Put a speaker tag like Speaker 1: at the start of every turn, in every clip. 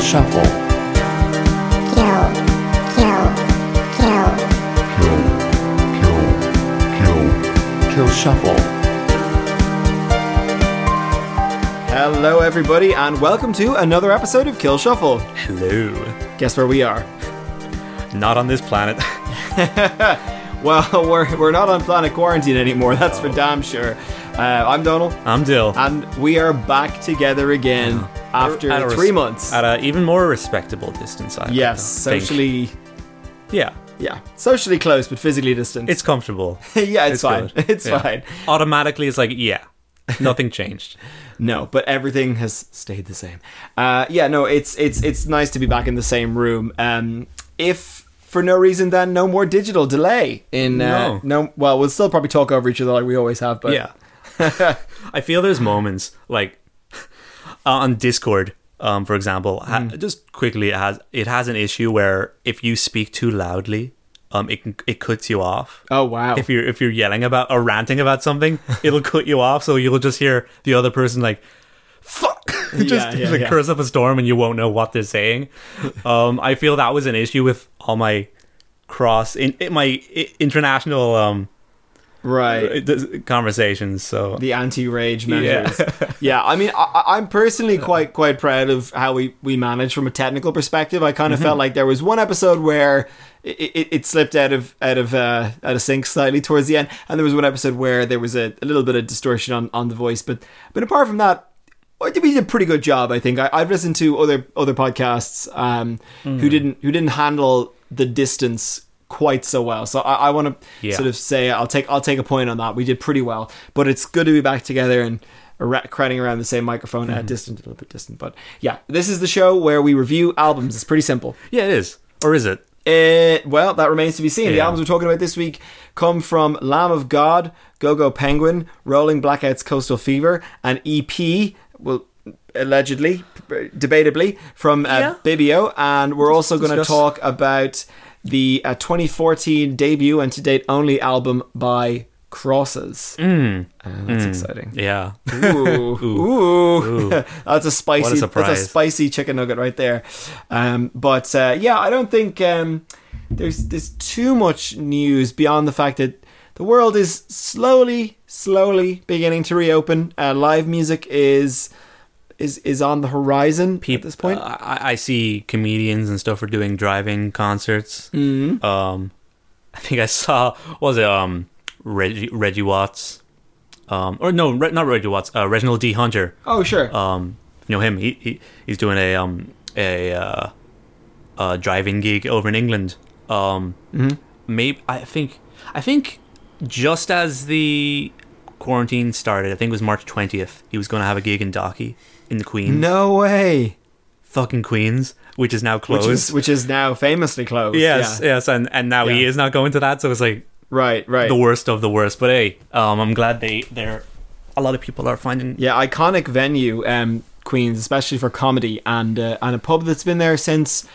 Speaker 1: shuffle.
Speaker 2: kill, kill, kill,
Speaker 3: kill, kill, kill.
Speaker 1: Kill shuffle.
Speaker 4: Hello, everybody, and welcome to another episode of Kill Shuffle.
Speaker 5: Hello.
Speaker 4: Guess where we are?
Speaker 5: Not on this planet.
Speaker 4: Well, we're, we're not on planet quarantine anymore, that's for damn sure. Uh, I'm Donald,
Speaker 5: I'm Dill.
Speaker 4: and we are back together again after
Speaker 5: At a res-
Speaker 4: three months.
Speaker 5: At an even more respectable distance, I
Speaker 4: yes,
Speaker 5: think.
Speaker 4: socially.
Speaker 5: Yeah.
Speaker 4: Yeah, socially close, but physically distant.
Speaker 5: It's comfortable.
Speaker 4: yeah, it's, fine.
Speaker 5: good.
Speaker 4: It's
Speaker 5: Yeah.
Speaker 4: fine.
Speaker 5: Automatically, it's like, yeah, nothing changed.
Speaker 4: No, but everything has stayed the same. Uh, yeah, no, it's it's it's nice to be back in the same room. Um, if for no reason, then no more digital delay. In uh, no. well, we'll still probably talk over each other like we always have. But
Speaker 5: yeah. I feel there's moments like on Discord, um, for example, ha-
Speaker 4: Hmm.
Speaker 5: just quickly, it has it has an issue where if you speak too loudly, um, it can, it cuts you off.
Speaker 4: oh wow,
Speaker 5: if you're if you're yelling about or ranting about something, it'll cut you off. So you'll just hear the other person like, "Fuck," just
Speaker 4: yeah,
Speaker 5: like
Speaker 4: yeah.
Speaker 5: curse up a storm, and you won't know what they're saying. Um, I feel that was an issue with all my cross in, in my i- international um
Speaker 4: right.
Speaker 5: uh, conversations. So
Speaker 4: The anti-rage measures. Yeah, I mean, I, I- I'm personally quite quite proud of how we we managed from a technical perspective. I kind of felt like there was one episode where it, it, it slipped out of out of uh, out of sync slightly towards the end, and there was one episode where there was a, a little bit of distortion on, on the voice. But but apart from that, I think we did a pretty good job. I think I, I've listened to other other podcasts um, who didn't who didn't handle the distance quite so well. So I, I want to
Speaker 5: Yeah.
Speaker 4: sort of say I'll take I'll take a point on that. We did pretty well, but it's good to be back together and ara- crowding around the same microphone. Uh, distant, a little bit distant, but yeah, this is the show where we review albums. It's pretty simple.
Speaker 5: yeah, it is or is it?
Speaker 4: Uh, well, that remains to be seen. The
Speaker 5: Yeah.
Speaker 4: albums we're talking about this week come from Lamb of God, Go Go Penguin, Rolling Blackouts, Coastal Fever, an EP. Well, allegedly, debatably, from uh, Bibio, and we're also going to
Speaker 5: discuss.
Speaker 4: talk about the uh, 2014 debut and to date only album by Crosses. Uh, that's exciting.
Speaker 5: Yeah,
Speaker 4: Ooh, ooh, that's a spicy. that's a
Speaker 5: surprise.
Speaker 4: spicy chicken nugget right there. Um, but uh, yeah, I don't think um, there's there's too much news beyond the fact that the world is slowly, slowly beginning to reopen. Uh, live music is is is on the horizon at this point.
Speaker 5: Uh, I, I see comedians and stuff are doing driving concerts.
Speaker 4: Mm-hmm.
Speaker 5: Mm. Um, I think I saw what was it um Reggie Reggie Watts, um or no Re- not Reggie Watts uh, Reginald D Hunter
Speaker 4: oh sure,
Speaker 5: um you know him he, he he's doing a um a uh, uh driving gig over in England um
Speaker 4: Mm-hmm.
Speaker 5: maybe I think I think just as the quarantine started I think it was March twentieth he was going to have a gig in Docky in the Queens
Speaker 4: no way.
Speaker 5: fucking Queens, which is now
Speaker 4: Which
Speaker 5: closed.
Speaker 4: is which is now famously closed.
Speaker 5: yes,
Speaker 4: Yeah.
Speaker 5: yes, and and now he
Speaker 4: Yeah.
Speaker 5: is not going to that, so it's like
Speaker 4: Right. Right.
Speaker 5: the worst of the worst. But hey, um, I'm glad they they're a lot of people are finding
Speaker 4: Yeah, iconic venue, um, Queens, especially for comedy, and uh, and a pub that's been there since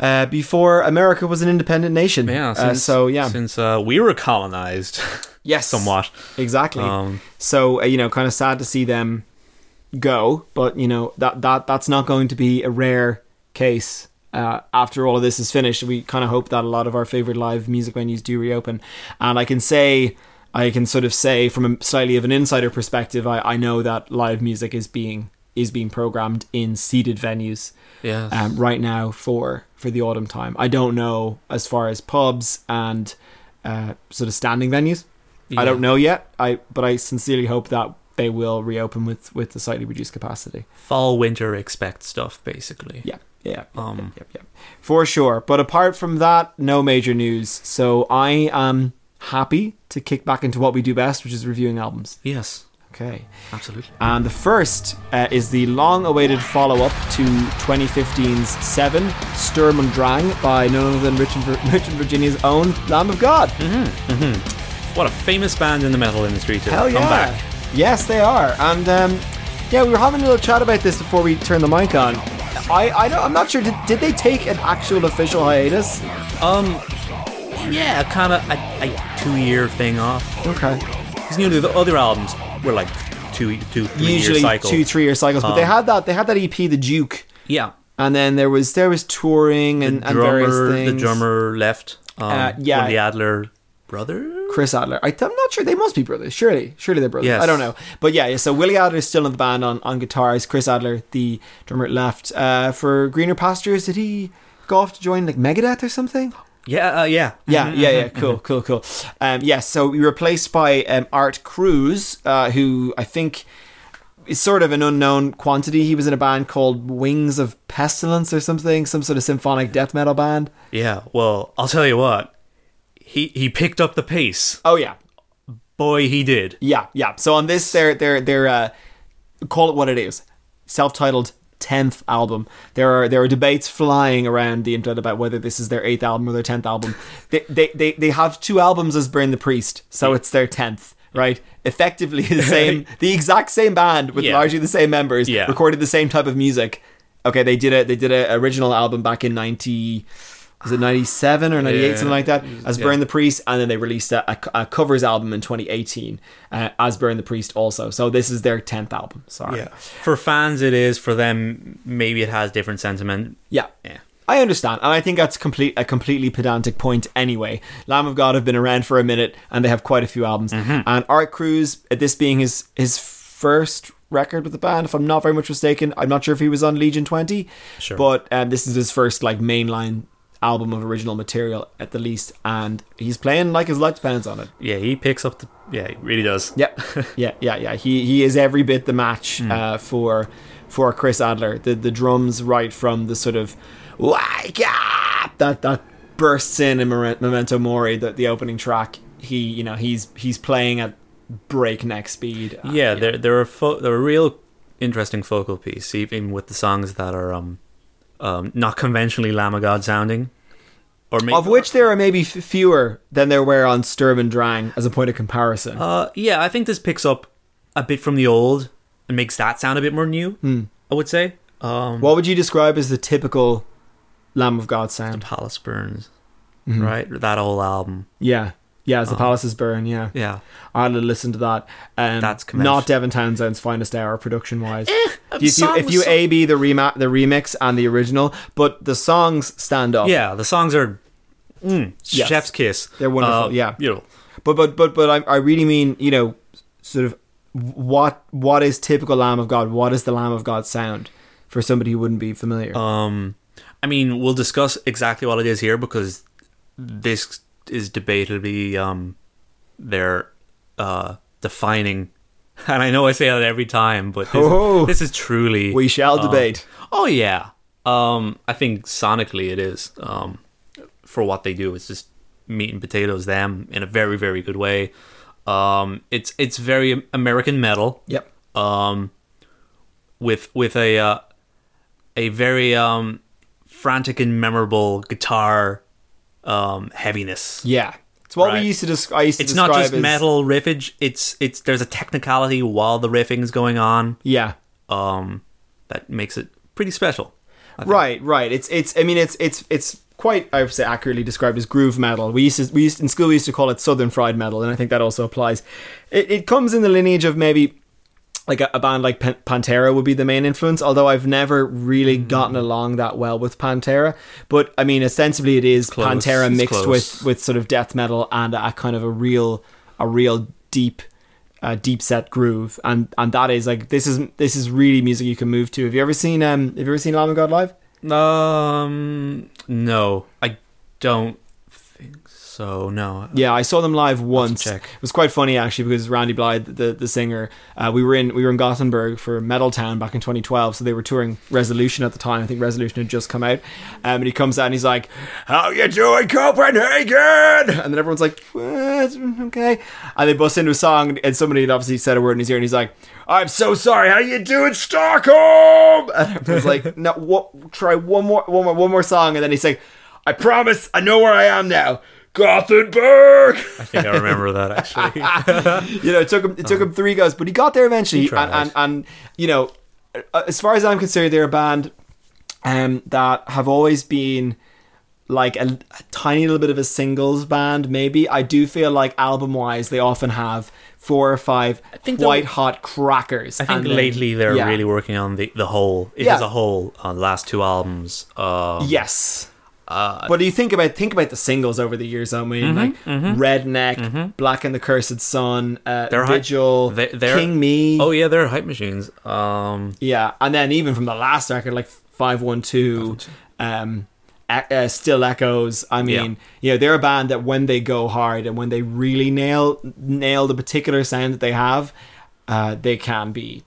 Speaker 4: uh, before America was an independent nation.
Speaker 5: Yeah,
Speaker 4: Uh,
Speaker 5: since,
Speaker 4: so yeah,
Speaker 5: since uh, we were colonized,
Speaker 4: yes,
Speaker 5: somewhat.
Speaker 4: exactly.
Speaker 5: Um,
Speaker 4: so uh, you know, kind of sad to see them go, but you know that that that's not going to be a rare case. Uh, after all of this is finished, we kind of hope that a lot of our favorite live music venues do reopen. And I can say, I can sort of say from a slightly of an insider perspective, I, I know that live music is being is being programmed in seated venues
Speaker 5: Yes.
Speaker 4: um, right now for for the autumn time. I don't know as far as pubs and uh, sort of standing venues. I
Speaker 5: Yeah.
Speaker 4: don't know yet. I but I sincerely hope that they will reopen with with the slightly reduced capacity.
Speaker 5: fall winter expect stuff basically.
Speaker 4: Yeah, yeah,
Speaker 5: Um,
Speaker 4: yep, yep, for sure. But apart from that, no major news. So I am happy to kick back into what we do best, which is reviewing albums.
Speaker 5: Yes,
Speaker 4: Okay.
Speaker 5: absolutely.
Speaker 4: And the first uh, is the long awaited follow up to 2015's Seven, Sturm und Drang, by none other than Richmond, Vir- Richmond Virginia's own Lamb of God.
Speaker 5: What a famous band in the metal industry to
Speaker 4: Hell yeah.
Speaker 5: come back.
Speaker 4: Yes, they are. And um, yeah, we were having a little chat about this before we turned the mic on. I, I don't, I'm not sure. Did, did they take an actual official hiatus?
Speaker 5: Um, yeah, kind of a, a two year thing off.
Speaker 4: Okay.
Speaker 5: Because you know the other albums were like two two three year
Speaker 4: Usually
Speaker 5: cycle.
Speaker 4: two, three year cycles, but they
Speaker 5: Um,
Speaker 4: had that. They had that EP, The Duke,
Speaker 5: yeah.
Speaker 4: and then there was there was touring and, and various
Speaker 5: drummer,
Speaker 4: things.
Speaker 5: the drummer left. Um,
Speaker 4: Uh, yeah.
Speaker 5: one of the Adler brother.
Speaker 4: Chris Adler. I, am not sure they must be brothers. Surely, surely they're brothers.
Speaker 5: Yes.
Speaker 4: I don't know, but yeah. yeah, So Willie Adler is still in the band on on guitars. Chris Adler, the drummer, left uh, for greener pastures. Did he go off to join like Megadeth or something?
Speaker 5: Yeah, uh, yeah,
Speaker 4: Yeah, yeah, yeah. Cool, cool, cool. Um, yes, so we were replaced by um, Art Cruz, uh, who I think is sort of an unknown quantity. He was in a band called Wings of Pestilence or something, some sort of symphonic death metal band.
Speaker 5: yeah. Well, I'll tell you what. He he picked up the pace.
Speaker 4: Oh yeah,
Speaker 5: Boy, he did.
Speaker 4: yeah, yeah. So on this, they're they're they're uh, call it what it is, self-titled. 10th album there are there are debates flying around the internet about whether this is their 8th album or their 10th album they they, they they have two albums as Burn the Priest so it's their 10th right effectively the same the exact same band with
Speaker 5: Yeah.
Speaker 4: largely the same members
Speaker 5: Yeah.
Speaker 4: recorded the same type of music okay they did a they did an original album back in 90 was it 97 or 98
Speaker 5: Yeah.
Speaker 4: something like that as Burn the Priest, and then they released a, a, a covers album in 2018 uh, as Burn the Priest also. So this is their 10th album. Sorry.
Speaker 5: Yeah. For fans, it is. For them, maybe it has different sentiment.
Speaker 4: Yeah.
Speaker 5: Yeah.
Speaker 4: I understand, and I think that's complete a completely pedantic point anyway. Lamb of God have been around for a minute, and they have quite a few albums.
Speaker 5: Mm-hmm.
Speaker 4: And Art Cruz, uh, this being his his first record with the band, if I'm not very much mistaken, I'm not sure if he was on Legion 20,
Speaker 5: Sure.
Speaker 4: but um, this is his first like mainline album of original material at the least, and he's playing like his life depends on it.
Speaker 5: Yeah, he picks up the. Yeah, he really does.
Speaker 4: Yep. yeah, yeah, yeah. He he is every bit the match uh, for for Chris Adler. The the drums right from the sort of wake up that that bursts in in Momen- Memento Mori, the the opening track. He you know he's he's playing at breakneck speed. Uh,
Speaker 5: yeah, they're they're a fo- they're a real interesting focal piece, even with the songs that are um um not conventionally Lamb of God sounding, or maybe
Speaker 4: Of which there are maybe f- fewer than there were on Sturm and Drang as a point of comparison.
Speaker 5: uh yeah, I think this picks up a bit from the old and makes that sound a bit more new.
Speaker 4: Hmm.
Speaker 5: I would say um
Speaker 4: what would you describe as the typical Lamb of God sound?
Speaker 5: Palace Burns,
Speaker 4: Mm-hmm.
Speaker 5: right? That whole album,
Speaker 4: Yeah, yeah. As the palaces burn. Yeah.
Speaker 5: yeah.
Speaker 4: I'll listen to that. Um,
Speaker 5: That's conventional.
Speaker 4: not Devon Townsend's finest hour production wise.
Speaker 5: a
Speaker 4: if you,
Speaker 5: Eh, song
Speaker 4: if
Speaker 5: was
Speaker 4: you
Speaker 5: so-
Speaker 4: A B the rema- the remix and the original, but the songs stand up.
Speaker 5: Yeah, the songs are mm,
Speaker 4: Yes.
Speaker 5: chef's kiss.
Speaker 4: They're wonderful,
Speaker 5: Uh,
Speaker 4: yeah.
Speaker 5: you know,
Speaker 4: But but but but I, I really mean you know sort of what what is typical Lamb of God? What is the Lamb of God sound for somebody who wouldn't be familiar?
Speaker 5: Um, I mean, we'll discuss exactly what it is here because this is debatably um, their uh, defining. And I know I say that every time, but this,
Speaker 4: Oh.
Speaker 5: this is truly
Speaker 4: we shall
Speaker 5: um,
Speaker 4: debate.
Speaker 5: Oh yeah, um, I think sonically it is um, for what they do. It's just meat and potatoes them in a very very good way. Um, it's it's very American metal
Speaker 4: Yep.
Speaker 5: um, with with a uh, a very um, frantic and memorable guitar um, heaviness.
Speaker 4: Yeah. It's what
Speaker 5: Right.
Speaker 4: we used to describe. I used to
Speaker 5: It's
Speaker 4: describe
Speaker 5: not just
Speaker 4: as-
Speaker 5: metal riffage. It's it's there's a technicality while the riffing's going on
Speaker 4: Yeah.
Speaker 5: um, that makes it pretty special.
Speaker 4: Right, right. It's it's. I mean, it's it's it's quite I would say accurately described as groove metal. We used to we used in school we used to call it southern fried metal, and I think that also applies. It it comes in the lineage of maybe like a, a band like Pan- Pantera would be the main influence, although I've never really
Speaker 5: Hmm.
Speaker 4: gotten along that well with Pantera. But I mean, ostensibly it is
Speaker 5: Close,
Speaker 4: Pantera
Speaker 5: it's
Speaker 4: mixed
Speaker 5: close.
Speaker 4: with with sort of death metal and a kind of a real a real deep uh, deep set groove and and that is like this is this is really music you can move to have you ever seen um have you ever seen Lamb of God live
Speaker 5: Um, no, I don't think so. No.
Speaker 4: Yeah, I saw them live once.
Speaker 5: check.
Speaker 4: It was quite funny actually because Randy Blythe, the the singer, uh, we were in we were in Gothenburg for Metal Town back in 2012. So they were touring Resolution at the time. I think Resolution had just come out, um, and he comes out and he's like, "How you doing, Copenhagen?" And then everyone's like, "What? "Okay," and they bust into a song, and somebody had obviously said a word in his ear, and he's like. I'm so sorry. How you doing, Stockholm? And everyone's like, no. What? Try one more, one more, one more song, and then he's like, "I promise, I know where I am now. Gothenburg.
Speaker 5: I think I remember that actually.
Speaker 4: you know, it took him it took him three goes, but he got there eventually.
Speaker 5: Uh-huh. tried.
Speaker 4: and, and and you know, uh, as far as I'm concerned, they're a band um, that have always been like a, a tiny little bit of a singles band. Maybe I do feel like album wise, they often have four or five
Speaker 5: think they'll-
Speaker 4: white hot crackers.
Speaker 5: I think lately they're really working on the the whole. It is
Speaker 4: Yeah.
Speaker 5: a whole on the last two albums. Um,
Speaker 4: Yes.
Speaker 5: Uh,
Speaker 4: but do you think about think about the singles over the years? I
Speaker 5: Mm-hmm,
Speaker 4: mean, like Redneck, Black and the Cursed Sun, uh,
Speaker 5: they're hy-
Speaker 4: Vigil,
Speaker 5: they- they're-
Speaker 4: King Me.
Speaker 5: Oh yeah, they're hype machines. Um,
Speaker 4: Yeah, and then even from the last record, like Five One Two, um, Ec- uh, Still Echoes. I mean, you know, they're a band that when they go hard and when they really nail nail the particular sound that they have, uh, they can be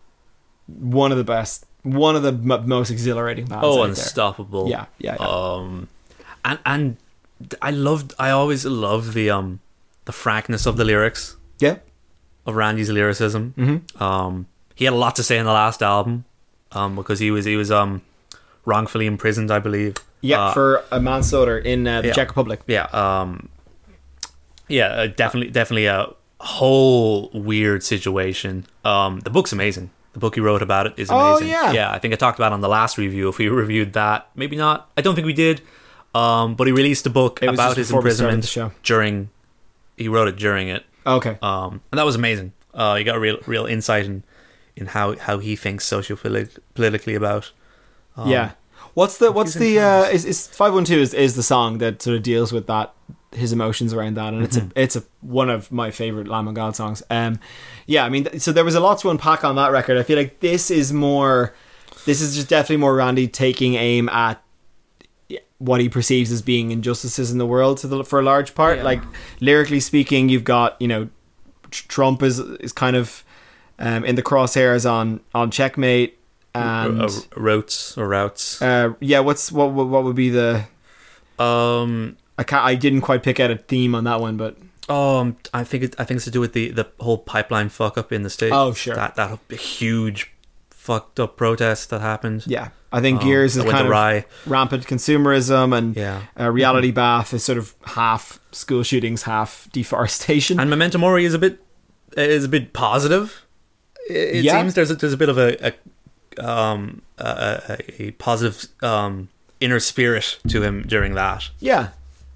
Speaker 4: one of the best, one of the m- most exhilarating bands.
Speaker 5: oh,
Speaker 4: out there.
Speaker 5: unstoppable.
Speaker 4: Yeah, yeah, yeah.
Speaker 5: Um, and and I loved. I always loved the um the frankness of the lyrics
Speaker 4: yeah,
Speaker 5: of Randy's lyricism. Mm-hmm. Um, he had a lot to say in the last album. Um, because he was he was um wrongfully imprisoned, I believe.
Speaker 4: yeah.
Speaker 5: Uh,
Speaker 4: for a manslaughter in uh, the
Speaker 5: yeah.
Speaker 4: Czech Republic.
Speaker 5: yeah um yeah uh, definitely definitely a whole weird situation um the book's amazing the book you wrote about it is
Speaker 4: Oh,
Speaker 5: amazing
Speaker 4: yeah.
Speaker 5: yeah i think i talked about it on the last review if we reviewed that maybe not i don't think we did um but he released a book
Speaker 4: It was
Speaker 5: about
Speaker 4: just
Speaker 5: his
Speaker 4: before we started
Speaker 5: imprisonment
Speaker 4: the show.
Speaker 5: during he wrote it during it
Speaker 4: Okay,
Speaker 5: um and that was amazing uh you got a real real insight in in how how he thinks social politically about um,
Speaker 4: yeah. What's the what's
Speaker 5: he's in
Speaker 4: the uh, is is five one two is is the song that sort of deals with that his emotions around that and it's a
Speaker 5: Mm-hmm.
Speaker 4: it's a one of my favorite Lamb of God songs. Um, yeah, I mean, th- so there was a lot to unpack on that record. I feel like this is more, this is just definitely more Randy taking aim at what he perceives as being injustices in the world to the, for a large part.
Speaker 5: Yeah.
Speaker 4: Like lyrically speaking, you've got you know Tr- Trump is is kind of um, in the crosshairs on on checkmate and
Speaker 5: uh, routes or routes
Speaker 4: uh, yeah, what's what what what would be the Uh,
Speaker 5: um
Speaker 4: I can't, I didn't quite pick out a theme on that one, but
Speaker 5: Um, I think it, I think it's to do with the the whole pipeline fuck up in the states.
Speaker 4: Oh, sure.
Speaker 5: that that huge fucked up protest that happened.
Speaker 4: yeah, I think
Speaker 5: Um,
Speaker 4: Gears is
Speaker 5: that went
Speaker 4: kind of
Speaker 5: awry.
Speaker 4: rampant consumerism and
Speaker 5: Yeah. Mm-hmm.
Speaker 4: uh, Reality Bath is sort of half school shootings, half deforestation.
Speaker 5: and Memento Mori is a bit is a bit positive. It, it
Speaker 4: Yeah.
Speaker 5: seems there's a, there's a bit of a, a um a, a, a positive um inner spirit to him during that,
Speaker 4: yeah,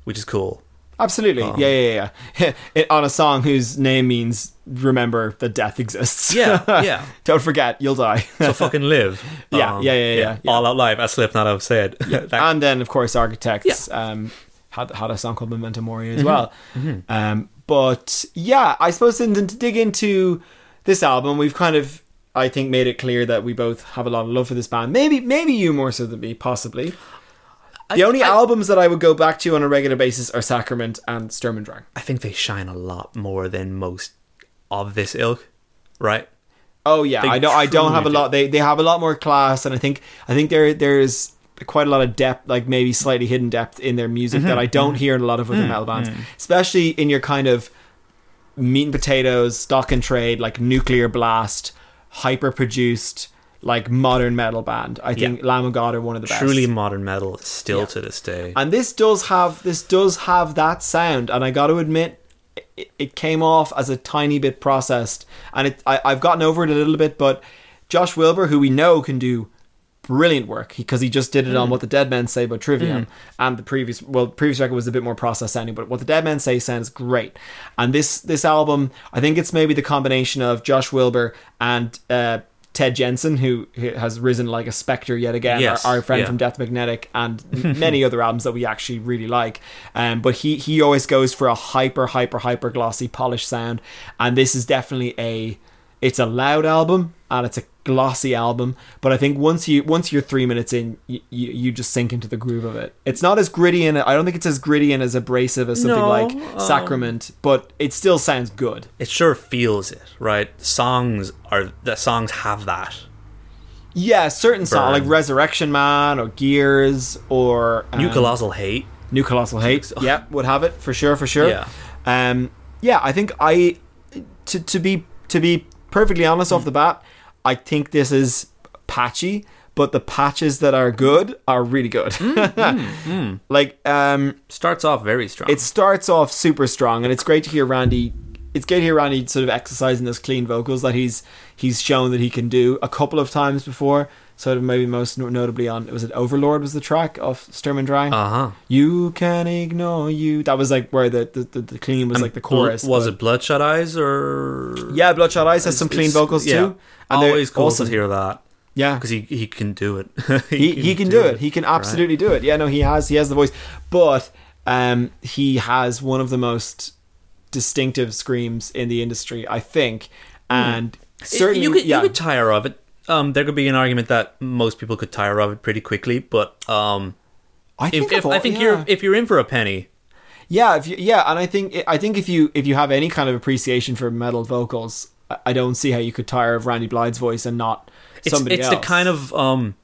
Speaker 5: which is cool.
Speaker 4: absolutely.
Speaker 5: Oh.
Speaker 4: yeah, yeah, yeah. it, on a song whose name means remember that death exists.
Speaker 5: Yeah, yeah.
Speaker 4: Don't forget, you'll die.
Speaker 5: So fucking live. Um,
Speaker 4: Yeah, yeah, yeah, yeah, yeah.
Speaker 5: All out live. I slip not have said. that,
Speaker 4: and then of course architects um, had had a song called Memento Mori as
Speaker 5: Mm-hmm.
Speaker 4: well. Um, but yeah, I suppose then to dig into this album, we've kind of I think made it clear that we both have a lot of love for this band. Maybe maybe you more so than me, possibly. The only
Speaker 5: I-
Speaker 4: albums that I would go back to on a regular basis are Sacrament and Sturm und Drang.
Speaker 5: I think they shine a lot more than most of this ilk, right?
Speaker 4: Oh yeah,
Speaker 5: They
Speaker 4: I don't. I don't
Speaker 5: truly
Speaker 4: have a
Speaker 5: do.
Speaker 4: lot. They they have a lot more class, and I think I think there there is quite a lot of depth, like maybe slightly hidden depth in their music
Speaker 5: Mm-hmm,
Speaker 4: that I don't hear in a lot of
Speaker 5: Mm,
Speaker 4: other metal bands, especially in your kind of meat and potatoes, stock and trade, like nuclear blast, hyper produced, like modern metal band. I think Lamb of God are one of the best.
Speaker 5: Truly modern metal still
Speaker 4: Yeah.
Speaker 5: to this day.
Speaker 4: And this does have this does have that sound, and I got to admit, it, it came off as a tiny bit processed, and it I, I've gotten over it a little bit. But Josh Wilbur, who we know can do brilliant work because he just did it
Speaker 5: Mm.
Speaker 4: on what the Dead Men Say about Trivium, and the previous well the previous record was a bit more processed sounding, but what the Dead Men Say sounds great. And this this album, I think it's maybe the combination of Josh Wilbur and. Uh, Ted Jensen, who who has risen like a specter yet again, our-
Speaker 5: Yes,
Speaker 4: our, friend
Speaker 5: yeah.
Speaker 4: from Death Magnetic, and m- many other albums that we actually really like. Um, but he he always goes for a hyper hyper hyper glossy polished sound, and this is definitely a it's a loud album and it's a glossy album. But I think once you once you're three minutes in, you you, you just sink into the groove of it. It's not as gritty and I don't think it's as gritty and as abrasive as something
Speaker 5: No,
Speaker 4: like
Speaker 5: um,
Speaker 4: Sacrament, but it still sounds good.
Speaker 5: it sure feels it, right? Songs are the songs have that.
Speaker 4: Yeah, certain songs
Speaker 5: Burn.
Speaker 4: like Resurrection Man or Gears or
Speaker 5: New
Speaker 4: um,
Speaker 5: Colossal Hate.
Speaker 4: New Colossal Hate.
Speaker 5: Colossal-
Speaker 4: yeah, would have it for sure, for sure.
Speaker 5: Yeah.
Speaker 4: Um, yeah, I think I to to be to be perfectly honest off the bat, I think this is patchy, but the patches that are good are really good. um, Like um
Speaker 5: Starts off very strong.
Speaker 4: it starts off super strong and it's great to hear Randy it's Gate Hirani sort of exercising those clean vocals that he's he's shown that he can do a couple of times before. Sort of maybe most no- notably on was it Overlord was the track off Sturm and Drang.
Speaker 5: Uh huh.
Speaker 4: you can ignore you. That was like where the the, the, the clean was like the chorus.
Speaker 5: was
Speaker 4: but-
Speaker 5: it Bloodshot Eyes or
Speaker 4: Yeah, Bloodshot Eyes has some
Speaker 5: It's-
Speaker 4: clean
Speaker 5: it's-
Speaker 4: vocals
Speaker 5: yeah.
Speaker 4: too. And they're
Speaker 5: always cool
Speaker 4: awesome.
Speaker 5: to hear that
Speaker 4: Yeah,
Speaker 5: because he he can do it.
Speaker 4: he, he can do it. He can absolutely do it. Yeah, no, he has he has the voice, but um, he has one of the most distinctive screams in the industry, I think, and certainly
Speaker 5: Hmm. you could
Speaker 4: yeah.
Speaker 5: you could tire of it. Um, there could be an argument that most people could tire of it pretty quickly, but um,
Speaker 4: I
Speaker 5: if,
Speaker 4: think,
Speaker 5: if,
Speaker 4: of all-
Speaker 5: I think
Speaker 4: yeah.
Speaker 5: you're if you're in for a penny,
Speaker 4: yeah, if you, yeah, and I think I think if you if you have any kind of appreciation for metal vocals, I- I don't see how you could tire of Randy Blythe's voice and not
Speaker 5: it's
Speaker 4: somebody
Speaker 5: it's
Speaker 4: else.
Speaker 5: the kind of um,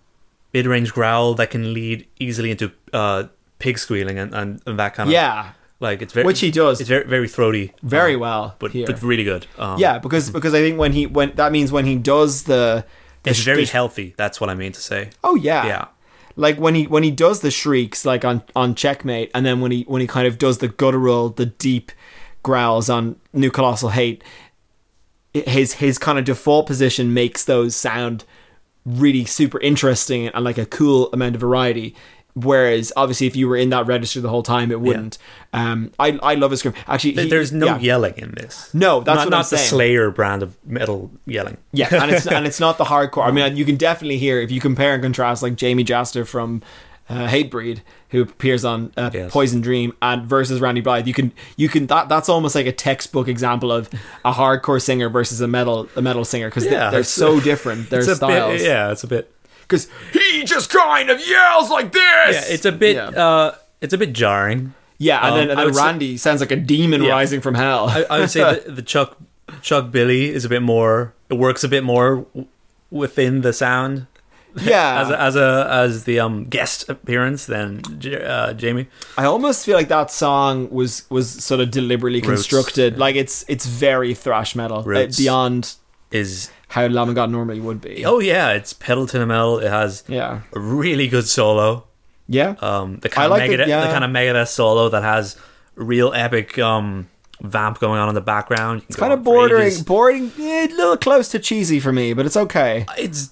Speaker 5: mid range growl that can lead easily into uh, pig squealing and, and, and that kind of
Speaker 4: yeah,
Speaker 5: like it's very
Speaker 4: Which he does.
Speaker 5: It's very very throaty,
Speaker 4: very
Speaker 5: um,
Speaker 4: well,
Speaker 5: but
Speaker 4: here.
Speaker 5: but really good. Um,
Speaker 4: yeah, because because I think when he when that means when he does the, the
Speaker 5: it's
Speaker 4: sh-
Speaker 5: very
Speaker 4: the-
Speaker 5: healthy. That's what I mean to say.
Speaker 4: Oh yeah.
Speaker 5: Yeah.
Speaker 4: Like when he when he does the shrieks like on on checkmate and then when he when he kind of does the guttural the deep growls on new colossal hate i- his his kind of default position makes those sound really super interesting and like a cool amount of variety whereas obviously if you were in that register the whole time it wouldn't um I I love his scream actually
Speaker 5: Th-
Speaker 4: he-
Speaker 5: There's no
Speaker 4: yeah.
Speaker 5: yelling in this.
Speaker 4: No, that's
Speaker 5: not,
Speaker 4: what
Speaker 5: not
Speaker 4: I'm
Speaker 5: the
Speaker 4: saying.
Speaker 5: Slayer brand of metal yelling.
Speaker 4: Yeah, and it's and it's not the hardcore. I mean, you can definitely hear if you compare and contrast, like Jamie Jaster from uh, Hatebreed, who appears on uh,
Speaker 5: Yes.
Speaker 4: Poison Dream, and versus Randy Blythe. You can you can that that's almost like a textbook example of a hardcore singer versus a metal a metal singer because
Speaker 5: Yeah,
Speaker 4: they, are
Speaker 5: it's-
Speaker 4: so different. Their
Speaker 5: It's a bit-
Speaker 4: styles.
Speaker 5: yeah, it's a bit.
Speaker 4: Because he just kind of yells like this.
Speaker 5: Yeah, it's a bit.
Speaker 4: Yeah,
Speaker 5: Uh, it's a bit jarring.
Speaker 4: Yeah, and
Speaker 5: um,
Speaker 4: then, and
Speaker 5: I
Speaker 4: then
Speaker 5: would say-
Speaker 4: Randy sounds like a demon
Speaker 5: Yeah.
Speaker 4: rising from hell.
Speaker 5: I, I would say the, the Chuck Chuck Billy is a bit more. It works a bit more w- within the sound
Speaker 4: yeah,
Speaker 5: as a, as a as the um guest appearance than J- uh, Jamie.
Speaker 4: I almost feel like that song was was sort of deliberately constructed. Like it's it's very thrash metal uh,
Speaker 5: Roots.
Speaker 4: beyond
Speaker 5: Is
Speaker 4: how Lamb of God normally would be.
Speaker 5: oh yeah, it's pedal to the metal. It has
Speaker 4: Yeah,
Speaker 5: a really good solo.
Speaker 4: yeah,
Speaker 5: Um, the
Speaker 4: I
Speaker 5: kind
Speaker 4: like
Speaker 5: of
Speaker 4: it,
Speaker 5: Megadeth,
Speaker 4: yeah.
Speaker 5: the kind of Megadeth solo that has real epic um vamp going on in the background. It's
Speaker 4: kind of bordering bordering eh, a little close to cheesy for me, but it's okay.
Speaker 5: It's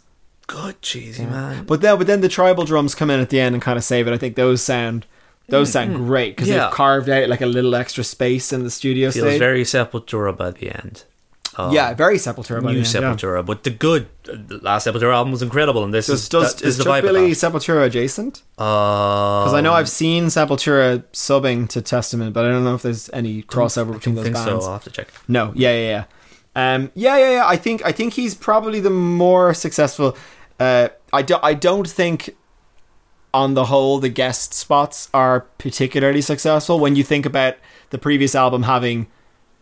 Speaker 5: good, cheesy man.
Speaker 4: But then but then the tribal drums come in at the end and kind of save it. I think those sound those sound great because
Speaker 5: Mm, Yeah.
Speaker 4: they've carved out like a little extra space in the studio
Speaker 5: Feels
Speaker 4: stage.
Speaker 5: very Sepultura by the end. Um,
Speaker 4: yeah, very Sepultura. by the
Speaker 5: new
Speaker 4: end, yeah.
Speaker 5: Sepultura, but the good uh, the last Sepultura album was incredible, and this
Speaker 4: Does,
Speaker 5: is
Speaker 4: does,
Speaker 5: that Uh,
Speaker 4: is
Speaker 5: is the
Speaker 4: Chuck
Speaker 5: vibe. Um,
Speaker 4: Billy Sepultura adjacent?
Speaker 5: Because
Speaker 4: Because I know I've seen Sepultura subbing to Testament, but I don't know if there's any crossover between
Speaker 5: I
Speaker 4: those
Speaker 5: think so.
Speaker 4: bands.
Speaker 5: I'll have to check.
Speaker 4: No, yeah, yeah, yeah, um, yeah, yeah, yeah. I think I think he's probably the more successful. Uh, I do, I don't think, on the whole, the guest spots are particularly successful. When you think about the previous album having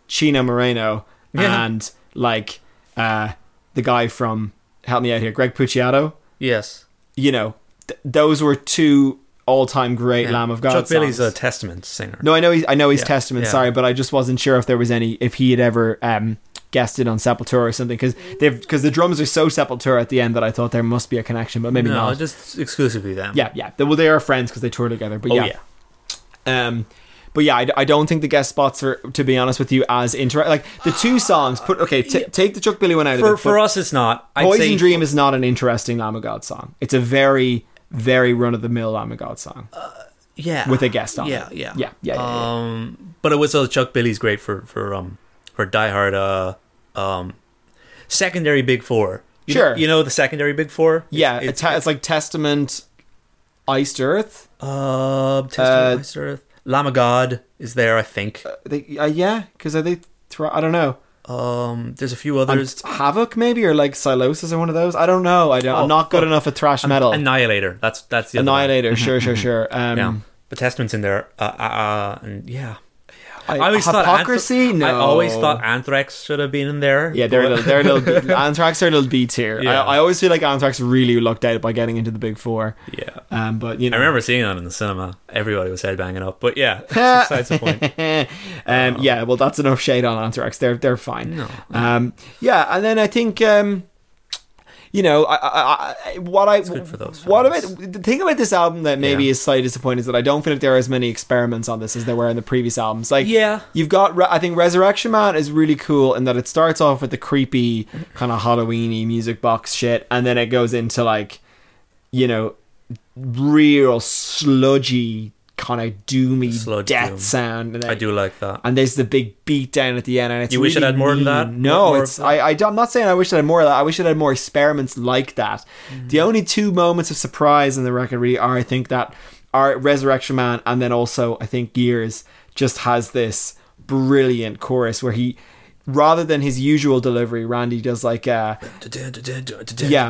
Speaker 4: Chino Moreno
Speaker 5: Yeah.
Speaker 4: and like uh, the guy from Help Me Out Here, Greg Puciato
Speaker 5: Yes,
Speaker 4: you know, th- those were two all-time great Lamb of God.
Speaker 5: Chuck Billy's a
Speaker 4: songs.
Speaker 5: Testament singer.
Speaker 4: no, I know he's I know he's
Speaker 5: Yeah,
Speaker 4: Testament.
Speaker 5: yeah.
Speaker 4: Sorry, but I just wasn't sure if there was any if he had ever um, guested on Sepultura or something because they've because the drums are so Sepultura at the end that I thought there must be a connection, but maybe
Speaker 5: no,
Speaker 4: not.
Speaker 5: just exclusively them.
Speaker 4: yeah, yeah. They, well, they are friends because they tour together. But
Speaker 5: Oh
Speaker 4: yeah.
Speaker 5: yeah.
Speaker 4: Um, but yeah, I, d- I don't think the guest spots are, to be honest with you, as inter like the two songs. Put okay, t- take the Chuck Billy one out of
Speaker 5: For
Speaker 4: it.
Speaker 5: for
Speaker 4: but-
Speaker 5: us, it's not. I'd
Speaker 4: Poison
Speaker 5: say
Speaker 4: Dream is not an interesting Lamb of God song. It's a very, very run of the mill Lamb of God song
Speaker 5: yeah
Speaker 4: with a guest on
Speaker 5: yeah
Speaker 4: it.
Speaker 5: yeah
Speaker 4: yeah, yeah, yeah, yeah.
Speaker 5: um but it was also chuck billy's great for for um for die hard uh um secondary big four you
Speaker 4: Sure.
Speaker 5: know, you know the secondary big four
Speaker 4: yeah.
Speaker 5: it's,
Speaker 4: It's, ha- it's like Testament, Iced Earth.
Speaker 5: uh,
Speaker 4: Uh,
Speaker 5: Testament, Earth. lamb of god is there i think
Speaker 4: They, uh, yeah, because are they? Thro- I don't know.
Speaker 5: um there's a few
Speaker 4: Um,
Speaker 5: others
Speaker 4: Havoc maybe or like Silosis or one of those. I don't know. I don't.
Speaker 5: Oh,
Speaker 4: I'm not good
Speaker 5: fuck.
Speaker 4: enough at thrash metal.
Speaker 5: annihilator that's that's the other one.
Speaker 4: Annihilator. Sure, sure, sure. Um,
Speaker 5: yeah but testament's in there uh, uh, uh and yeah
Speaker 4: I-
Speaker 5: Anthra-
Speaker 4: hypocrisy. no,
Speaker 5: I always thought Anthrax should have been in there.
Speaker 4: Yeah, they're a little, they're a little B- Anthrax are a little B tier.
Speaker 5: Yeah.
Speaker 4: I, I always feel like Anthrax really lucked out by getting into the big four.
Speaker 5: yeah.
Speaker 4: Um, but you know,
Speaker 5: I remember seeing that in the cinema. Everybody was headbanging up. But yeah, that's besides the point.
Speaker 4: um, yeah, well, that's enough shade on Anthrax. They're they're fine. Um, yeah, and then I think um, you know, I, I, I what I
Speaker 5: good for those
Speaker 4: what
Speaker 5: fans.
Speaker 4: about the thing about this album that maybe
Speaker 5: Yeah.
Speaker 4: is slightly disappointing is that I don't feel like there are as many experiments on this as there were in the previous albums. Like,
Speaker 5: Yeah.
Speaker 4: you've got Re- I think Resurrection Man is really cool in that it starts off with the creepy kind of Halloweeny music box shit, and then it goes into like, you know, real sludgy kind of doomy
Speaker 5: Sludge
Speaker 4: death
Speaker 5: doom.
Speaker 4: sound. And then-
Speaker 5: I do like that.
Speaker 4: and there's the big beat down at the end. And it's
Speaker 5: You wish it
Speaker 4: really
Speaker 5: had more than that?
Speaker 4: mean. No,
Speaker 5: More of
Speaker 4: it's
Speaker 5: that?
Speaker 4: I, I. am not saying I wish it had more of that. I wish it had more experiments like that.
Speaker 5: Mm.
Speaker 4: The only two moments of surprise in the record really are, I think, that are Resurrection Man, and then also I think Gears just has this brilliant chorus where he, rather than his usual delivery, Randy does like uh, Yeah,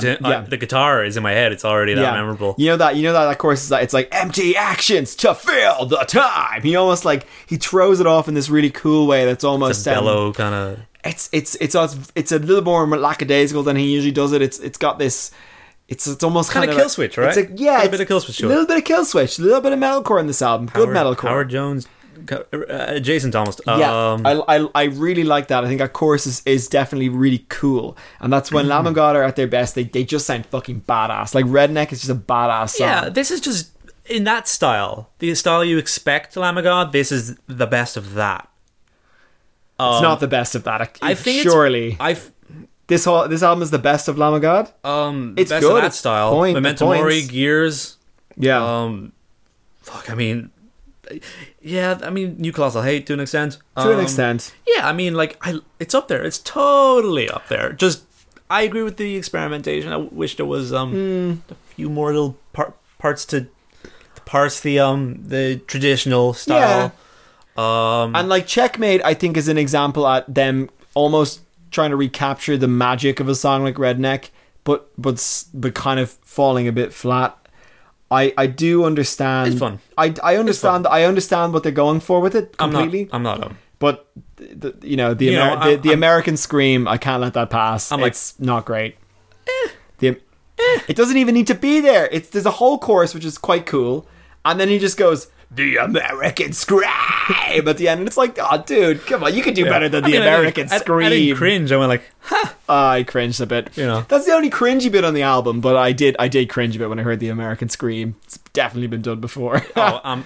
Speaker 4: yeah.
Speaker 5: I- the guitar is in my head. It's already that memorable.
Speaker 4: You know that you know that that chorus is like it's like empty actions to fill the time. He almost like he throws it off in this really cool way that's almost um,
Speaker 5: It's a
Speaker 4: sounding-
Speaker 5: bellow kind of.
Speaker 4: it's it's it's a, it's a little more lackadaisical than he usually does it. It's it's got this. It's it's almost
Speaker 5: Kinda
Speaker 4: kind of
Speaker 5: kill switch, right?
Speaker 4: It's a, yeah,
Speaker 5: Got a
Speaker 4: it's
Speaker 5: bit of kill switch to
Speaker 4: A
Speaker 5: it.
Speaker 4: little bit of kill switch. A little bit of metalcore in this album. Good
Speaker 5: Howard-
Speaker 4: metalcore.
Speaker 5: Howard Jones, co- uh, Jason Thomas.
Speaker 4: yeah,
Speaker 5: um,
Speaker 4: I, I, I really like that. I think that chorus is, is definitely really cool, and that's when Lamb and God are at their best. They they just sound fucking badass. Like Redneck is just a badass song.
Speaker 5: yeah, this is just in that style, the style you expect, Lamb of God. This is the best of that.
Speaker 4: it's not the best of that. I,
Speaker 5: I think it's-
Speaker 4: surely
Speaker 5: I
Speaker 4: this whole this album is the best of Lamb of God.
Speaker 5: um,
Speaker 4: It's
Speaker 5: best
Speaker 4: good,
Speaker 5: Of that
Speaker 4: it's
Speaker 5: style.
Speaker 4: point-
Speaker 5: Memento
Speaker 4: points.
Speaker 5: Mori, Gears.
Speaker 4: Yeah,
Speaker 5: Um, fuck. I mean, yeah. I mean, New Colossal Hate to an extent.
Speaker 4: to an
Speaker 5: Um,
Speaker 4: extent.
Speaker 5: Yeah, I mean, like, I it's up there. It's totally up there. Just, I agree with the experimentation. I wish there was um
Speaker 4: Hmm.
Speaker 5: a few more little par- parts to, to parse the um the traditional
Speaker 4: Yeah.
Speaker 5: style. Um,
Speaker 4: And like Checkmate, I think is an example at them almost trying to recapture the magic of a song like Redneck, but but s- but kind of falling a bit flat. I I do understand.
Speaker 5: It's fun.
Speaker 4: I I understand. I understand what they're going for with it
Speaker 5: I'm not.
Speaker 4: completely.
Speaker 5: I'm not. Um,
Speaker 4: but the, the- you know the
Speaker 5: You know,
Speaker 4: Ameri-
Speaker 5: I'm-
Speaker 4: the, the
Speaker 5: I'm-
Speaker 4: American scream. I can't let that pass.
Speaker 5: I'm like- eh.
Speaker 4: it's not great. The, It doesn't even need to be there. It's there's a whole chorus which is quite cool, and then he just goes the American scream at the end, and it's like, oh, dude, come on, you could do better than
Speaker 5: I
Speaker 4: the
Speaker 5: mean, I didn't-
Speaker 4: American
Speaker 5: I-
Speaker 4: scream. Ah,
Speaker 5: I, didn't cringe. I went like,
Speaker 4: I cringed a bit.
Speaker 5: You know.
Speaker 4: that's the only cringy bit on the album. But I did, I did cringe a bit when I heard the American scream. It's definitely been done before.
Speaker 5: oh, um,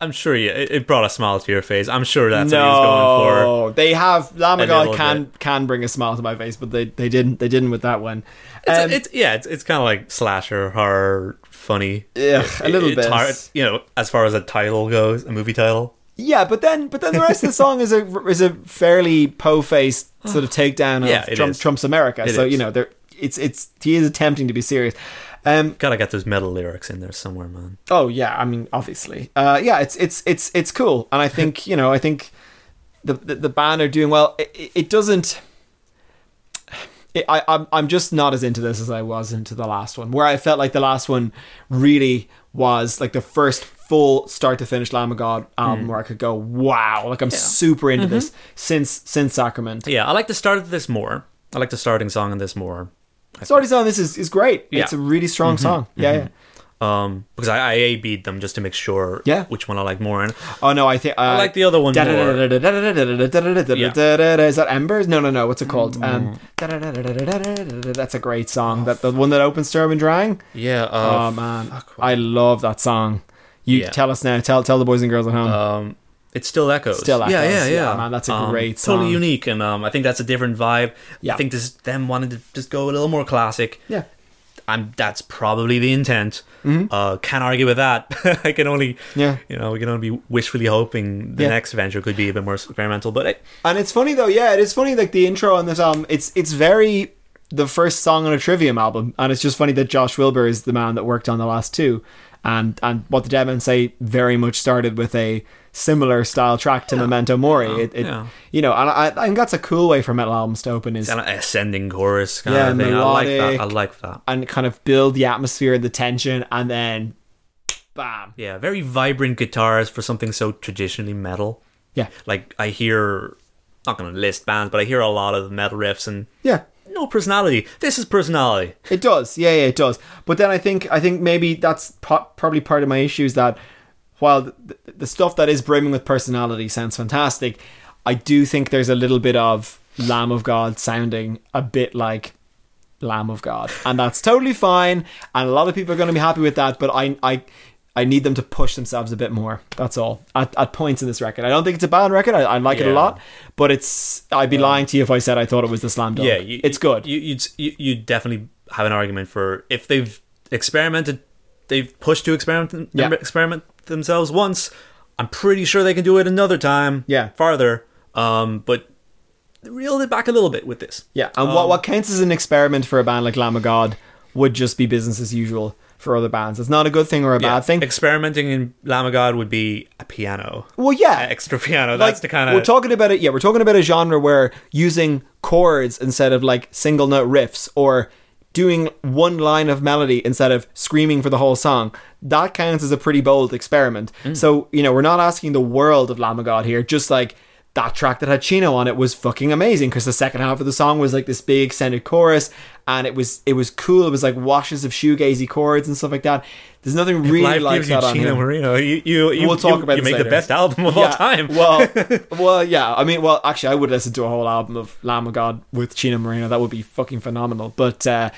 Speaker 5: I'm sure you, it, it brought a smile to your face. I'm sure that's what he was going for.
Speaker 4: no, they have Lamb of
Speaker 5: A
Speaker 4: God
Speaker 5: little
Speaker 4: can can bring a smile to my face, but they, they didn't they didn't with that one.
Speaker 5: It's,
Speaker 4: Um,
Speaker 5: it's yeah, it's, it's kind of like slasher horror, funny.
Speaker 4: Ugh, a little
Speaker 5: It's
Speaker 4: bit.
Speaker 5: hard- you know, as far as a title goes, a movie title.
Speaker 4: yeah, but then but then the rest of the song is a is a fairly po faced sort of takedown of
Speaker 5: Yeah, it
Speaker 4: Trump,
Speaker 5: is.
Speaker 4: Trump's America.
Speaker 5: It
Speaker 4: so you
Speaker 5: is.
Speaker 4: know, there it's it's he is attempting to be serious. Um,
Speaker 5: Gotta get those metal lyrics in there somewhere, man.
Speaker 4: Oh yeah, I mean obviously. Uh, yeah, it's it's it's it's cool, and I think you know I think the the, the band are doing well. It, it- it doesn't. It, I I'm I'm just not as into this as I was into the last one, where I felt like the last one really was like the first full start to finish Lamb of God album where I could go wow, like I'm super into this since since Sacrament.
Speaker 5: Yeah, I like the start of this more. I like the starting song in this more.
Speaker 4: Sorry, song this is is great.
Speaker 5: Yeah.
Speaker 4: It's a really strong song. Yeah, yeah.
Speaker 5: Um, because I, I A B'd them just to make sure
Speaker 4: Yeah.
Speaker 5: which one I like more. And
Speaker 4: Oh no, I think uh,
Speaker 5: I like the other one
Speaker 4: Da- da-
Speaker 5: more.
Speaker 4: da- da- da- da- da- da- da- da- da- da- da-
Speaker 5: Yeah.
Speaker 4: da- da- da- Is that Embers? No, no, no. What's it called? Um, da- da- da- da- da- da- da- da- da- da- That's a great song. That the one that opens Turb and Drying.
Speaker 5: Yeah,
Speaker 4: Oh
Speaker 5: uh,
Speaker 4: man, I love that song. You
Speaker 5: Yeah.
Speaker 4: tell us now. Tell tell the boys and girls at home.
Speaker 5: um, it still echoes.
Speaker 4: Still
Speaker 5: Yeah,
Speaker 4: Echoes.
Speaker 5: yeah,
Speaker 4: Yeah,
Speaker 5: yeah.
Speaker 4: man, that's a
Speaker 5: Um,
Speaker 4: great song.
Speaker 5: Totally unique, and um, I think that's a different vibe.
Speaker 4: Yeah.
Speaker 5: I think this them wanted to just go a little more classic.
Speaker 4: Yeah. Mm-hmm.
Speaker 5: I'm. That's probably the intent. Uh, can't argue with that. I can only,
Speaker 4: Yeah.
Speaker 5: you know, we can only be wishfully hoping the
Speaker 4: Yeah.
Speaker 5: next venture could be a bit more experimental. But it,
Speaker 4: And it's funny though, yeah, it is funny. Like the intro on this album, it's it's very the first song on a Trivium album, and it's just funny that Josh Wilbur is the man that worked on the last two, and and what the Deadmen say very much started with a similar style track to Memento Mori. it, it
Speaker 5: yeah.
Speaker 4: you know, and I, I think that's a cool way for metal albums to open is
Speaker 5: kind of ascending chorus kind
Speaker 4: Yeah,
Speaker 5: of thing. I like
Speaker 4: melodic.
Speaker 5: that. I like that.
Speaker 4: and kind of build the atmosphere and the tension, and then bam,
Speaker 5: Yeah, very vibrant guitars for something so traditionally metal.
Speaker 4: yeah,
Speaker 5: Like I hear, not gonna list bands, but I hear a lot of metal riffs and
Speaker 4: yeah.
Speaker 5: no personality. This is personality.
Speaker 4: It does, yeah, yeah, it does. But then I think I think maybe that's po- probably part of my issue is that while the, the stuff that is brimming with personality sounds fantastic, I do think there's a little bit of Lamb of God sounding a bit like Lamb of God, and that's totally fine. And a lot of people are going to be happy with that. But I, I, I need them to push themselves a bit more. That's all. At, at points in this record, I don't think it's a bad record. I, I like it a
Speaker 5: Yeah.
Speaker 4: lot, but it's. I'd be lying to you if I said I thought it was the slam dunk.
Speaker 5: Yeah, you,
Speaker 4: it's good.
Speaker 5: You, you'd you, you'd definitely have an argument for if they've experimented, they've pushed to experiment
Speaker 4: Yeah.
Speaker 5: experiment themselves once. I'm pretty sure they can do it another time.
Speaker 4: Yeah.
Speaker 5: farther. Um, but reeled it back a little bit with this.
Speaker 4: Yeah, and what what counts as an experiment for a band like Lamb of God would just be business as usual for other bands. It's not a good thing or a
Speaker 5: Yeah.
Speaker 4: bad thing.
Speaker 5: Experimenting in Lamb of God would be a piano,
Speaker 4: well, yeah,
Speaker 5: extra piano.
Speaker 4: like,
Speaker 5: that's the kind of
Speaker 4: we're talking about it. Yeah, we're talking about a genre where using chords instead of like single note riffs or doing one line of melody instead of screaming for the whole song. That counts as a pretty bold experiment.
Speaker 5: Mm.
Speaker 4: So you know, we're not asking the world of Lamb of God here. Just like that track that had Chino on it was fucking amazing because the second half of the song was like this big extended chorus and it was it was cool. It was like washes of shoegazy chords and stuff like that. There's nothing really
Speaker 5: Life
Speaker 4: like
Speaker 5: gives you
Speaker 4: that on
Speaker 5: Gina
Speaker 4: here.
Speaker 5: Marino. You, you, you
Speaker 4: We'll talk
Speaker 5: you,
Speaker 4: about
Speaker 5: you
Speaker 4: this
Speaker 5: make
Speaker 4: later.
Speaker 5: the best album of all
Speaker 4: Yeah,
Speaker 5: time.
Speaker 4: well, well, yeah. I mean, well, actually, I would listen to a whole album of Lamb of God with Chino Marino. That would be fucking phenomenal. But uh,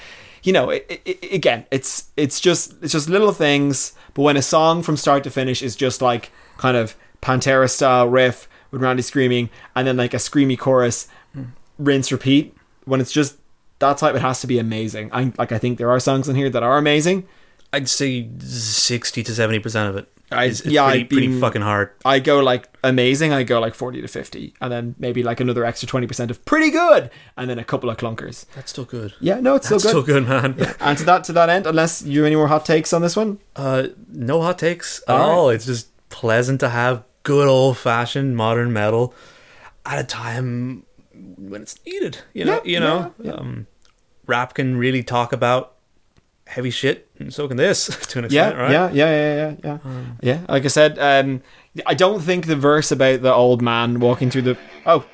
Speaker 4: you know, it, it, it- again, it's it's just it's just little things. But when a song from start to finish is just like kind of Pantera style riff with Randy screaming, and then like a screamy chorus,
Speaker 5: Hmm.
Speaker 4: rinse, repeat. When it's just that type, it has to be amazing. I like. I think there are songs in here that are amazing.
Speaker 5: I'd say sixty to seventy percent of it.
Speaker 4: I-
Speaker 5: It's, it's
Speaker 4: yeah,
Speaker 5: pretty,
Speaker 4: I'd be-
Speaker 5: pretty fucking hard.
Speaker 4: I go like amazing, I go like 40 to 50, and then maybe like another extra 20% of pretty good, and then a couple of clunkers.
Speaker 5: That's still good.
Speaker 4: Yeah, no, it's
Speaker 5: That's
Speaker 4: still
Speaker 5: still
Speaker 4: good.
Speaker 5: good, man.
Speaker 4: And to that to that end, unless you have any more hot takes on this one,
Speaker 5: Uh, no hot takes at
Speaker 4: All right.
Speaker 5: all. It's just pleasant to have good old fashioned modern metal at a time when it's needed. You know,
Speaker 4: Yeah,
Speaker 5: you know,
Speaker 4: yeah, yeah.
Speaker 5: Um, rap can really talk about heavy shit, and so can this to an
Speaker 4: yeah,
Speaker 5: extent, right?
Speaker 4: yeah, yeah, yeah, yeah, yeah, yeah. Like I said, um, I don't think the verse about the old man walking through the oh,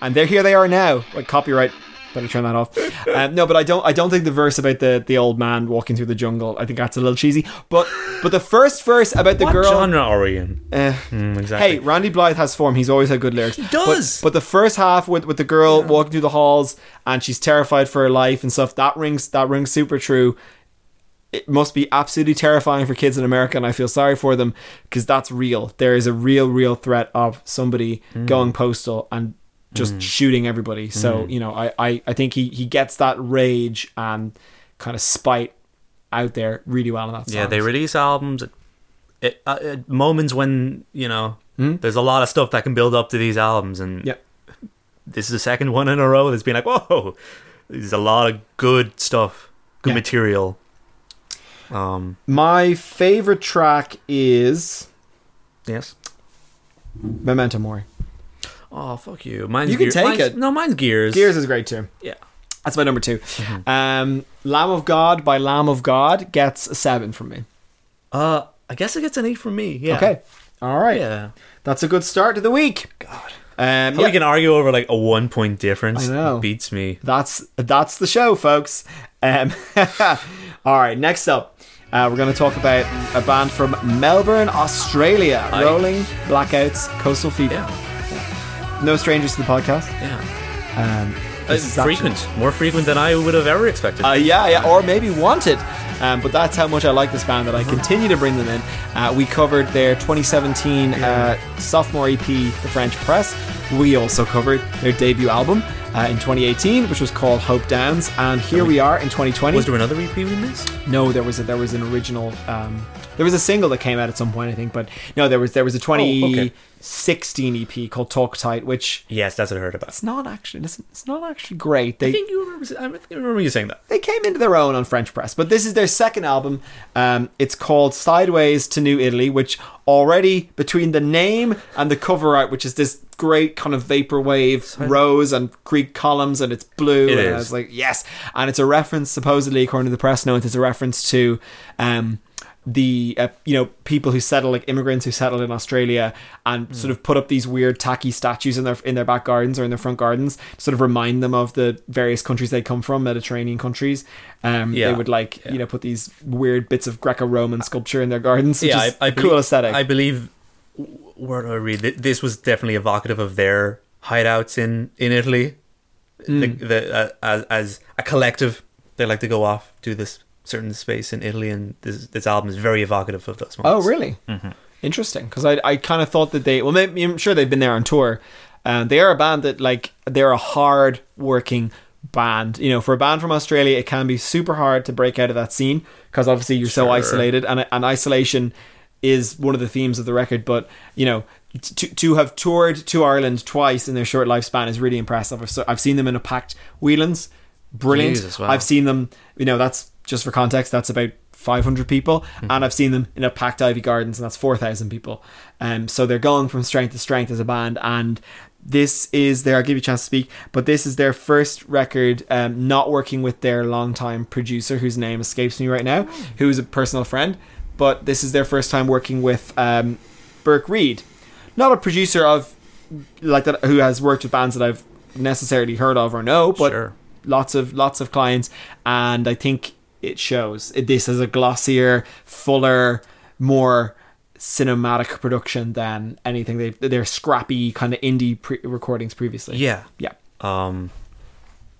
Speaker 4: and there here they are now. Like copyright, better turn that off. um, no, but I don't. I don't think the verse about the the old man walking through the jungle. I think that's a little cheesy. But but the first verse about the
Speaker 5: What
Speaker 4: girl.
Speaker 5: genre are we in?
Speaker 4: eh,
Speaker 5: Mm, exactly.
Speaker 4: Hey, Randy Blythe has form. He's always had good lyrics. He
Speaker 5: does.
Speaker 4: But, but the first half with, with the girl walking through the halls and she's terrified for her life and stuff. That rings that rings super true. It must be absolutely terrifying for kids in America, and I feel sorry for them because that's real. There is a real, real threat of somebody
Speaker 5: Hmm.
Speaker 4: going postal and just shooting everybody.
Speaker 5: Hmm.
Speaker 4: So you know, I, I, I think he he gets that rage and kind of spite out there really well in that song.
Speaker 5: Yeah, they release albums at, at, uh, at moments when you know
Speaker 4: Hmm?
Speaker 5: there's a lot of stuff that can build up to these albums, and
Speaker 4: Yeah.
Speaker 5: this is the second one in a row that's been like, whoa, there's a lot of good stuff, good
Speaker 4: Yeah.
Speaker 5: material. Um,
Speaker 4: My favorite track is
Speaker 5: yes.
Speaker 4: Memento Mori.
Speaker 5: Oh fuck you! Mine's
Speaker 4: You can
Speaker 5: Gear-
Speaker 4: take
Speaker 5: mine's-
Speaker 4: it.
Speaker 5: No, mine's Gears.
Speaker 4: Gears is great too.
Speaker 5: Yeah.
Speaker 4: That's my number 2
Speaker 5: Mm-hmm.
Speaker 4: Um, Lamb of God by Lamb of God gets a seven from me.
Speaker 5: Uh, I guess it gets an eight from me. Yeah.
Speaker 4: Okay. All right.
Speaker 5: Yeah.
Speaker 4: That's a good start to the week. God. Um,
Speaker 5: How
Speaker 4: yeah.
Speaker 5: we can argue over like a one point difference
Speaker 4: I know.
Speaker 5: beats me.
Speaker 4: that's that's the show, folks. Um, all right. Next up, uh, we're going to talk about a band from Melbourne, Australia, Rolling Blackouts, Coastal Fever. No strangers to the podcast.
Speaker 5: Yeah.
Speaker 4: Um,
Speaker 5: Uh,
Speaker 4: this is actually-
Speaker 5: frequent, more frequent than I would have ever expected.
Speaker 4: Uh, yeah, yeah, or maybe wanted. Um, but that's how much I like this band that
Speaker 5: Uh-huh.
Speaker 4: I continue to bring them in. Uh, we covered their 2017 uh, sophomore EP, The French Press. We also covered their debut album uh, in 2018, which was called Hope Downs. And here we are in 2020.
Speaker 5: Was there another EP we missed?
Speaker 4: no, there was a, there was an original. Um, there was a single that came out at some point, I think, but no, there was there
Speaker 5: Oh,
Speaker 4: was a 2016 EP called Talk Tight, which
Speaker 5: Yes, that's what I heard about.
Speaker 4: it's not actually it's it's not actually great. They
Speaker 5: I think you remember. I think I remember you saying that.
Speaker 4: they came into their own on French Press, but this is their second album. Um, it's called Sideways to New Italy, which already between the name and the cover art, which is this great kind of vaporwave rose and Greek columns, and it's blue.
Speaker 5: It
Speaker 4: and I
Speaker 5: is.
Speaker 4: was like, yes, and it's a reference, supposedly according to the press notes, it's a reference to. Um, the uh, you know people who settle like immigrants who settled in Australia
Speaker 5: Hmm.
Speaker 4: and sort of put up these weird tacky statues in their in their back gardens or in their front gardens to sort of remind them of the various countries they come from Mediterranean countries um
Speaker 5: Yeah.
Speaker 4: they would like you know put these weird bits of Greco-Roman sculpture in their gardens which
Speaker 5: yeah,
Speaker 4: is
Speaker 5: I, I
Speaker 4: a
Speaker 5: believe,
Speaker 4: cool aesthetic
Speaker 5: I believe. Where do I read? Th- This was definitely evocative of their
Speaker 4: Hmm.
Speaker 5: hideouts in in Italy, the, the, uh, as as a collective they like to go off to this certain space in Italy, and this this album is very evocative of those
Speaker 4: Oh,
Speaker 5: moments.
Speaker 4: really? Interesting, because I I kind of thought that they well, maybe, I'm sure they've been there on tour. Um, they are a band that like they're a hard working band. You know, for a band from Australia, it can be super hard to break out of that scene because obviously you're so
Speaker 5: Sure.
Speaker 4: isolated, and and isolation is one of the themes of the record. But you know. To, to have toured to Ireland twice in their short lifespan is really impressive. I've, so, I've seen them in a packed Whelan's, brilliant.
Speaker 5: Jesus, wow.
Speaker 4: I've seen them, you know, that's just for context, that's about 500 people. And I've seen them in a packed Ivy Gardens, and that's 4,000 people. Um, so they're going from strength to strength as a band. And this is their, I'll give you a chance to speak, but this is their first record um, not working with their longtime producer, whose name escapes me right now, who is a personal friend. But this is their first time working with um, Burke Reed, not a producer of like that who has worked with bands that I've necessarily heard of or know, but
Speaker 5: Sure.
Speaker 4: lots of lots of clients, and I think it shows. It- This is a glossier, fuller, more cinematic production than anything they've their scrappy kind of indie pre- recordings previously.
Speaker 5: Yeah.
Speaker 4: yeah.
Speaker 5: Um,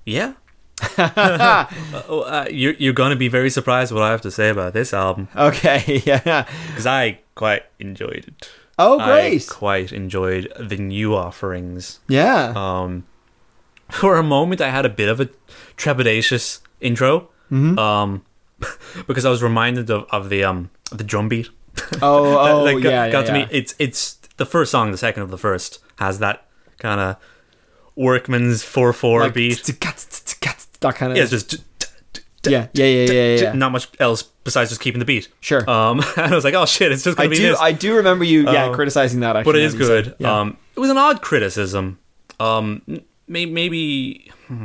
Speaker 5: yeah. Uh, oh, uh, you're you're gonna be very surprised what I have to say about this album
Speaker 4: Okay. Yeah.
Speaker 5: because I quite enjoyed it.
Speaker 4: Oh,
Speaker 5: I
Speaker 4: great.
Speaker 5: quite enjoyed the new offerings.
Speaker 4: Yeah.
Speaker 5: Um, for a moment, I had a bit of a trepidatious intro,
Speaker 4: Mm-hmm.
Speaker 5: um, because I was reminded of, of the um the drum beat.
Speaker 4: oh.
Speaker 5: That,
Speaker 4: Oh.
Speaker 5: like, got,
Speaker 4: yeah.
Speaker 5: got
Speaker 4: yeah,
Speaker 5: to
Speaker 4: yeah.
Speaker 5: me. It's it's the first song, the second of the first has that kind of workman's four four
Speaker 4: Like,
Speaker 5: beat.
Speaker 4: That kind of.
Speaker 5: Yeah, it's just
Speaker 4: yeah. Yeah. Yeah. Yeah. Yeah.
Speaker 5: not much else besides just keeping the beat.
Speaker 4: Sure.
Speaker 5: Um, and I was like, oh shit, it's just
Speaker 4: I
Speaker 5: gonna be
Speaker 4: do.
Speaker 5: this.
Speaker 4: I do remember you. Yeah,
Speaker 5: Um,
Speaker 4: criticizing that. Actually,
Speaker 5: but it is
Speaker 4: now that you
Speaker 5: good.
Speaker 4: said- Yeah.
Speaker 5: Um, it was an odd criticism. Um, maybe, maybe hmm.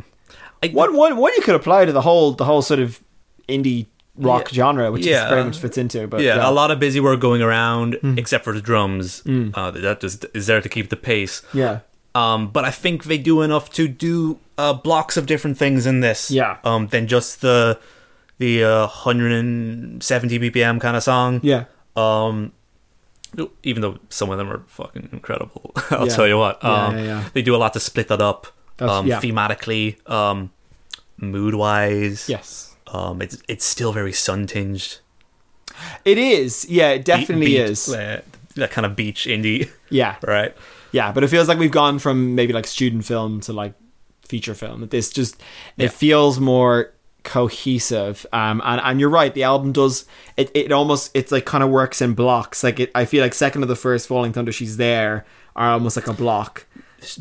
Speaker 5: I,
Speaker 4: one one one you could apply to the whole the whole sort of indie rock
Speaker 5: Yeah.
Speaker 4: genre, which
Speaker 5: Yeah.
Speaker 4: is very much fits into. But Mm.
Speaker 5: yeah, a lot of busy work going around, except for the drums. Uh, that just is there to keep the pace.
Speaker 4: Yeah.
Speaker 5: Um, but I think they do enough to do uh, blocks of different things in this.
Speaker 4: Yeah.
Speaker 5: Um, than just the the uh, 170 BPM kind of song.
Speaker 4: Yeah.
Speaker 5: Um, even though some of them are fucking incredible, I'll
Speaker 4: Yeah.
Speaker 5: tell you what.
Speaker 4: Yeah,
Speaker 5: Um,
Speaker 4: yeah, yeah.
Speaker 5: they do a lot to split that up,
Speaker 4: That's-
Speaker 5: um,
Speaker 4: yeah.
Speaker 5: thematically, um, mood wise.
Speaker 4: Yes.
Speaker 5: Um, it's it's still very sun tinged.
Speaker 4: It is. Yeah, it definitely is.
Speaker 5: that, uh, that kind of beach indie,
Speaker 4: Yeah.
Speaker 5: right?
Speaker 4: Yeah, but it feels like we've gone from maybe like student film to like feature film. This just
Speaker 5: Yeah.
Speaker 4: it feels more cohesive. Um, and and you're right, the album does it. It almost it's like kind of works in blocks. Like it, I feel like second of the first Falling Thunder, she's there are almost like a block.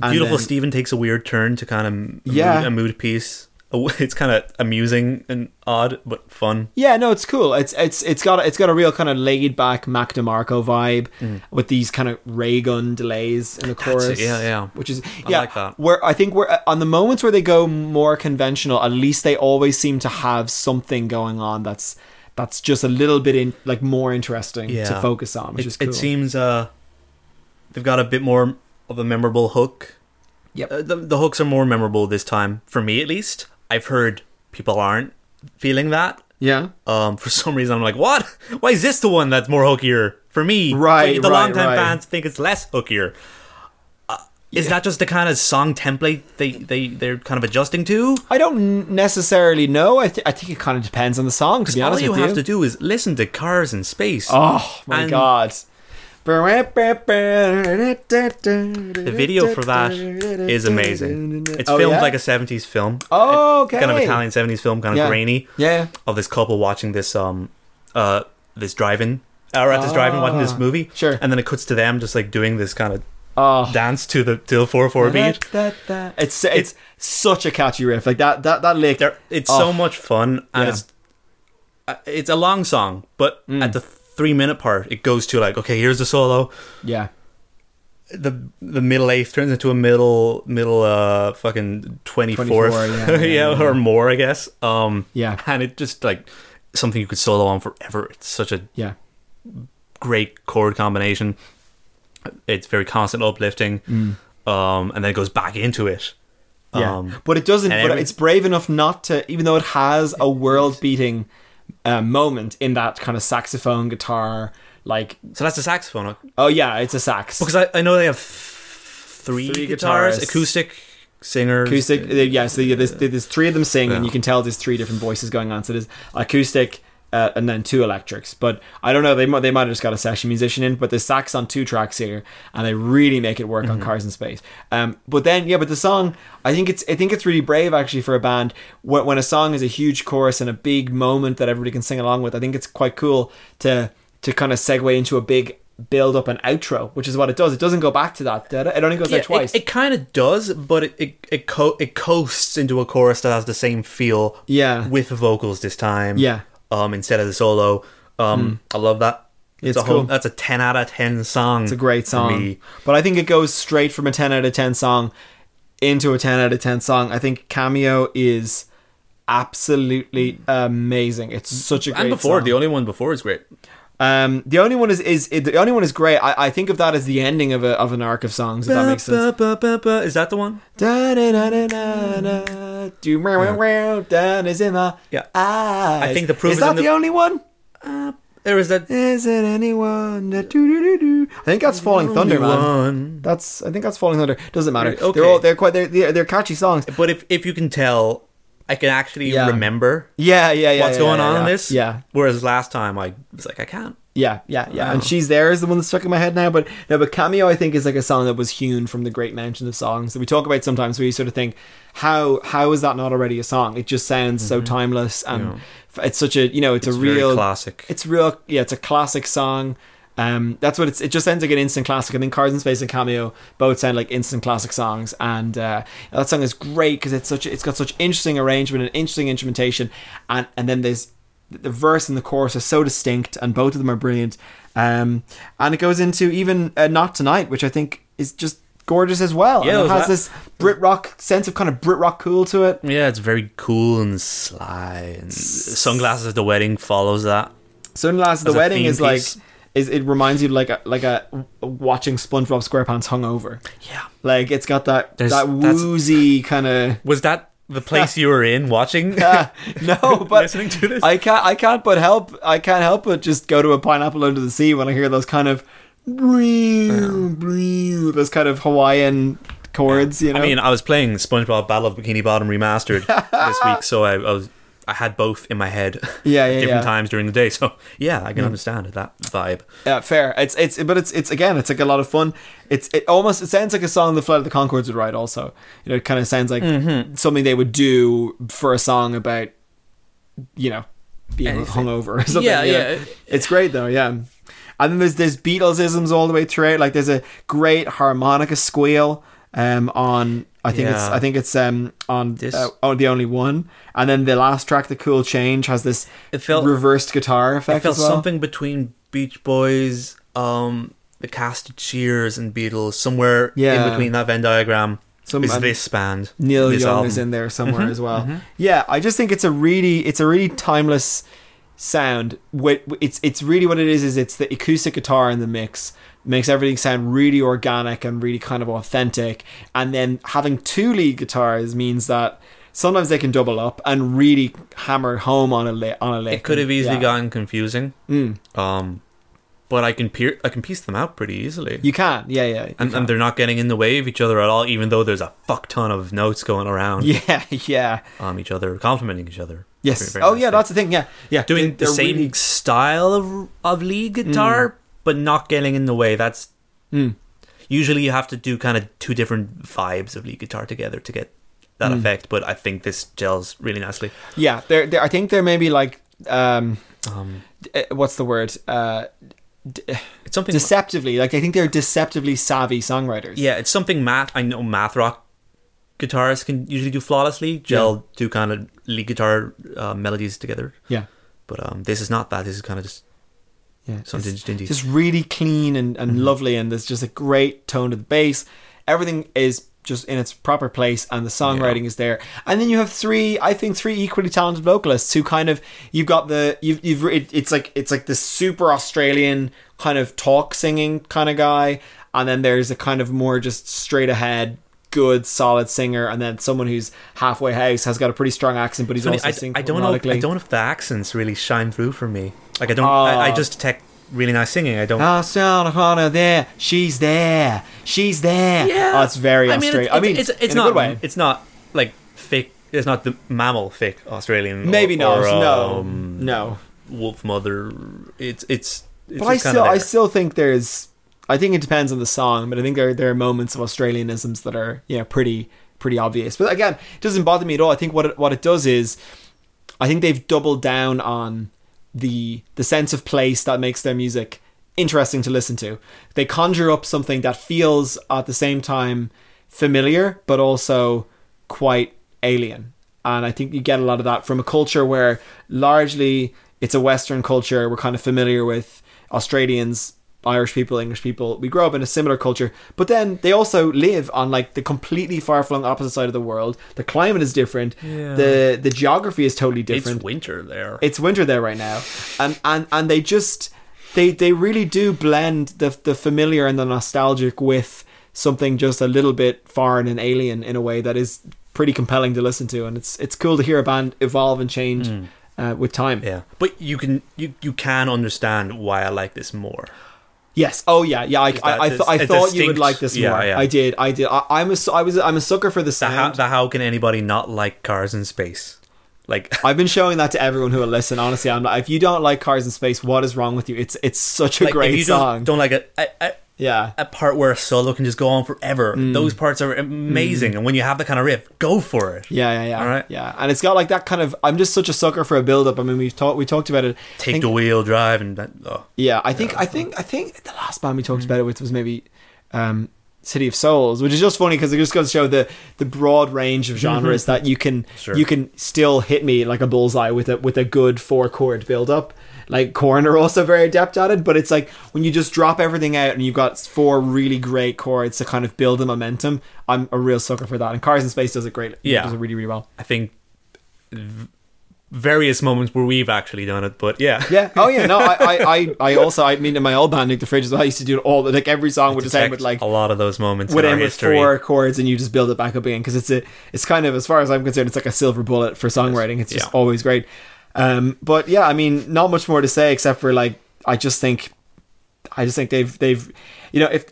Speaker 4: And
Speaker 5: Beautiful
Speaker 4: then-
Speaker 5: Stephen takes a weird turn to kind of m- a
Speaker 4: Yeah.
Speaker 5: mood, a mood piece. Oh, It's kind of amusing and odd, but fun.
Speaker 4: Yeah, no, it's cool. It's it's it's got it's got a real kind of laid back Mac DeMarco vibe with these kind of ray gun delays in the chorus.
Speaker 5: Mm. it, yeah, yeah.
Speaker 4: Which is yeah,
Speaker 5: like that.
Speaker 4: where I think we're on the moments where they go more conventional. At least they always seem to have something going on that's that's just a little bit in like more interesting to
Speaker 5: Yeah.
Speaker 4: focus on, which
Speaker 5: It,
Speaker 4: is cool.
Speaker 5: it seems uh, they've got a bit more of a memorable hook.
Speaker 4: Yep.
Speaker 5: Uh, the, the hooks are more memorable this time, for me at least. I've heard people aren't feeling that.
Speaker 4: yeah,
Speaker 5: Um, for some reason, I'm like, what? Why is this the one that's more hookier for me?
Speaker 4: Right,
Speaker 5: But the
Speaker 4: right,
Speaker 5: longtime
Speaker 4: right.
Speaker 5: fans think it's less hookier. Uh, is that just the kind of song template they they they're kind of adjusting to?
Speaker 4: I don't necessarily know. I th- I think it kind of depends on the song. To be
Speaker 5: All
Speaker 4: honest
Speaker 5: you
Speaker 4: with
Speaker 5: have to do is listen to Cars in Space.
Speaker 4: oh my
Speaker 5: and-
Speaker 4: god.
Speaker 5: The video for that is amazing. It's filmed like a 70s film.
Speaker 4: Oh, okay.
Speaker 5: Kind of Italian 70s film, kind of
Speaker 4: Yeah.
Speaker 5: grainy.
Speaker 4: Yeah.
Speaker 5: Of this couple watching this um uh this drive-in or at this drive-in watching this
Speaker 4: Ah,
Speaker 5: movie.
Speaker 4: sure.
Speaker 5: And then it cuts to them just like doing this kind of
Speaker 4: Oh.
Speaker 5: dance to the till 4/4 beat.
Speaker 4: It's it's such a catchy riff. Like that that that lick.
Speaker 5: They're, it's
Speaker 4: Oh.
Speaker 5: so much fun and
Speaker 4: Yeah. Mm.
Speaker 5: it's uh, it's a long song, but at the 3 minute part it goes to like okay, here's the solo.
Speaker 4: Yeah.
Speaker 5: the the middle eighth turns into a middle middle uh fucking twenty
Speaker 4: 24,
Speaker 5: fourth
Speaker 4: yeah, yeah, yeah.
Speaker 5: or more I guess um
Speaker 4: Yeah.
Speaker 5: and it just like something you could solo on forever it's such a
Speaker 4: Yeah.
Speaker 5: great chord combination it's very constant uplifting um and then it goes back into it
Speaker 4: Mm. Yeah.
Speaker 5: um
Speaker 4: but it doesn't
Speaker 5: and
Speaker 4: but
Speaker 5: every-
Speaker 4: it's brave enough not to even though it has a world beating uh, moment in that kind of saxophone guitar like
Speaker 5: so that's the saxophone
Speaker 4: oh yeah, it's a sax.
Speaker 5: because I, I know they have th- three,
Speaker 4: Three
Speaker 5: guitars
Speaker 4: guitarists.
Speaker 5: acoustic singer.
Speaker 4: acoustic. uh, Yeah, so yeah, there's, there's three of them sing, and you can tell there's three different voices going on. So there's acoustic uh, and then two electrics. But I don't know. They might they might have just got a session musician in, but there's sax on two tracks here, and they really make it work on
Speaker 5: Mm-hmm.
Speaker 4: Cars in Space. Um, but then yeah, but the song I think it's I think it's really brave actually for a band when, when a song is a huge chorus and a big moment that everybody can sing along with. I think it's quite cool to to kind of segue into a big build up and outro, which is what it does. It doesn't go back to that. does it? It only goes
Speaker 5: Yeah,
Speaker 4: there
Speaker 5: it-
Speaker 4: twice.
Speaker 5: It, kind of does, but it it it, co- it coasts into a chorus that has the same feel.
Speaker 4: Yeah.
Speaker 5: With vocals this time.
Speaker 4: Yeah. Hmm.
Speaker 5: Um, instead of the solo. Um, I love that.
Speaker 4: It's
Speaker 5: a
Speaker 4: cool.
Speaker 5: That's a ten out of ten song.
Speaker 4: It's a great song. But I think it goes straight from a 10 out of 10 song into a 10 out of 10 song. I think Cameo is absolutely amazing. It's such a great
Speaker 5: And before
Speaker 4: song.
Speaker 5: the only one before is great.
Speaker 4: um, the only one is, is the only one is great. I, I think of that as the ending of a, of an arc of songs. If that makes sense.
Speaker 5: Is that the one?
Speaker 4: Da da da da da da. Do meow meow meow. Down is in my
Speaker 5: Yeah.
Speaker 4: eyes.
Speaker 5: I think the proof
Speaker 4: is
Speaker 5: is in
Speaker 4: that the
Speaker 5: the-
Speaker 4: only one.
Speaker 5: There is that.
Speaker 4: Is it anyone? Da- do- do- do- do. I think that's Falling Thunder, man.
Speaker 5: one.
Speaker 4: That's I think that's Falling Thunder. Doesn't matter.
Speaker 5: Right, okay.
Speaker 4: They're all they're quite they're, they're they're catchy songs.
Speaker 5: But if if you can tell, I can actually
Speaker 4: Yeah.
Speaker 5: remember
Speaker 4: Yeah, yeah, yeah.
Speaker 5: what's
Speaker 4: yeah,
Speaker 5: going
Speaker 4: yeah,
Speaker 5: on
Speaker 4: yeah.
Speaker 5: in this.
Speaker 4: Yeah,
Speaker 5: Whereas last time I was like, I can't.
Speaker 4: yeah, yeah, yeah. And she's there is the one that's stuck in my head now. But no, but cameo I think is like a song that was hewn from the great mountain of songs that we talk about sometimes. Where you sort of think, how how is that not already a song? It just sounds so timeless and f it's such a you know it's,
Speaker 5: Mm-hmm. It's
Speaker 4: a
Speaker 5: very
Speaker 4: real
Speaker 5: classic.
Speaker 4: It's real. Yeah, it's a classic song. Um, that's what it's. It just sounds like an instant classic. I think Cars in Space and Cameo both sound like instant classic songs, and uh, that song is great because it's such. It's got such interesting arrangement and interesting instrumentation, and and then there's the verse and the chorus are so distinct, and both of them are brilliant. Um, and it goes into even uh, Not Tonight, which I think is just gorgeous as well.
Speaker 5: Yeah,
Speaker 4: and
Speaker 5: it
Speaker 4: it
Speaker 5: was
Speaker 4: has
Speaker 5: that-
Speaker 4: this Brit rock sense of kind of Brit rock cool to it.
Speaker 5: Yeah, it's very cool and sly. And sunglasses at the wedding follows that.
Speaker 4: Sunglasses at
Speaker 5: As
Speaker 4: the
Speaker 5: a
Speaker 4: wedding
Speaker 5: theme
Speaker 4: is like
Speaker 5: piece.
Speaker 4: is it reminds you like a, like a watching SpongeBob SquarePants hungover.
Speaker 5: Yeah.
Speaker 4: Like it's got that
Speaker 5: There's-
Speaker 4: that
Speaker 5: that's-
Speaker 4: woozy kind of
Speaker 5: Was that the place you were in watching?
Speaker 4: no, but
Speaker 5: Listening to this?
Speaker 4: I can't I can't but help I can't help but just go to a pineapple under the sea when I hear those kind of those kind of Hawaiian chords. You know,
Speaker 5: I mean, I was playing SpongeBob Battle of Bikini Bottom Remastered this week, so I, I was I had both in my head.
Speaker 4: Yeah,
Speaker 5: at
Speaker 4: yeah,
Speaker 5: different
Speaker 4: yeah. Mm.
Speaker 5: times during the day. So yeah, I can understand that vibe.
Speaker 4: Yeah, fair. It's it's but it's it's again it's like a lot of fun. It's it almost it sounds like a song the Flight of the Concords would write also. You know, it kind of sounds like
Speaker 5: Mm-hmm.
Speaker 4: something they would do for a song about you know being hungover or something.
Speaker 5: Yeah,
Speaker 4: you know.
Speaker 5: yeah.
Speaker 4: It's great though, yeah. And then there's there's Beatles isms all the way throughout. Like there's a great harmonica squeal um on I think it's
Speaker 5: Yeah.
Speaker 4: I think it's um on
Speaker 5: This-
Speaker 4: uh, oh, the only one. And then the last track, the cool change, has this
Speaker 5: It felt-
Speaker 4: reversed guitar effect.
Speaker 5: I felt
Speaker 4: as well.
Speaker 5: something between Beach Boys, um, the Cast of Cheers, and Beatles. Somewhere
Speaker 4: Yeah.
Speaker 5: in between that Venn diagram
Speaker 4: Some-
Speaker 5: is
Speaker 4: and
Speaker 5: this band.
Speaker 4: Neil
Speaker 5: this
Speaker 4: Young
Speaker 5: album. Mm-hmm.
Speaker 4: is in there somewhere as well. Yeah, I just think it's a really it's a really timeless sound. Wh- It's it's really what it is is it's the acoustic guitar in the mix makes everything sound really organic and really kind of authentic. And then having two lead guitars means that sometimes they can double up and really hammer home on a li- on a lick.
Speaker 5: It could have
Speaker 4: Yeah.
Speaker 5: easily
Speaker 4: Hmm.
Speaker 5: gotten confusing. Um, but I can peer- I can piece them out pretty easily.
Speaker 4: You can, yeah, yeah, you
Speaker 5: and,
Speaker 4: can.
Speaker 5: and they're not getting in the way of each other at all, even though there's a fuck ton of notes going around
Speaker 4: yeah, yeah,
Speaker 5: on each other, complimenting each other.
Speaker 4: yes.
Speaker 5: Very- very
Speaker 4: oh yeah,
Speaker 5: nicely.
Speaker 4: that's the thing. Yeah, yeah.
Speaker 5: doing
Speaker 4: They-
Speaker 5: the
Speaker 4: they're
Speaker 5: same
Speaker 4: really- Hmm.
Speaker 5: style of of lead guitar, but not getting in the way. That's usually you have to do kind of two different vibes of lead guitar together to get
Speaker 4: Hmm.
Speaker 5: that effect. But I think this gels really nicely.
Speaker 4: Yeah, they're, they're, I think they're maybe like, um,
Speaker 5: Um,
Speaker 4: d- uh, what's the word? Uh,
Speaker 5: it's something.
Speaker 4: deceptively, like I think they're deceptively savvy songwriters.
Speaker 5: yeah, it's something math. I know math rock guitarists can usually do flawlessly. Gel do kind of lead guitar uh, melodies together.
Speaker 4: yeah,
Speaker 5: But um, this is not that. This is kind of just
Speaker 4: yeah.
Speaker 5: something
Speaker 4: It's
Speaker 5: dingy.
Speaker 4: just really clean and, and
Speaker 5: Mm-hmm.
Speaker 4: lovely, and there's just a great tone to the bass. Everything is just in its proper place, and the songwriting is there. And then you have three, I think, three equally talented vocalists who kind of you've got the you've you've it, it's like it's like this super Australian kind of talk singing kind of guy, and then there's a kind of more just straight ahead. Good solid singer, and then someone who's halfway house has got a pretty strong accent, but he's
Speaker 5: Funny,
Speaker 4: also
Speaker 5: I,
Speaker 4: singing
Speaker 5: I don't know. I
Speaker 4: melodically.
Speaker 5: don't know if the accents really shine through for me. Like I don't. I, I
Speaker 4: Ah.
Speaker 5: just detect really nice singing. I don't.
Speaker 4: Oh, Sarah Connor there. She's there. She's there.
Speaker 5: Yeah.
Speaker 4: Oh, it's very
Speaker 5: I mean,
Speaker 4: Australian.
Speaker 5: It's,
Speaker 4: I mean,
Speaker 5: it's, it's, it's
Speaker 4: in a
Speaker 5: not.
Speaker 4: good way.
Speaker 5: It's not like fake. It's not the mammal fake Australian. or-
Speaker 4: Maybe not.
Speaker 5: or,
Speaker 4: no.
Speaker 5: um,
Speaker 4: no.
Speaker 5: Wolf mother. It's it's. it's
Speaker 4: But I
Speaker 5: just kinda
Speaker 4: still, I
Speaker 5: there.
Speaker 4: still think there's. I think it depends on the song, but I think there there are moments of Australianisms that are you know pretty pretty obvious. But again, it doesn't bother me at all. I think what it, what it does is, I think they've doubled down on the the sense of place that makes their music interesting to listen to. They conjure up something that feels at the same time familiar, but also quite alien. And I think you get a lot of that from a culture where largely it's a Western culture we're kind of familiar with. Australians, Irish people, English people, we grow up in a similar culture, but then they also live on like the completely far flung opposite side of the world. The climate is different.
Speaker 5: Yeah.
Speaker 4: The the geography is totally different.
Speaker 5: It's winter there.
Speaker 4: It's winter there right now, and and and they just they they really do blend the the familiar and the nostalgic with something just a little bit foreign and alien in a way that is pretty compelling to listen to, and it's it's cool to hear a band evolve and change uh, with time.
Speaker 5: Hmm. yeah, but you can you you can understand why I like this more.
Speaker 4: Yes. Oh yeah. Yeah. I I, I,
Speaker 5: that's
Speaker 4: th- I
Speaker 5: a
Speaker 4: thought you would
Speaker 5: distinct-
Speaker 4: like this
Speaker 5: yeah,
Speaker 4: more.
Speaker 5: yeah.
Speaker 4: I did. I did. I, I'm a su- I was I'm a sucker for the
Speaker 5: The how,
Speaker 4: sound.
Speaker 5: the how can anybody not like cars in space? Like
Speaker 4: I've been showing that to everyone who will listen. Honestly, I'm like, if you don't like Cars in Space, what is wrong with you? It's it's such a
Speaker 5: like,
Speaker 4: great
Speaker 5: if you just
Speaker 4: song.
Speaker 5: Don't like a, a, a,
Speaker 4: yeah.
Speaker 5: a part where a solo can just go on forever.
Speaker 4: Mm.
Speaker 5: Those parts are amazing, and when you have that kind of riff, go for it.
Speaker 4: Yeah, yeah, yeah.
Speaker 5: All right.
Speaker 4: Yeah, and it's got like that kind of. I'm just such a sucker for a build up. I mean, we've talked we talked about it. I
Speaker 5: Take
Speaker 4: think-
Speaker 5: the wheel, drive, and that- oh.
Speaker 4: Yeah, I think I think I think the last band we talked
Speaker 5: Mm-hmm.
Speaker 4: about it with was maybe um, City of Souls, which is just funny because it just goes to show the the broad range of genres that you can
Speaker 5: Mm-hmm. Sure.
Speaker 4: you can still hit me like a bullseye with a with a good four chord build up. Like Korn are also very adept at it, but it's like when you just drop everything out and you've got four really great chords to kind of build the momentum. I'm a real sucker for that, and Cars in Space does it great.
Speaker 5: Yeah.
Speaker 4: does it really really well.
Speaker 5: I think v- various moments where we've actually done it, but yeah,
Speaker 4: Yeah. Oh yeah. No, I, I, I, I also, I mean, in my old band, Nick the Fridge, as well, I used to do it all. Like every song would just end
Speaker 5: Detect
Speaker 4: with like
Speaker 5: a lot of those moments
Speaker 4: would
Speaker 5: in our
Speaker 4: end with
Speaker 5: history.
Speaker 4: four chords, and you just build it back up again because it's a, it's kind of as far as I'm concerned, it's like a silver bullet for songwriting. It's just
Speaker 5: Yeah.
Speaker 4: always great. Um, but yeah, I mean, not much more to say except for like, I just think I just think they've they've you know if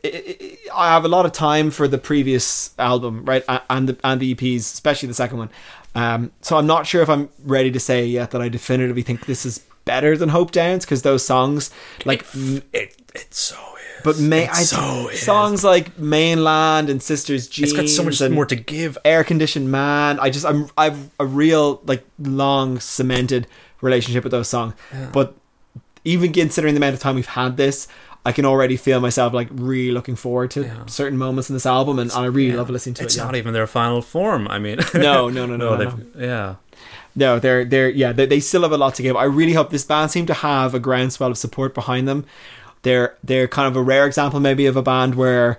Speaker 4: I have a lot of time for the previous album right a- and the and the EPs especially the second one um so I'm not sure if I'm ready to say yet that I definitively think this is better than Hope Downs because those songs like m-
Speaker 5: It, it so is.
Speaker 4: but may
Speaker 5: it
Speaker 4: I
Speaker 5: so is.
Speaker 4: songs like Mainland and Sisters Jeans
Speaker 5: It's got so much
Speaker 4: and
Speaker 5: more to give.
Speaker 4: Air Conditioned Man I just I'm I've a real like long cemented relationship with those songs but even considering the amount of time we've had this, I can already feel myself like really looking forward to certain moments in this album, and, and I really love listening to
Speaker 5: It's
Speaker 4: it. yeah.
Speaker 5: not even their final form. I mean,
Speaker 4: No, no, no, no, no,
Speaker 5: they've- yeah.
Speaker 4: No, they're they're yeah, they, they still have a lot to give. I really hope this band seem to have a groundswell of support behind them. They're they're kind of a rare example maybe of a band where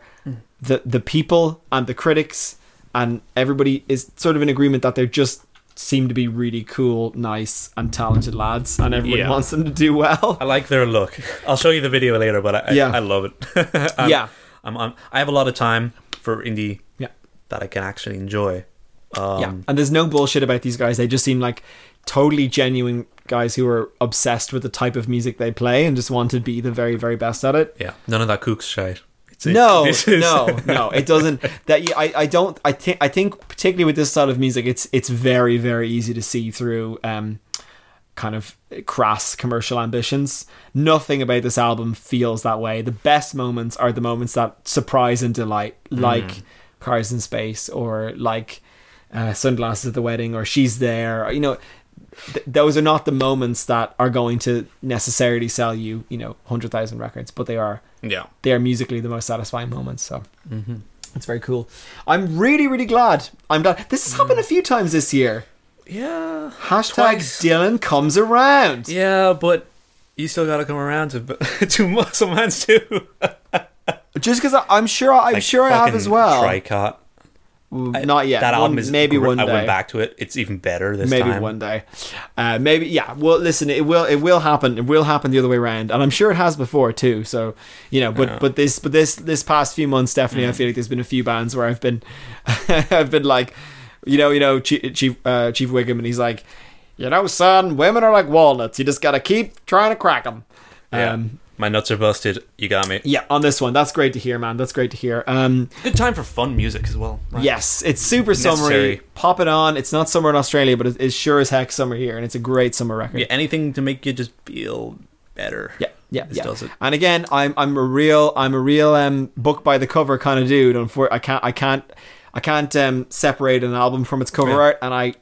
Speaker 4: the the people and the critics and everybody is sort of in agreement that they're just seem to be really cool, nice and talented lads and everyone
Speaker 5: Yeah. Um,
Speaker 4: wants them to do well.
Speaker 5: I like their look. I'll show you the video later, but I, I-
Speaker 4: Yeah.
Speaker 5: I, love it. I'm-
Speaker 4: Yeah.
Speaker 5: I'm, I'm, I have a lot of time for indie
Speaker 4: Yeah.
Speaker 5: that I can actually enjoy.
Speaker 4: Yeah,
Speaker 5: Um,
Speaker 4: and there's no bullshit about these guys. They just seem like totally genuine guys who are obsessed with the type of music they play and just want to be the very, very best at it.
Speaker 5: yeah. None of that kooks shite. It's, it's-
Speaker 4: no,
Speaker 5: this is-
Speaker 4: no, no. It doesn't. That I, I don't. I think. I think particularly with this style of music, it's it's very, very easy to see through. Um, kind of crass commercial ambitions. Nothing about this album feels that way. The best moments are the moments that surprise and delight,
Speaker 5: Hmm.
Speaker 4: like Cars in Space or like uh, Sunglasses at the Wedding or She's There. Or, you know, th- those are not the moments that are going to necessarily sell you, you know, 100,000 records, but they are
Speaker 5: Yeah.
Speaker 4: they are musically the most satisfying moments. So
Speaker 5: Mm-hmm.
Speaker 4: it's very cool. I'm really, really glad. I'm glad. This has happened a few times this year.
Speaker 5: Yeah.
Speaker 4: Hashtag
Speaker 5: Mm. Twice.
Speaker 4: Dylan comes around.
Speaker 5: Yeah, but you still got to come around to to muscle man's too.
Speaker 4: Just because I'm sure, I'm sure I have as well.
Speaker 5: Tricot.
Speaker 4: Mm, Not yet.
Speaker 5: That
Speaker 4: One-
Speaker 5: album is
Speaker 4: maybe
Speaker 5: gr-
Speaker 4: one day.
Speaker 5: I went back to it. It's even better this
Speaker 4: maybe
Speaker 5: time.
Speaker 4: one day. Uh, maybe yeah. Well, listen, it will it will happen. It will happen the other way around, and I'm sure it has before too. So you know, but but this but this this past few months, definitely,
Speaker 5: Mm.
Speaker 4: I feel like there's been a few bands where I've been I've been like, you know, you know, Chief Chief, uh, Chief Wiggum, and he's like, you know, son, women are like walnuts. You just gotta keep trying to crack them.
Speaker 5: Yeah.
Speaker 4: Um,
Speaker 5: My nuts are busted. You got me.
Speaker 4: Yeah, on this one, that's great to hear, man. That's great to hear. Um,
Speaker 5: Good time for fun music as well. right?
Speaker 4: Yes, it's super summery.
Speaker 5: Necessary.
Speaker 4: Pop it on. It's not summer in Australia, but it- it's sure as heck summer here, and it's a great summer record.
Speaker 5: Yeah, anything to make you just feel better.
Speaker 4: Yeah, yeah,
Speaker 5: This
Speaker 4: yeah.
Speaker 5: does it.
Speaker 4: And again, I'm I'm a real I'm a real um book by the cover kind of dude. Unfor- I can't I can't I can't um separate an album from its cover
Speaker 5: Yeah.
Speaker 4: art, and I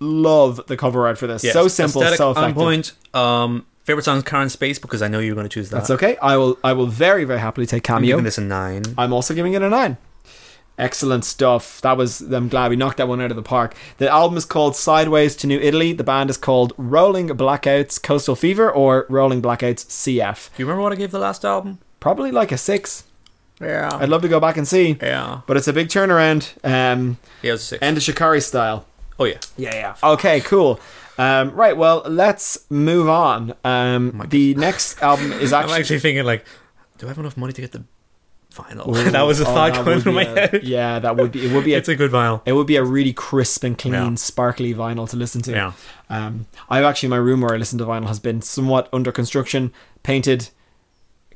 Speaker 4: love the cover art for this.
Speaker 5: Yes,
Speaker 4: So simple,
Speaker 5: aesthetic,
Speaker 4: so effective.
Speaker 5: on point. Um, favorite song is Karen Space because I know you're going to choose that.
Speaker 4: That's okay. I will I will very very happily take
Speaker 5: I'm
Speaker 4: cameo.
Speaker 5: giving this a nine.
Speaker 4: I'm also giving it a nine. Excellent stuff. That was. I'm glad we knocked that one out of the park. The album is called Sideways to New Italy. The band is called Rolling Blackouts Coastal Fever or Rolling Blackouts CF.
Speaker 5: Do you remember what I gave the last album?
Speaker 4: Probably like a six.
Speaker 5: Yeah.
Speaker 4: I'd love to go back and see.
Speaker 5: yeah.
Speaker 4: But it's a big turnaround. Um,
Speaker 5: Yeah, it was a six.
Speaker 4: and a Shikari style.
Speaker 5: oh yeah.
Speaker 4: Yeah, yeah. Okay, cool. Um, right. Well, let's move on. Um, the next album is
Speaker 5: Oh I'm
Speaker 4: actually.
Speaker 5: actually thinking like, do I have enough money to get the vinyl?
Speaker 4: Ooh,
Speaker 5: that was a
Speaker 4: oh,
Speaker 5: thought
Speaker 4: that
Speaker 5: going
Speaker 4: would
Speaker 5: through
Speaker 4: be
Speaker 5: my
Speaker 4: a-
Speaker 5: head.
Speaker 4: Yeah, that would be. It would be a
Speaker 5: It's a good vinyl.
Speaker 4: It would be a really crisp and clean,
Speaker 5: Yeah.
Speaker 4: sparkly vinyl to listen to.
Speaker 5: Yeah.
Speaker 4: Um, I've actually my room where I listen to vinyl has been somewhat under construction, painted,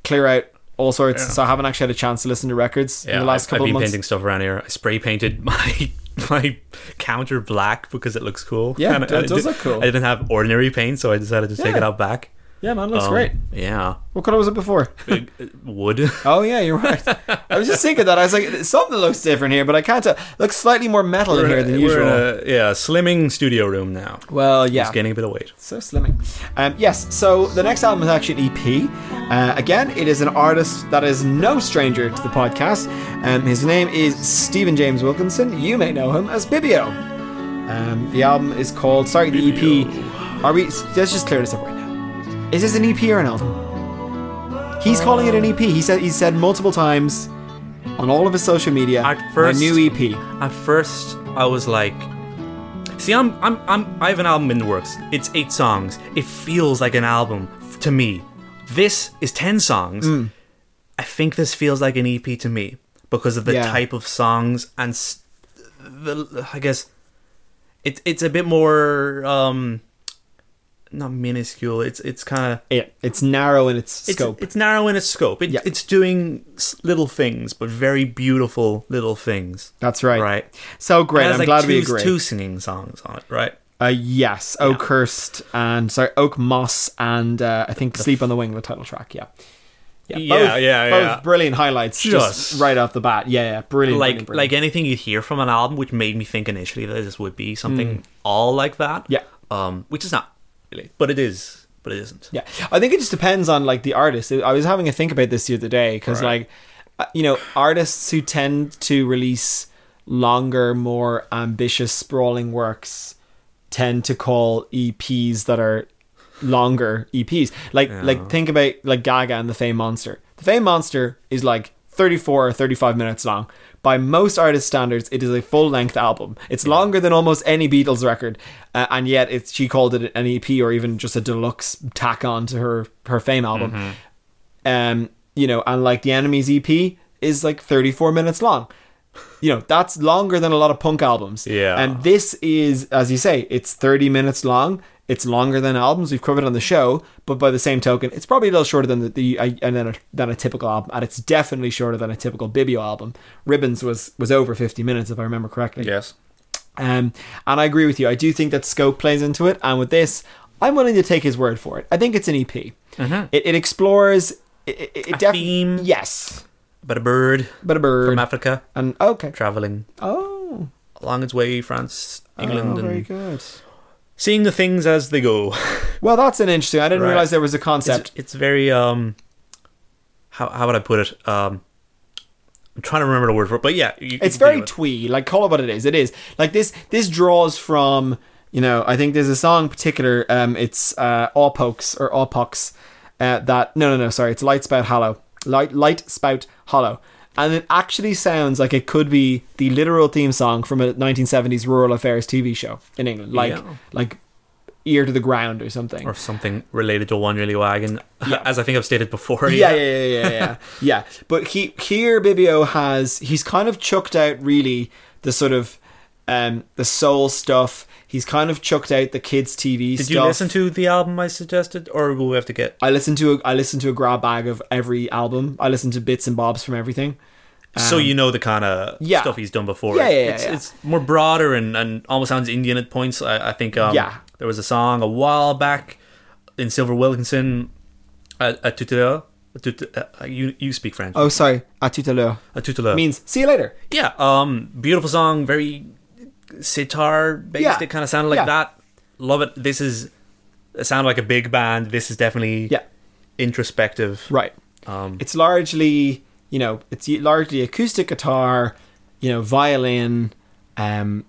Speaker 4: clear out all sorts.
Speaker 5: Yeah.
Speaker 4: So I haven't actually had a chance to listen to records in the last
Speaker 5: I've,
Speaker 4: couple of
Speaker 5: I've been
Speaker 4: months.
Speaker 5: painting stuff around here. I spray painted my my counter black because it looks cool.
Speaker 4: Yeah,
Speaker 5: And I-
Speaker 4: that
Speaker 5: I
Speaker 4: does
Speaker 5: did-
Speaker 4: look cool.
Speaker 5: I didn't have ordinary paint, so I decided to take
Speaker 4: Yeah.
Speaker 5: it out back.
Speaker 4: Yeah, man, looks
Speaker 5: Um,
Speaker 4: great.
Speaker 5: Yeah,
Speaker 4: What color was it before?
Speaker 5: Big, uh, wood.
Speaker 4: Oh yeah, you're right. I was just thinking that I was like, something looks different here, but I can't tell. Looks slightly more metal in here than
Speaker 5: We're
Speaker 4: usual.
Speaker 5: in a- yeah, slimming studio room now.
Speaker 4: well,
Speaker 5: It's
Speaker 4: yeah,
Speaker 5: gaining a bit of weight.
Speaker 4: So slimming. Um, yes, so the next album is actually an EP. Uh, again, it is an artist that is no stranger to the podcast. Um, his name is Stephen James Wilkinson. You may know him as Bibio. Um, the album is called, sorry, the EP. Are we, let's just clear this up right now. Is this an EP or an album? He's calling it an EP. He said, he said multiple times on all of his social media,
Speaker 5: At
Speaker 4: "My
Speaker 5: first-
Speaker 4: new E EP.
Speaker 5: At first, I was like, "See, I'm, I'm, I'm, I have an album in the works. It's eight songs. It feels like an album f- to me. This is ten songs.
Speaker 4: Mm.
Speaker 5: I think this feels like an EP to me because of the
Speaker 4: Yeah.
Speaker 5: type of songs and s- the, I guess, it's, it's a bit more, um, not minuscule. It's, it's kind of."
Speaker 4: It, it's narrow in its,
Speaker 5: It's,
Speaker 4: scope.
Speaker 5: it's narrow in its scope. It,
Speaker 4: Yeah.
Speaker 5: It's doing s- little things, but very beautiful little things.
Speaker 4: That's right.
Speaker 5: Right.
Speaker 4: So great.
Speaker 5: It
Speaker 4: I'm
Speaker 5: has, like,
Speaker 4: glad we
Speaker 5: two,
Speaker 4: agree.
Speaker 5: Two singing songs on it, right?
Speaker 4: Uh, yes, Oakhurst and sorry, Oak Moss and uh, I think Sleep on the Wing, the title track. Yeah,
Speaker 5: Yeah, yeah,
Speaker 4: both
Speaker 5: yeah.
Speaker 4: brilliant highlights just,
Speaker 5: Just-
Speaker 4: right off the bat. Yeah, yeah, brilliant.
Speaker 5: Like
Speaker 4: brilliant, brilliant.
Speaker 5: like anything you hear from an album, which made me think initially that this would be something all like that.
Speaker 4: Mm. Yeah.
Speaker 5: Um, which is not really, but it is, but it isn't.
Speaker 4: yeah, I think it just depends on like the artist. I was having a think about this the other day because
Speaker 5: Right.
Speaker 4: like uh, you know artists who tend to release longer, more ambitious, sprawling works tend to call EPs that are longer EPs. Like like think about like Gaga and the Fame Monster. The Fame Monster is like 34 or 35 minutes long. By most artist standards, it is a full-length album. It's longer than almost any Beatles record, uh, and yet it's she called it an EP or even just a deluxe tack on to her her Fame album. Um, you know, and like the Enemies EP is like 34 minutes long. You know, that's longer than a lot of punk albums.
Speaker 5: Yeah.
Speaker 4: And this is as you say it's 30 minutes long it's longer than albums we've covered on the show but by the same token it's probably a little shorter than the, the I- and then a, than a typical album and it's definitely shorter than a typical bibio album ribbons was was over 50 minutes if i remember correctly
Speaker 5: Yes.
Speaker 4: um, and I agree with you. I do think that scope plays into it. And with this, I'm willing to take his word for it. I think it's an EP. It, it explores. It, it, it
Speaker 5: Mm-hmm. A
Speaker 4: def-
Speaker 5: theme.
Speaker 4: Yes.
Speaker 5: But a bird
Speaker 4: But a bird.
Speaker 5: from Africa
Speaker 4: and okay.
Speaker 5: traveling
Speaker 4: Oh.
Speaker 5: along its way, France, England,
Speaker 4: oh, very
Speaker 5: and
Speaker 4: good.
Speaker 5: seeing the things as they go.
Speaker 4: Well, that's an interesting. I didn't
Speaker 5: Right.
Speaker 4: realize there was a concept.
Speaker 5: it's, it's very um how how would I put it? Um I'm trying to remember the word for it, but yeah, you,
Speaker 4: it's
Speaker 5: you can
Speaker 4: very
Speaker 5: do it.
Speaker 4: twee like call it what it is it is like this this draws from you know i think there's a song in particular um it's uh all pokes or all pucks uh, that no no no sorry it's light spout hollow light light spout hollow and it actually sounds like it could be the literal theme song from a 1970s rural affairs tv show in england like
Speaker 5: Yeah.
Speaker 4: like ear to the ground or something
Speaker 5: or something related to one really wagon, as I think I've stated before.
Speaker 4: yeah, yeah, yeah, yeah, yeah, yeah. yeah. But he here, Bibio has he's kind of chucked out really the sort of um, the soul stuff. He's kind of chucked out the kids' TV
Speaker 5: Did
Speaker 4: stuff.
Speaker 5: you listen to the album I suggested, or will we have to get?
Speaker 4: I listened to a, I listened to a grab bag of every album. I listened to bits and bobs from everything.
Speaker 5: so you know the kind of
Speaker 4: Um, yeah.
Speaker 5: stuff he's done before.
Speaker 4: Yeah, yeah,
Speaker 5: it's,
Speaker 4: yeah.
Speaker 5: it's more broader and, and almost sounds Indian at points. I, I think. Um,
Speaker 4: Yeah.
Speaker 5: There was a song a while back in Silver Wilkinson, a, a tutelo. a tut- uh, you you speak French.
Speaker 4: Oh, sorry, à tout à l'heure
Speaker 5: a tutelo
Speaker 4: means see you later.
Speaker 5: yeah. Um, beautiful song, very sitar based.
Speaker 4: Yeah.
Speaker 5: It kind of sounded like
Speaker 4: Yeah.
Speaker 5: that. Love it. This is it sounded like a big band. This is definitely
Speaker 4: Yeah.
Speaker 5: introspective.
Speaker 4: Right.
Speaker 5: Um,
Speaker 4: It's largely, you know, it's largely acoustic guitar, you know, violin, um,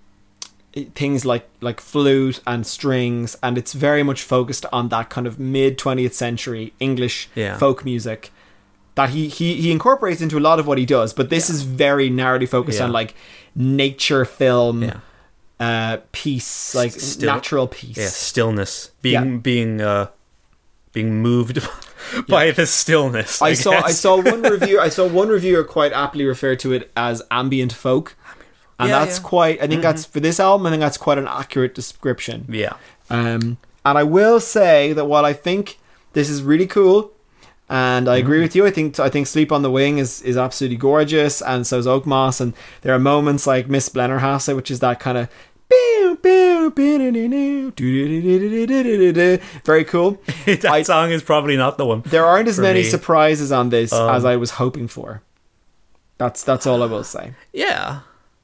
Speaker 4: i- things like like flute and strings, and it's very much focused on that kind of mid twentieth century English
Speaker 5: Yeah.
Speaker 4: folk music that he, he he incorporates into a lot of what he does. But this is very narrowly focused
Speaker 5: Yeah.
Speaker 4: on like nature film.
Speaker 5: Yeah.
Speaker 4: Uh, peace, like
Speaker 5: still-
Speaker 4: natural peace.
Speaker 5: yeah, stillness. Being
Speaker 4: Yeah.
Speaker 5: being uh, being moved by the stillness. I,
Speaker 4: I saw I
Speaker 5: guess.
Speaker 4: saw one review I saw one reviewer quite aptly refer to it as ambient folk. And
Speaker 5: Yeah,
Speaker 4: that's
Speaker 5: yeah.
Speaker 4: quite I think that's for this album I think that's quite an accurate description.
Speaker 5: Yeah.
Speaker 4: Um and I will say that while I think this is really cool and I agree with you. I think I think Sleep on the Wing is, is absolutely gorgeous, and so is Oakmoss. And there are moments like Miss Blennerhasse, which is that kind of very cool.
Speaker 5: that
Speaker 4: I-
Speaker 5: song is probably not the one.
Speaker 4: There aren't as
Speaker 5: for
Speaker 4: many
Speaker 5: me.
Speaker 4: surprises on this
Speaker 5: Um,
Speaker 4: as I was hoping for. That's that's all I will say.
Speaker 5: Yeah.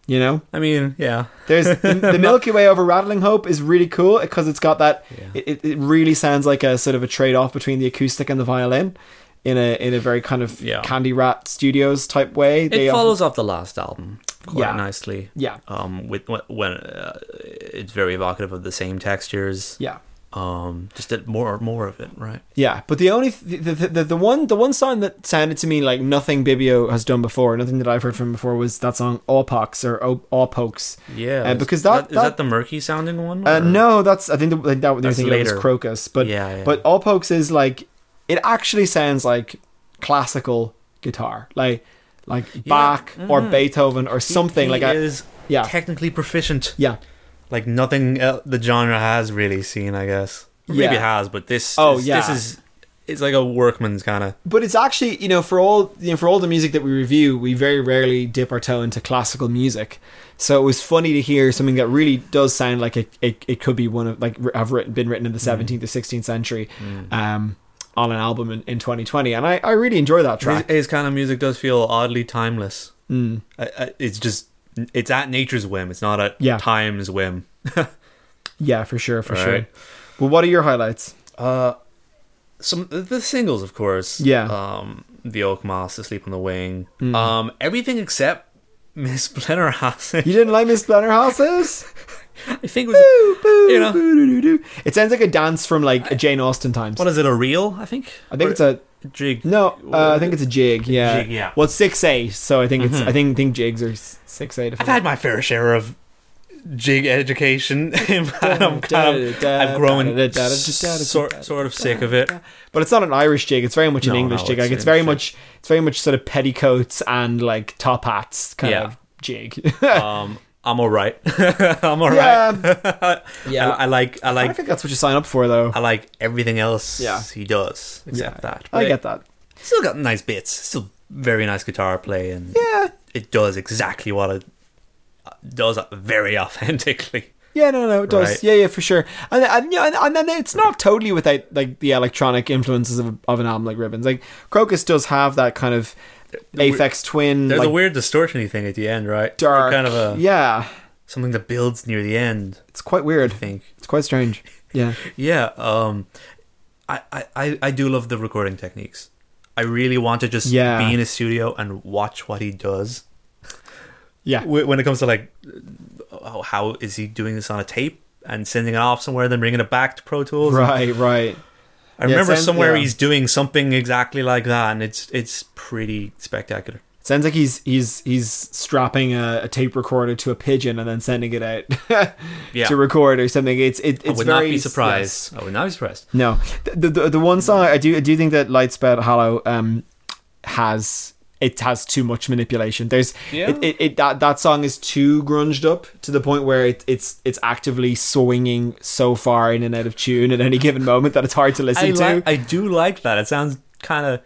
Speaker 4: You know,
Speaker 5: I mean, yeah.
Speaker 4: there's the, the Milky Way over Rattling Hope is really cool because it's got that.
Speaker 5: Yeah.
Speaker 4: it It, it really sounds like a sort of a trade off between the acoustic and the violin, in a in a very kind of
Speaker 5: Yeah.
Speaker 4: Candy Rat Studios type way.
Speaker 5: It follows off the last album quite
Speaker 4: Yeah.
Speaker 5: nicely.
Speaker 4: Yeah.
Speaker 5: Um, with when- when uh, it's very evocative of the same textures.
Speaker 4: Yeah.
Speaker 5: um just did more more of it right
Speaker 4: Yeah, but the only th- the, the the one the one song that sounded to me like nothing Bibio has done before, nothing that I've heard from before was that song Awpox or Aw- Awpokes. Uh, because that,
Speaker 5: is that the murky sounding one
Speaker 4: Uh,
Speaker 5: or-
Speaker 4: no, that's I think the, like, that they're
Speaker 5: That's
Speaker 4: thinking later.
Speaker 5: later.
Speaker 4: was Crocus, but
Speaker 5: Yeah, yeah.
Speaker 4: but All Pokes is like it actually sounds like classical guitar, like like Bach or Beethoven or something
Speaker 5: Mm-hmm. he
Speaker 4: like a-
Speaker 5: is
Speaker 4: yeah.
Speaker 5: technically proficient
Speaker 4: yeah.
Speaker 5: like nothing el the genre has really seen i guess maybe
Speaker 4: Yeah.
Speaker 5: it has but this
Speaker 4: Oh,
Speaker 5: is,
Speaker 4: yeah.
Speaker 5: this is it's like a workman's kind of
Speaker 4: But it's actually you know for all you know, for all the music that we review, we very rarely dip our toe into classical music. So it was funny to hear something that really does sound like it, it, it could be one of like r- have written, been written
Speaker 5: Mm.
Speaker 4: in the 17th or 16th century um, on an album in, in 2020, and I, I really enjoy that
Speaker 5: his,
Speaker 4: track.
Speaker 5: his kind of music does feel oddly timeless
Speaker 4: Mm.
Speaker 5: I, I, it's just it's at nature's whim it's not at
Speaker 4: Yeah.
Speaker 5: time's whim
Speaker 4: Yeah, for sure, for
Speaker 5: All
Speaker 4: sure.
Speaker 5: right.
Speaker 4: Well, what are your highlights?
Speaker 5: Uh, some the, the singles, of course.
Speaker 4: Yeah. Mm.
Speaker 5: Um, the Oak Moss, The Sleep on the Wing. Um, everything except Miss Blennerhassett.
Speaker 4: You didn't like Miss Blennerhouse's?
Speaker 5: I think it was You know.
Speaker 4: It sounds like a dance from like a Jane Austen times.
Speaker 5: what is it? A reel? I think.
Speaker 4: I think it's a
Speaker 5: jig.
Speaker 4: no. Uh, I think it's a jig. Yeah.
Speaker 5: Jig, yeah. Mm-hmm.
Speaker 4: Well, it's six eight, so I think it's. I think think jigs are s- six eight.
Speaker 5: I've had my fair share of jig education. and I'm kind of, I've grown sort sort of sick of it.
Speaker 4: But it's not an Irish jig. It's very much an
Speaker 5: No,
Speaker 4: English
Speaker 5: no,
Speaker 4: jig.
Speaker 5: it's
Speaker 4: Like it's
Speaker 5: English
Speaker 4: very
Speaker 5: jig.
Speaker 4: much. It's very much sort of petticoats and like top hats kind
Speaker 5: Yeah.
Speaker 4: of jig.
Speaker 5: Um, I'm all right. I'm all
Speaker 4: Yeah.
Speaker 5: right. I, I like I
Speaker 4: I
Speaker 5: like
Speaker 4: think that's what you sign up for, though.
Speaker 5: I like everything else
Speaker 4: Yeah.
Speaker 5: he does except
Speaker 4: Yeah.
Speaker 5: that.
Speaker 4: I
Speaker 5: But
Speaker 4: get that.
Speaker 5: still got nice bits. Still very nice guitar play, and
Speaker 4: Yeah.
Speaker 5: it does exactly what it uh, does very authentically.
Speaker 4: Yeah, no, no, it does.
Speaker 5: Right.
Speaker 4: Yeah, yeah, for sure. And and, yeah, and and then it's not totally without like the electronic influences of, of an album like Ribbons. Like Crocus does have that kind of Aphex Twin,
Speaker 5: There's
Speaker 4: like
Speaker 5: a weird distortiony thing at the end, right?
Speaker 4: dark,
Speaker 5: kind of a
Speaker 4: yeah.
Speaker 5: something that builds near the end.
Speaker 4: It's quite weird.
Speaker 5: I think.
Speaker 4: It's quite strange. Yeah,
Speaker 5: Yeah. Um, I, I- I I do love the recording techniques. I really want to just
Speaker 4: Yeah.
Speaker 5: be in a studio and watch what he does.
Speaker 4: yeah,
Speaker 5: Wh- when it comes to like oh, how is he doing this on a tape and sending it off somewhere then bringing it back to pro tools
Speaker 4: right, right.
Speaker 5: i remember
Speaker 4: send-
Speaker 5: somewhere
Speaker 4: yeah.
Speaker 5: he's doing something exactly like that and it's it's pretty spectacular
Speaker 4: Sounds like he's he's he's strapping a, a tape recorder to a pigeon and then sending it out
Speaker 5: Yeah.
Speaker 4: to record or something. It's it, it's
Speaker 5: i would
Speaker 4: very
Speaker 5: not be
Speaker 4: yes.
Speaker 5: surprised i would not be surprised
Speaker 4: No, the the, the one song I do I do think that Lightsped Hollow um has it has too much manipulation. There's
Speaker 5: Yeah.
Speaker 4: it, it, it that that song is too grunged up to the point where it, it's it's actively swinging so far in and out of tune at any given moment that it's hard to listen
Speaker 5: I,
Speaker 4: to.
Speaker 5: li- I do like that. It sounds kind of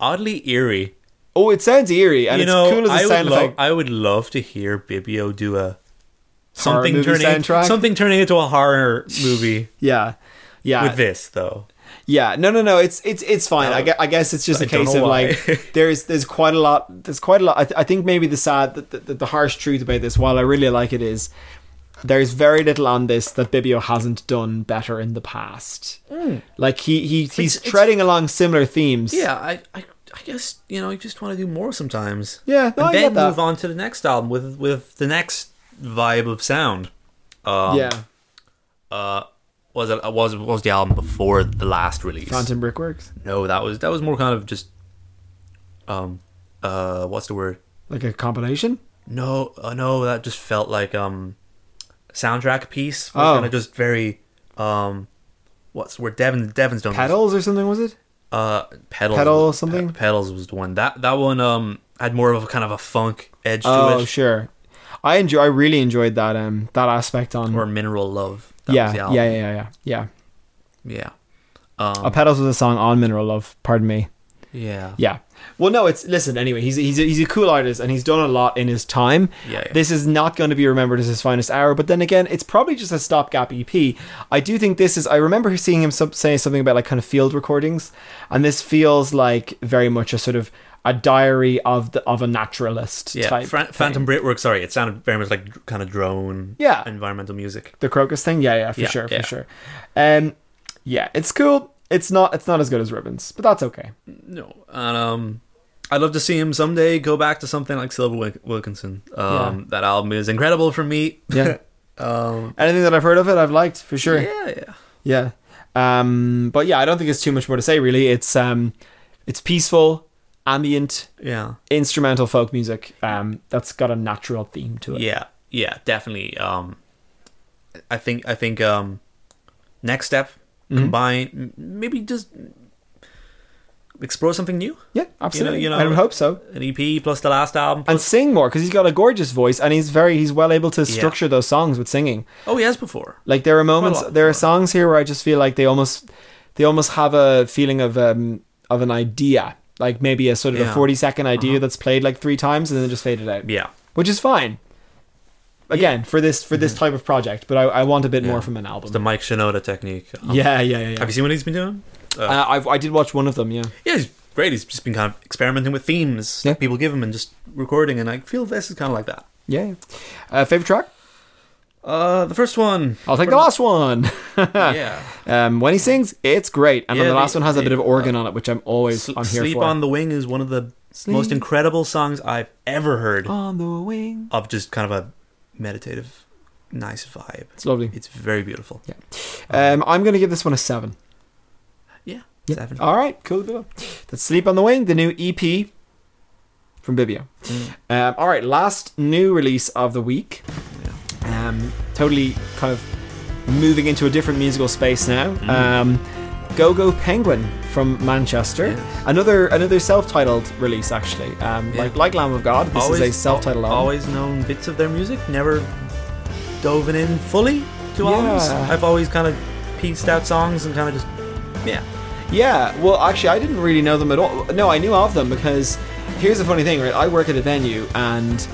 Speaker 5: oddly eerie.
Speaker 4: oh, it sounds eerie and
Speaker 5: you
Speaker 4: it's
Speaker 5: know,
Speaker 4: cool as a
Speaker 5: I would
Speaker 4: sound
Speaker 5: love.
Speaker 4: effect.
Speaker 5: I would love to hear Bibio do a
Speaker 4: Horror
Speaker 5: something
Speaker 4: movie
Speaker 5: turning
Speaker 4: soundtrack?
Speaker 5: something turning into a horror movie
Speaker 4: yeah, yeah.
Speaker 5: with this though.
Speaker 4: Yeah, no, no, no. It's it's it's fine. I,
Speaker 5: Um,
Speaker 4: guess, I guess it's just a
Speaker 5: I don't
Speaker 4: case
Speaker 5: know
Speaker 4: of
Speaker 5: why.
Speaker 4: like there's there's quite a lot. There's quite a lot. I, th- I think maybe the sad, the, the, the harsh truth about this, while I really like it, is there's very little on this that Bibio hasn't done better in the past. Like he, he he's
Speaker 5: Mm. it's-
Speaker 4: treading along similar themes.
Speaker 5: Yeah, I, I, I guess you know you just want to do more sometimes.
Speaker 4: Yeah, no,
Speaker 5: and
Speaker 4: I
Speaker 5: then
Speaker 4: get that.
Speaker 5: move on to the next album with with the next vibe of sound. Um,
Speaker 4: yeah.
Speaker 5: Uh, was it was was the album before the last release?
Speaker 4: Phantom Brickworks,
Speaker 5: No, that was that was more kind of just, um, uh, what's the word?
Speaker 4: like a compilation.
Speaker 5: No, uh, no, that just felt like um, soundtrack piece.
Speaker 4: Oh.
Speaker 5: kind of just very um, what's the word? Devin Devin's done this.
Speaker 4: Pedals or something was it?
Speaker 5: uh pedals
Speaker 4: Pedal something?
Speaker 5: Pe- pedals was the one that that one um had more of a kind of a funk edge to
Speaker 4: Oh
Speaker 5: it
Speaker 4: sure. I enjoy. I really enjoyed that um that aspect on.
Speaker 5: or mineral love that
Speaker 4: yeah,
Speaker 5: was the
Speaker 4: yeah,
Speaker 5: album.
Speaker 4: yeah, yeah, yeah, yeah.
Speaker 5: yeah
Speaker 4: Uh,
Speaker 5: um,
Speaker 4: Pedals was a song on Mineral Love. Pardon me.
Speaker 5: yeah
Speaker 4: Yeah. Well, no, it's listen. Anyway, he's he's a, he's a cool artist, and he's done a lot in his time.
Speaker 5: Yeah, yeah.
Speaker 4: This is not going to be remembered as his finest hour, but then again, it's probably just a stopgap EP. I do think this is. I remember seeing him some, say something about like kind of field recordings, and this feels like very much a sort of a diary of the of a naturalist
Speaker 5: yeah
Speaker 4: type.
Speaker 5: Fran- phantom britwork sorry it sounded very much like dr- kind of drone
Speaker 4: Yeah.
Speaker 5: environmental music
Speaker 4: the crocus thing. Yeah, yeah, for
Speaker 5: Yeah,
Speaker 4: sure,
Speaker 5: yeah.
Speaker 4: for sure. Um, yeah, it's cool. It's not it's not as good as ribbons, but that's okay.
Speaker 5: no and, um i'd love to see him someday go back to something like silver Wil- wilkinson um
Speaker 4: Yeah.
Speaker 5: that album is incredible for me
Speaker 4: Yeah.
Speaker 5: um
Speaker 4: Anything that I've heard of it, I've liked for sure.
Speaker 5: yeah yeah
Speaker 4: Yeah. Um but yeah, I don't think it's too much more to say really. It's um it's peaceful, ambient,
Speaker 5: yeah
Speaker 4: instrumental folk music. Um that's got a natural theme to it.
Speaker 5: Yeah, yeah, definitely. Um, I think I think um, next step
Speaker 4: Mm-hmm.
Speaker 5: combine m- maybe just explore something new.
Speaker 4: Yeah, absolutely.
Speaker 5: you know-
Speaker 4: I would hope so.
Speaker 5: An EP plus the last album.
Speaker 4: And sing more because he's got a gorgeous voice and he's very he's well able to structure those songs with singing.
Speaker 5: oh, he has before.
Speaker 4: Like there are moments,
Speaker 5: lot
Speaker 4: there are
Speaker 5: more.
Speaker 4: songs here where I just feel like they almost, they almost have a feeling of um of an idea, like maybe a sort of a
Speaker 5: Yeah. Uh-huh.
Speaker 4: forty second idea that's played like three times and then just faded out.
Speaker 5: Yeah,
Speaker 4: which is fine. Again, for this for this type of project, but I, I want a bit more
Speaker 5: Mm-hmm. Yeah.
Speaker 4: from an
Speaker 5: it's
Speaker 4: album.
Speaker 5: the Mike Shinoda technique. Um,
Speaker 4: yeah, yeah, yeah. yeah.
Speaker 5: Have you seen what he's been doing?
Speaker 4: uh, I've, I did watch one of them. Yeah,
Speaker 5: Yeah, he's great. He's just been kind of experimenting with themes
Speaker 4: Yeah.
Speaker 5: people give him and just recording. And I feel this is kind of like that.
Speaker 4: yeah. yeah. Uh, favorite track?
Speaker 5: Uh, the first one.
Speaker 4: I'll take the last one.
Speaker 5: yeah.
Speaker 4: um, when he sings, it's great, and then
Speaker 5: Yeah,
Speaker 4: the last
Speaker 5: the-
Speaker 4: one has a bit
Speaker 5: the-
Speaker 4: of organ on it, which I'm always
Speaker 5: Sl-
Speaker 4: I'm here
Speaker 5: Sleep
Speaker 4: for.
Speaker 5: on the Wing is one of the most incredible songs I've ever heard.
Speaker 4: on the wing.
Speaker 5: of just kind of a meditative, nice vibe.
Speaker 4: It's lovely.
Speaker 5: It's very beautiful.
Speaker 4: Yeah. Um, I'm going to give this one a seven.
Speaker 5: Yeah.
Speaker 4: Yeah. Oh.
Speaker 5: Seven.
Speaker 4: All right, cool. cool. That's Sleep on the Wing, the new EP from Bibio. Um, all right, last new release of the week. Um, totally kind of moving into a different musical space now.
Speaker 5: Mm.
Speaker 4: Um, Go Go Penguin from Manchester.
Speaker 5: Yes.
Speaker 4: Another another self-titled release, actually. Um,
Speaker 5: Yeah.
Speaker 4: Like like Lamb of God, this is a self-titled
Speaker 5: al-
Speaker 4: album.
Speaker 5: Always known bits of their music, never dove in fully to albums.
Speaker 4: Yeah.
Speaker 5: I've always kind of pieced out songs and kind of just, yeah.
Speaker 4: Yeah, well, actually, I didn't really know them at all. No, I knew of them because here's the funny thing, right? I work at a venue and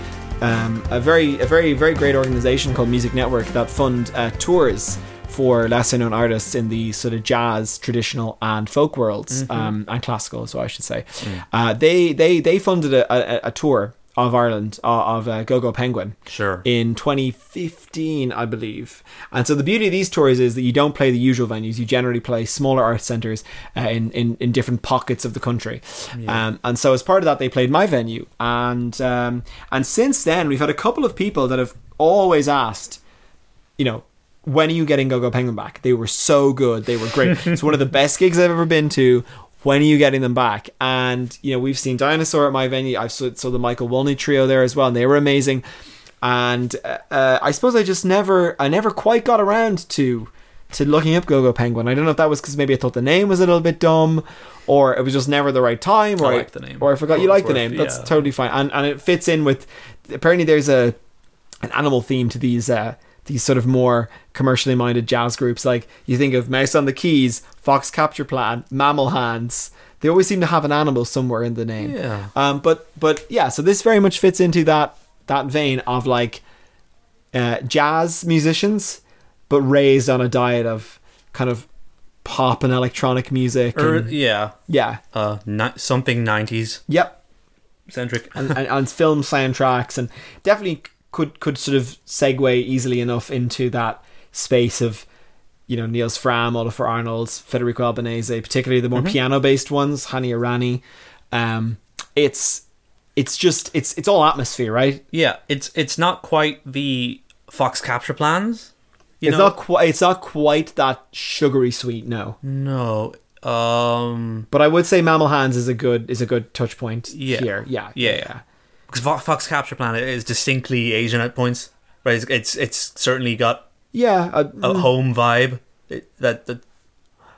Speaker 4: um, a very, a very, very great organization called Music Network that fund uh, tours for lesser known artists in the sort of jazz, traditional, and folk worlds, um, and classical as well, I should say. Uh, they, they, they funded a, a, a tour of Ireland uh, of uh, Go Go Penguin
Speaker 5: Sure.
Speaker 4: in 2015, I believe. And so the beauty of these tours is that you don't play the usual venues. You generally play smaller art centres uh, in, in, in different pockets of the country. Um, and so as part of that, they played my venue. And, um, and since then, we've had a couple of people that have always asked, you know, when are you getting Go Go Penguin back? They were so good. They were great. it's one of the best gigs I've ever been to. When are you getting them back? And, you know, we've seen Dinosaur at my venue. I saw, saw the Michael Wolney trio there as well, and they were amazing. And uh, uh, I suppose I just never, I never quite got around to to looking up Go Go Penguin. I don't know if that was because maybe I thought the name was a little bit dumb, or it was just never the right time, or
Speaker 5: I like the name.
Speaker 4: or I forgot
Speaker 5: For
Speaker 4: you
Speaker 5: what
Speaker 4: like
Speaker 5: it's
Speaker 4: the
Speaker 5: worth,
Speaker 4: name. That's
Speaker 5: yeah.
Speaker 4: totally fine, and and it fits in with. Apparently, there's a an animal theme to these uh, these sort of more commercially minded jazz groups. Like you think of Mouse on the Keys, Fox Capture Plan, Mammal Hands. They always seem to have an animal somewhere in the name.
Speaker 5: Yeah.
Speaker 4: Um, but but yeah, so this very much fits into that that vein of like uh, jazz musicians, but raised on a diet of kind of pop and electronic music.
Speaker 5: Or
Speaker 4: and-
Speaker 5: Er, yeah,
Speaker 4: yeah.
Speaker 5: uh, ni- something '90s
Speaker 4: Yep.
Speaker 5: centric.
Speaker 4: and, and, and film soundtracks and definitely could could sort of segue easily enough into that space of you know Niels Fram, Oliver Arnold, Federico Albanese, particularly the more
Speaker 5: Mm-hmm.
Speaker 4: piano based ones, Hani Arani. Um, it's it's just it's it's all atmosphere, right?
Speaker 5: Yeah, it's it's not quite the Fox capture plans. You
Speaker 4: It's
Speaker 5: know?
Speaker 4: not quite it's not quite that sugary sweet, no.
Speaker 5: No. Um.
Speaker 4: Mm. But I would say Mammal Hands is a good is a good touch point
Speaker 5: Yeah.
Speaker 4: here. Yeah,
Speaker 5: Yeah. yeah. Because Fo- Fox Capture Planet is distinctly Asian at points, right? It's it's, it's certainly got
Speaker 4: yeah. uh,
Speaker 5: a home vibe it, that that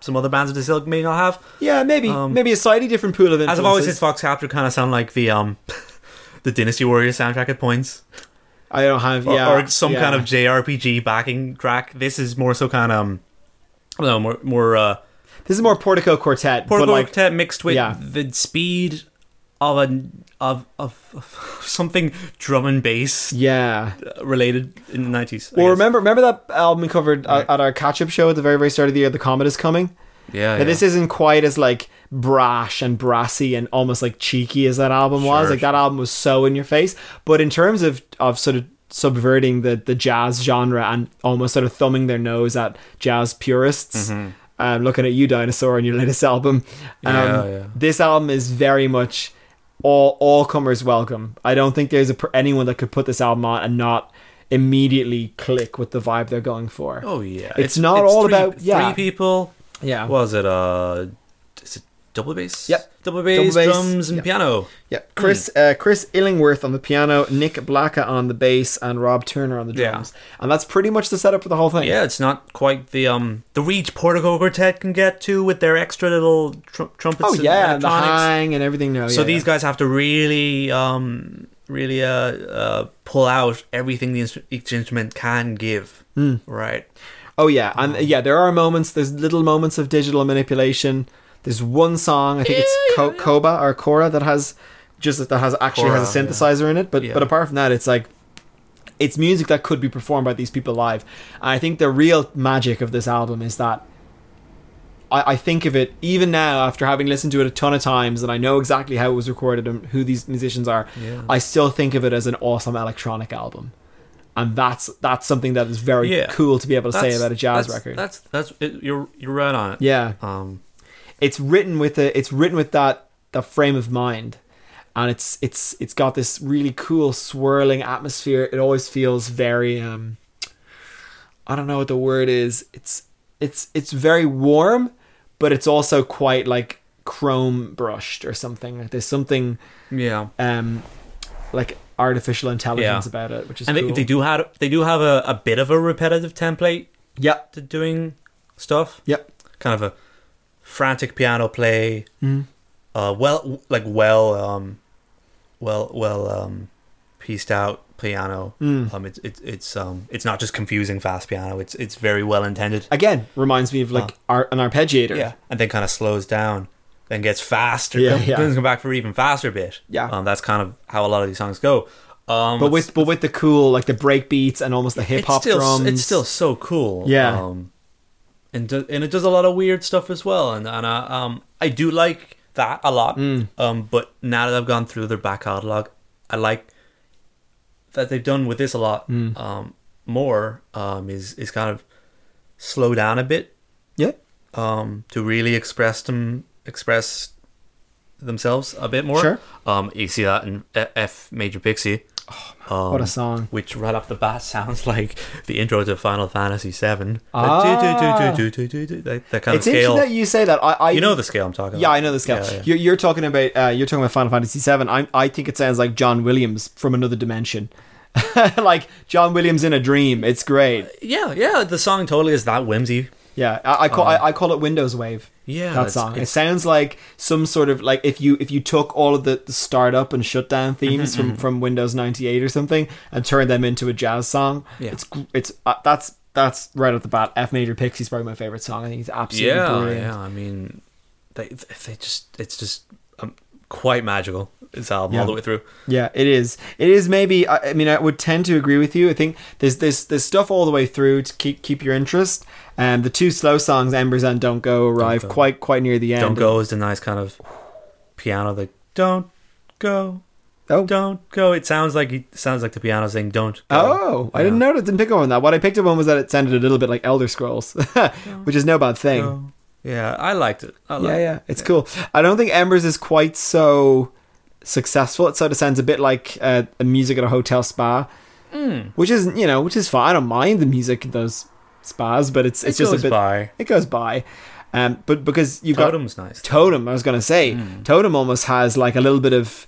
Speaker 5: some other bands of this ilk may not have.
Speaker 4: yeah, maybe
Speaker 5: um,
Speaker 4: maybe a slightly different pool of influences.
Speaker 5: As I've always said, Fox Capture kind of sound like the um, the Dynasty Warriors soundtrack at points,
Speaker 4: I don't have
Speaker 5: or,
Speaker 4: yeah
Speaker 5: or some
Speaker 4: yeah.
Speaker 5: kind of JRPG backing track. This is more so kind of um, I don't know, more more uh,
Speaker 4: This is more Portico Quartet,
Speaker 5: Portal
Speaker 4: but like
Speaker 5: Quartet mixed with
Speaker 4: yeah.
Speaker 5: the speed of an of, of of something drum and bass
Speaker 4: yeah.
Speaker 5: related in the nineties.
Speaker 4: Well, remember remember that album we covered uh at our catch-up show at the very very start of the year, The Comet is Coming.
Speaker 5: Oh, yeah,
Speaker 4: Now, this isn't quite as like brash and brassy and almost like cheeky as that album was.
Speaker 5: Sure,
Speaker 4: Like that album was so in your face, but in terms of of sort of subverting the the jazz genre and almost sort of thumbing their nose at jazz purists. Um, looking at you, dinosaur, and your latest album. Um,
Speaker 5: Mm-hmm. Yeah, yeah.
Speaker 4: This album is very much all all comers welcome. I don't think there's a, per- anyone that could put this album on and not immediately click with the vibe they're going for.
Speaker 5: oh yeah,
Speaker 4: It's not all
Speaker 5: three-
Speaker 4: about- yeah.
Speaker 5: three people.
Speaker 4: yeah.
Speaker 5: Was it uh, is it double bass?
Speaker 4: Yep.
Speaker 5: double bass,
Speaker 4: Double bass,
Speaker 5: drums and
Speaker 4: yep.
Speaker 5: piano.
Speaker 4: Yeah, Chris
Speaker 5: Hmm.
Speaker 4: uh, Chris Illingworth on the piano, Nick Blacka on the bass, and Rob Turner on the
Speaker 5: Yeah.
Speaker 4: drums, and that's pretty much the setup for the whole thing.
Speaker 5: Yeah, it's not quite the um the reach Portico Quartet can get to with their extra little tr- trumpets.
Speaker 4: Oh
Speaker 5: and
Speaker 4: yeah, and the
Speaker 5: electronics.
Speaker 4: hang and everything. No,
Speaker 5: So
Speaker 4: yeah,
Speaker 5: these
Speaker 4: yeah.
Speaker 5: guys have to really, um, really uh, uh, pull out everything the instru- each instrument can give,
Speaker 4: Hmm.
Speaker 5: right?
Speaker 4: Oh yeah, and uh, yeah, there are moments. There's little moments of digital manipulation. There's one song, I think it's Ko- Koba or Cora that has just that has actually has a
Speaker 5: Cora, yeah.
Speaker 4: synthesizer in it. But
Speaker 5: Yeah.
Speaker 4: but apart from that, it's like it's music that could be performed by these people live. And I think the real magic of this album is that I, I think of it even now after having listened to it a ton of times and I know exactly how it was recorded and who these musicians are.
Speaker 5: Yeah.
Speaker 4: I still think of it as an awesome electronic album. And that's that's something that is very
Speaker 5: Yeah.
Speaker 4: cool to be able to say
Speaker 5: That's-
Speaker 4: about a jazz
Speaker 5: that's-
Speaker 4: record.
Speaker 5: That's that's it, you're you're right on it.
Speaker 4: yeah,
Speaker 5: Um,
Speaker 4: it's written with a it's written with that that frame of mind, and it's it's it's got this really cool swirling atmosphere. It always feels very um, I don't know what the word is. It's it's it's very warm, but it's also quite like chrome brushed or something. Like there's something
Speaker 5: yeah.
Speaker 4: um, like artificial intelligence
Speaker 5: Yeah.
Speaker 4: about it, which is
Speaker 5: And
Speaker 4: cool.
Speaker 5: they, they do have they do have a, a bit of a repetitive template
Speaker 4: Yep.
Speaker 5: to doing stuff.
Speaker 4: Yep.
Speaker 5: Kind of a frantic piano play.
Speaker 4: Mm.
Speaker 5: Uh, well, like well, um, well, well, um, pieced out piano.
Speaker 4: Mm.
Speaker 5: Um, it's it's it's um, it's not just confusing fast piano. It's it's very well intended.
Speaker 4: Again, reminds me of like ar- an arpeggiator.
Speaker 5: Yeah, and then kind of slows down, then gets faster.
Speaker 4: Yeah,
Speaker 5: Yeah,
Speaker 4: yeah.
Speaker 5: Then come back for an even faster bit.
Speaker 4: Yeah.
Speaker 5: um, that's kind of how a lot of these songs go. Um,
Speaker 4: But with but with the cool like the break beats and almost the hip hop
Speaker 5: it's still,
Speaker 4: drums.
Speaker 5: It's still so cool.
Speaker 4: Yeah.
Speaker 5: Um, and do, and it does a lot of weird stuff as well, and and uh, um I do like that a lot.
Speaker 4: Mm.
Speaker 5: Um, but now that I've gone through their back catalog, I like that they've done with this a lot.
Speaker 4: Mm.
Speaker 5: Um, more um is is kind of slow down a bit.
Speaker 4: yeah.
Speaker 5: Um, to really express them express themselves a bit more.
Speaker 4: Sure.
Speaker 5: Um, you see that in F- F major pixie. Oh,
Speaker 4: What a song.
Speaker 5: which right off the bat sounds like the intro to Final Fantasy VII.
Speaker 4: Ah.
Speaker 5: Ah. That, that kind
Speaker 4: It's
Speaker 5: of scale.
Speaker 4: interesting that you say that. I, I
Speaker 5: you know the scale I'm talking
Speaker 4: Yeah,
Speaker 5: about.
Speaker 4: I know the scale.
Speaker 5: Yeah, yeah.
Speaker 4: You're, you're talking about uh, you're talking about Final Fantasy VII. I I think it sounds like John Williams from another dimension, like John Williams in a dream. It's great.
Speaker 5: Yeah, yeah, the song totally is that whimsy.
Speaker 4: Yeah, I, I call I, I call it Windows Wave.
Speaker 5: Um, Yeah,
Speaker 4: that
Speaker 5: it's-
Speaker 4: song. it
Speaker 5: it's-
Speaker 4: sounds like some sort of like if you if you took all of the, the startup and shutdown
Speaker 5: Mm-hmm,
Speaker 4: themes from from Windows ninety eight or something and turned them into a jazz song.
Speaker 5: Yeah.
Speaker 4: it's gr- it's uh, that's that's right at the bat. F Major Pixie's probably my favorite song. I think it's absolutely
Speaker 5: yeah,
Speaker 4: brilliant.
Speaker 5: yeah. I mean, they they just it's just um, quite magical. This album
Speaker 4: Yeah.
Speaker 5: all the way through.
Speaker 4: Yeah, it is. It is maybe. I I mean, I would tend to agree with you. I think there's there's there's stuff all the way through to keep keep your interest. And um, the two slow songs, "Embers" and "Don't Go," arrive
Speaker 5: Don't Go.
Speaker 4: quite quite near the end.
Speaker 5: Don't go is the nice kind of piano. that don't go,
Speaker 4: Oh,
Speaker 5: don't go. It sounds like it sounds like the piano saying don't. Go.
Speaker 4: Oh, I didn't
Speaker 5: Yeah.
Speaker 4: notice. Didn't pick up on that. What I picked up on was that it sounded a little bit like Elder Scrolls, which is no bad thing.
Speaker 5: Go. Yeah, I liked it. I liked
Speaker 4: Oh. Yeah,
Speaker 5: it.
Speaker 4: yeah, it's cool. I don't think Embers is quite so successful. It sort of sounds a bit like uh, a music at a hotel spa,
Speaker 5: Hmm.
Speaker 4: which is you know, which is fine. I don't mind the music in those spas, but it's it's
Speaker 5: It
Speaker 4: just a
Speaker 5: goes
Speaker 4: bit.
Speaker 5: by.
Speaker 4: It goes by, um, but because you've got
Speaker 5: Totem's nice.
Speaker 4: Totem, I was gonna say,
Speaker 5: Hmm.
Speaker 4: Totem almost has like a little bit of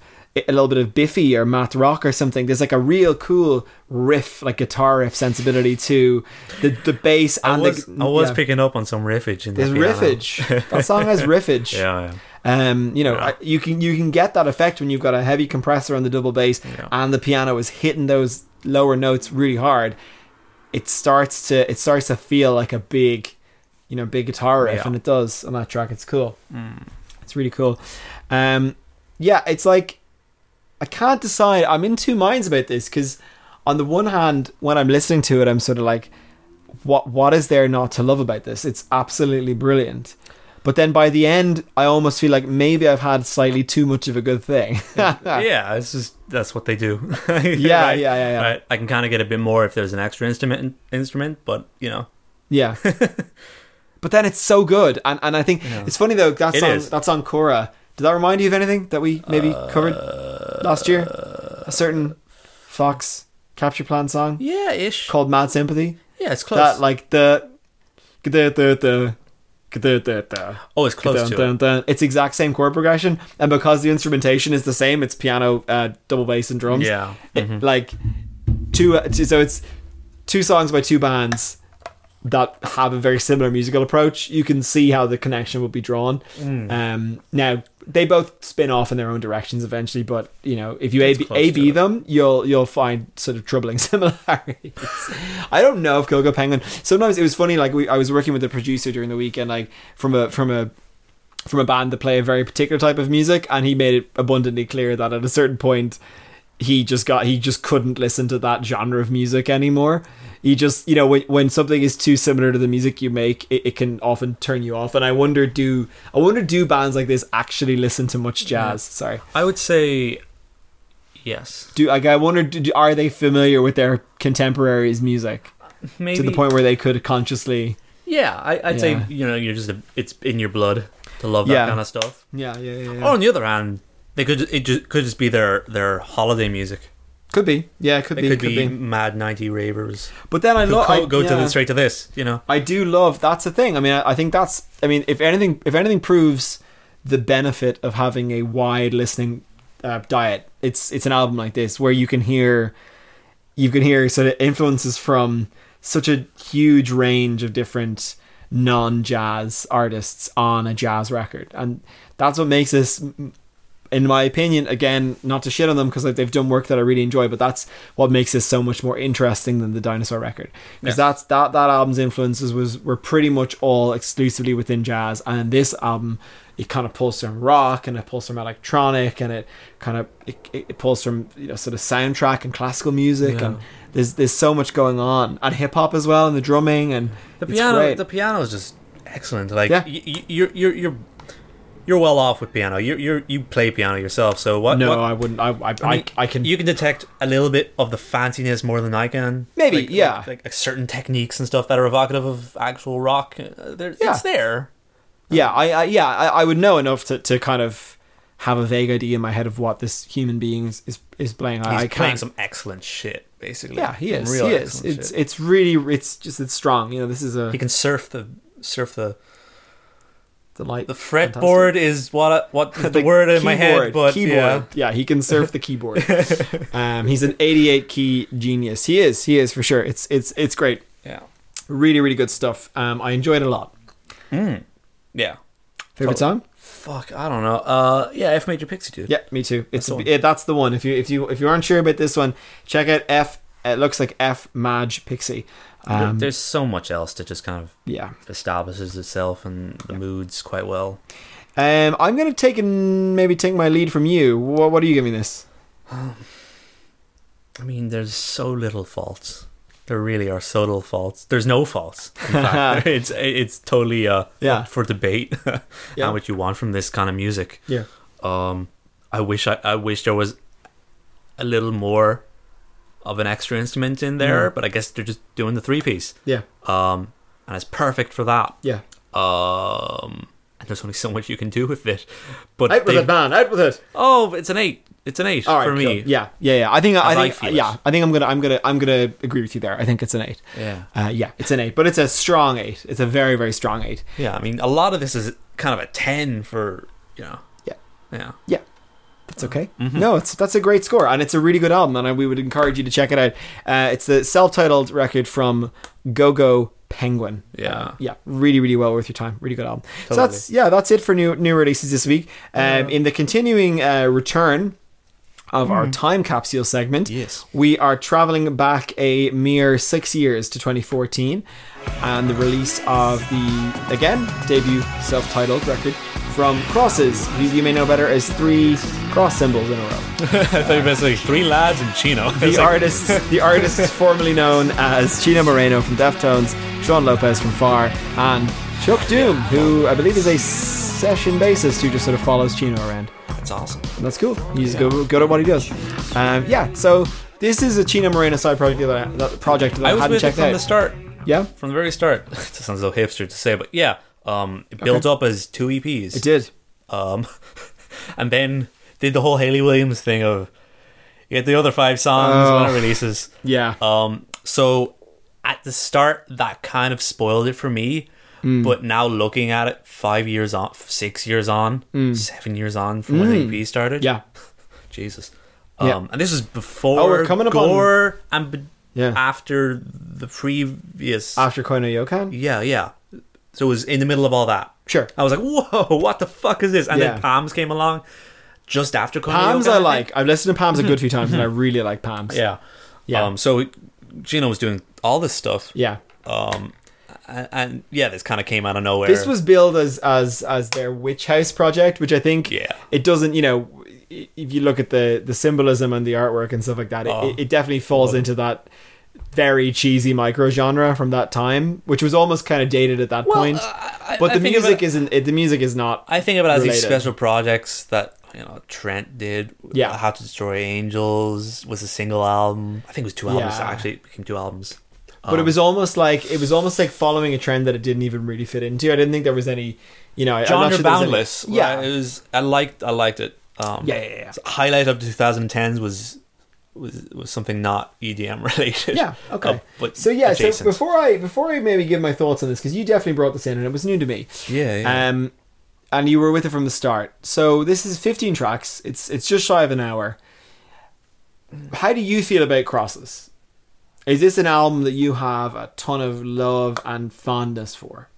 Speaker 4: a little bit of Biffy or Matt Rock or something. There's like a real cool riff, like guitar riff sensibility to the the bass
Speaker 5: I
Speaker 4: and
Speaker 5: was,
Speaker 4: the
Speaker 5: I was
Speaker 4: yeah.
Speaker 5: picking up on some riffage in the
Speaker 4: There's
Speaker 5: piano.
Speaker 4: riffage. that song has riffage.
Speaker 5: Yeah, yeah.
Speaker 4: Um, you know,
Speaker 5: Yeah.
Speaker 4: I- you can you can get that effect when you've got a heavy compressor on the double bass
Speaker 5: Yeah.
Speaker 4: and the piano is hitting those lower notes really hard. It starts to it starts to feel like a big, you know, big guitar riff,
Speaker 5: Yeah. Mm.
Speaker 4: and it does on that track. It's cool. It's really cool. Um, yeah, it's like I can't decide. I'm in two minds about this because on the one hand, when I'm listening to it, I'm sort of like, what what is there not to love about this? It's absolutely brilliant. But then by the end, I almost feel like maybe I've had slightly too much of a good thing. yeah,
Speaker 5: yeah, it's just that's what they do.
Speaker 4: yeah,
Speaker 5: Right.
Speaker 4: yeah, yeah.
Speaker 5: Right. I can kind of get a bit more if there's an extra instrument, instrument, but you know,
Speaker 4: Yeah. but then it's so good, and and I think
Speaker 5: Yeah.
Speaker 4: it's funny though. That
Speaker 5: It
Speaker 4: song,
Speaker 5: is. Uh,
Speaker 4: that's on Cora. Did that remind you of anything that we maybe covered last year? A certain Fox capture plan song
Speaker 5: yeah, ish.
Speaker 4: called "Mad Sympathy."
Speaker 5: Yeah, it's close.
Speaker 4: That like the, the the the the the the.
Speaker 5: oh, it's close
Speaker 4: Dun,
Speaker 5: to
Speaker 4: dun,
Speaker 5: it.
Speaker 4: dun. It's exact same chord progression, and because the instrumentation is the same, it's piano, uh, double bass, and drums.
Speaker 5: Yeah. Mm-hmm.
Speaker 4: It- like two. uh, two- So it's two songs by two bands that have a very similar musical approach. You can see how the connection would be drawn.
Speaker 5: Mm.
Speaker 4: Um, now they both spin off in their own directions eventually, but you know if you
Speaker 5: It's
Speaker 4: ab,
Speaker 5: close to
Speaker 4: AB
Speaker 5: it.
Speaker 4: them, you'll you'll find sort of troubling similarities. I don't know if Kilgo Penguin. Sometimes it was funny. Like we, I was working with a producer during the weekend, like from a from a from a band that play a very particular type of music, and he made it abundantly clear that at a certain point he just got he just couldn't listen to that genre of music anymore. He just you know when when something is too similar to the music you make, it, it can often turn you off. And I wonder do I wonder do bands like this actually listen to much jazz? Sorry,
Speaker 5: I would say yes.
Speaker 4: do like I wonder do, do- are they familiar with their contemporaries' music
Speaker 5: Maybe
Speaker 4: to the point where they could consciously
Speaker 5: Yeah, I, I'd say
Speaker 4: Yeah.
Speaker 5: you know you're just a, it's in your blood to love that
Speaker 4: Yeah.
Speaker 5: kind of stuff.
Speaker 4: yeah yeah yeah,
Speaker 5: Or on the other hand, they could it just, could just be their their holiday music.
Speaker 4: could be yeah could
Speaker 5: They
Speaker 4: be
Speaker 5: could,
Speaker 4: could,
Speaker 5: be,
Speaker 4: be.
Speaker 5: mad ninety ravers.
Speaker 4: But then I
Speaker 5: Who
Speaker 4: love
Speaker 5: co- go to
Speaker 4: yeah.
Speaker 5: the straight to this, you know.
Speaker 4: I do love that's the thing. I mean, I, I think that's. I mean, if anything, if anything proves the benefit of having a wide listening uh, diet, it's it's an album like this where you can hear, you can hear sort of influences from such a huge range of different non-jazz artists on a jazz record, and that's what makes this in my opinion, again, not to shit on them because like, they've done work that I really enjoy, but that's what makes this so much more interesting than the Dinosaur record because that's that that album's influences was were pretty much all exclusively within jazz, and this album it kind of pulls from rock and it pulls from electronic and it kind of it, it it pulls from you know sort of soundtrack and classical music
Speaker 5: Yeah.
Speaker 4: and there's there's so much going on and hip hop as well and the drumming and
Speaker 5: The
Speaker 4: it's
Speaker 5: piano,
Speaker 4: great.
Speaker 5: the piano is just excellent. Like
Speaker 4: Yeah.
Speaker 5: y- y- you're you're you're you're well off with piano. You you you play piano yourself, so what?
Speaker 4: no,
Speaker 5: what-
Speaker 4: I wouldn't. I I, I,
Speaker 5: mean,
Speaker 4: I can.
Speaker 5: You can detect a little bit of the fanciness more than I can.
Speaker 4: Maybe,
Speaker 5: Like-
Speaker 4: yeah.
Speaker 5: Like, like, certain techniques and stuff that are evocative of actual rock. Uh, there,
Speaker 4: Yeah.
Speaker 5: It's there.
Speaker 4: Yeah, I, I yeah, I, I would know enough to, to kind of have a vague idea in my head of what this human being is is, is playing. I,
Speaker 5: He's
Speaker 4: I
Speaker 5: playing
Speaker 4: can't-
Speaker 5: some excellent shit, basically.
Speaker 4: Yeah, he
Speaker 5: Some
Speaker 4: is.
Speaker 5: real
Speaker 4: He is.
Speaker 5: excellent
Speaker 4: It's
Speaker 5: shit.
Speaker 4: it's really it's just it's strong. You know, this is a
Speaker 5: he can surf the surf the
Speaker 4: the light.
Speaker 5: the fretboard is what I, what is the, word in my head,
Speaker 4: keyboard,
Speaker 5: but yeah.
Speaker 4: keyboard. Yeah. he can surf the keyboard. um, he's an 88 key genius. He is. He is for sure. It's it's it's great.
Speaker 5: yeah.
Speaker 4: Really, really good stuff. Um, I enjoyed it a lot. Mm.
Speaker 5: Yeah.
Speaker 4: Favorite song?
Speaker 5: Fuck, I don't know. Uh, yeah, F major pixie dude.
Speaker 4: Yeah, me too. It's
Speaker 5: the one.
Speaker 4: yeah, that's the one. If you if you if you aren't sure about this one, check out F. It looks like F Madge Pixie.
Speaker 5: There-
Speaker 4: Um,
Speaker 5: There's so much else that just kind of
Speaker 4: yeah.
Speaker 5: establishes itself and the moods quite well.
Speaker 4: Um, I'm gonna take and maybe take my lead from you. What, what are you giving this?
Speaker 5: I mean, there's so little faults. There really are so little faults. There's no faults. In fact, it's it's totally uh
Speaker 4: Yeah.
Speaker 5: up for debate
Speaker 4: Yeah.
Speaker 5: how much you want from this kind of music.
Speaker 4: Yeah.
Speaker 5: Um, I wish I, I wish there was a little more of an extra instrument in there, but I guess they're just doing the three piece.
Speaker 4: Yeah.
Speaker 5: Um, and it's perfect for that.
Speaker 4: Yeah.
Speaker 5: Um, and there's only so much you can do with it. But
Speaker 4: Out with
Speaker 5: they-
Speaker 4: it, man! Out with it.
Speaker 5: oh, it's an eight. It's an eight
Speaker 4: All right.
Speaker 5: for me.
Speaker 4: cool. Yeah. Yeah. Yeah. I think. I
Speaker 5: As I
Speaker 4: think.
Speaker 5: feel it.
Speaker 4: yeah. I think I'm gonna. I'm gonna. I'm gonna agree with you there. I think it's an eight.
Speaker 5: Yeah.
Speaker 4: Uh, yeah. It's an eight, but it's a strong eight. It's a very, very strong eight.
Speaker 5: Yeah, I mean, a lot of this is kind of a 10 for, you know.
Speaker 4: Yeah.
Speaker 5: Yeah. Mm-hmm.
Speaker 4: Yeah. That's okay. No, it's that's a great score, and it's a really good album, and I, we would encourage you to check it out. Uh, it's the self-titled record from Go Go Penguin.
Speaker 5: Yeah.
Speaker 4: Uh, yeah, really, really well worth your time. Really good album. So
Speaker 5: Totally.
Speaker 4: that's yeah, that's it for new new releases this week. Um, In the continuing uh, return of our time capsule segment,
Speaker 5: Yes.
Speaker 4: we are traveling back a mere six years to 2014, and the release of the again debut self-titled record from Crosses, who you may know better as three cross symbols in a row.
Speaker 5: I thought you were going to say three lads in Chino.
Speaker 4: The artists, the artists formerly known as Chino Moreno from Deftones, Sean Lopez from Far, and Chuck Doom, who I believe is a session bassist who just sort of follows Chino around.
Speaker 5: That's awesome.
Speaker 4: And that's cool. He's good, good at what he does. Um, yeah. So this is a Chino Moreno side project that I, that project that I,
Speaker 5: I was
Speaker 4: hadn't
Speaker 5: with it
Speaker 4: checked
Speaker 5: from
Speaker 4: out.
Speaker 5: the start.
Speaker 4: Yeah,
Speaker 5: From the very start. it sounds so hipster to say, but yeah. Um, it built up as two EPs.
Speaker 4: it did.
Speaker 5: Um, and then did the whole Haley Williams thing of you get the other five songs
Speaker 4: Oh.
Speaker 5: when it releases.
Speaker 4: Yeah.
Speaker 5: Um, so at the start, that kind of spoiled it for me.
Speaker 4: Mm.
Speaker 5: But now looking at it, five years on, six years on, seven years on from when AP started.
Speaker 4: Mm. yeah.
Speaker 5: Jesus. Um,
Speaker 4: Yeah.
Speaker 5: And this was before
Speaker 4: Oh, we're coming up on-
Speaker 5: Gore and be-
Speaker 4: Yeah.
Speaker 5: after the previous.
Speaker 4: After Koino Yokan.
Speaker 5: yeah, yeah. So it was in the middle of all that.
Speaker 4: Sure.
Speaker 5: I was like, whoa, what the fuck is this? And
Speaker 4: Yeah.
Speaker 5: then Palms came along just after Coney
Speaker 4: Palms
Speaker 5: Yoka,
Speaker 4: I
Speaker 5: think.
Speaker 4: like. I've listened to Palms a good few times, and I really like Palms.
Speaker 5: Yeah.
Speaker 4: Yeah.
Speaker 5: Um, so Gino was doing all this stuff.
Speaker 4: Yeah.
Speaker 5: Um, and, and yeah, this kind of came out of nowhere.
Speaker 4: This was billed as as as their witch house project, which I think
Speaker 5: Yeah.
Speaker 4: it doesn't. You know, i- if you look at the the symbolism and the artwork and stuff like that, it,
Speaker 5: Oh.
Speaker 4: it definitely falls into that very cheesy micro genre from that time, which was almost kind of dated at that point. but
Speaker 5: I
Speaker 4: the
Speaker 5: think of
Speaker 4: music
Speaker 5: it-
Speaker 4: isn't. It, the music is not.
Speaker 5: I think of it as these
Speaker 4: related.
Speaker 5: special projects that you know Trent did.
Speaker 4: Yeah.
Speaker 5: How to Destroy Angels was a single album. I think it was two albums
Speaker 4: Yeah.
Speaker 5: actually. It became two albums. Um, Oh.
Speaker 4: but it was almost like it was almost like following a trend that it didn't even really fit into. I didn't think there was any. You know, I- I'm not
Speaker 5: genre
Speaker 4: sure there was any-
Speaker 5: boundless.
Speaker 4: Yeah.
Speaker 5: yeah, it was. I liked. I liked it. Um,
Speaker 4: Yeah, yeah, yeah.
Speaker 5: so highlight of 2010s was was was something not EDM related.
Speaker 4: Yeah. Okay.
Speaker 5: Uh, but
Speaker 4: so yeah. So
Speaker 5: adjacent.
Speaker 4: before I before I maybe give my thoughts on this because you definitely brought this in and it was new to me.
Speaker 5: Yeah, yeah.
Speaker 4: Um, and you were with it from the start. So this is 15 tracks. It's it's just shy of an hour. How do you feel about Crosses? Is this an album that you have a ton of love and fondness for?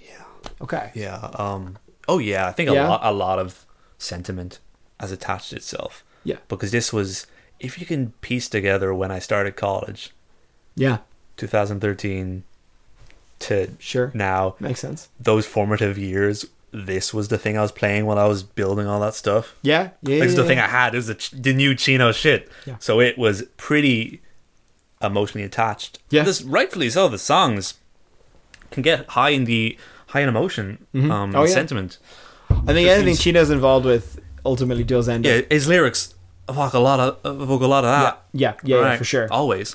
Speaker 4: Yeah. Okay.
Speaker 5: Yeah. Um. Oh yeah. I think a
Speaker 4: Yeah?
Speaker 5: lot a lot of sentiment has attached itself.
Speaker 4: Yeah.
Speaker 5: Because this was, if you can piece together when I started college,
Speaker 4: Yeah.
Speaker 5: 2013 to
Speaker 4: Sure.
Speaker 5: now,
Speaker 4: Makes sense.
Speaker 5: those formative years. This was the thing I was playing while I was building all that stuff.
Speaker 4: Yeah. Yeah.
Speaker 5: Like, it's
Speaker 4: yeah,
Speaker 5: the thing
Speaker 4: yeah.
Speaker 5: I had. It was the, ch- the new Chino shit.
Speaker 4: Yeah.
Speaker 5: So it was pretty emotionally attached.
Speaker 4: Yeah.
Speaker 5: This rightfully so. The songs can get high in the high in emotion, um,
Speaker 4: Oh,
Speaker 5: and
Speaker 4: yeah.
Speaker 5: sentiment.
Speaker 4: I think anything Chino's involved with ultimately does end. up-
Speaker 5: Yeah, his lyrics evoke a lot of evoke a lot of that.
Speaker 4: Yeah. Yeah. yeah
Speaker 5: Right.
Speaker 4: for sure.
Speaker 5: Always.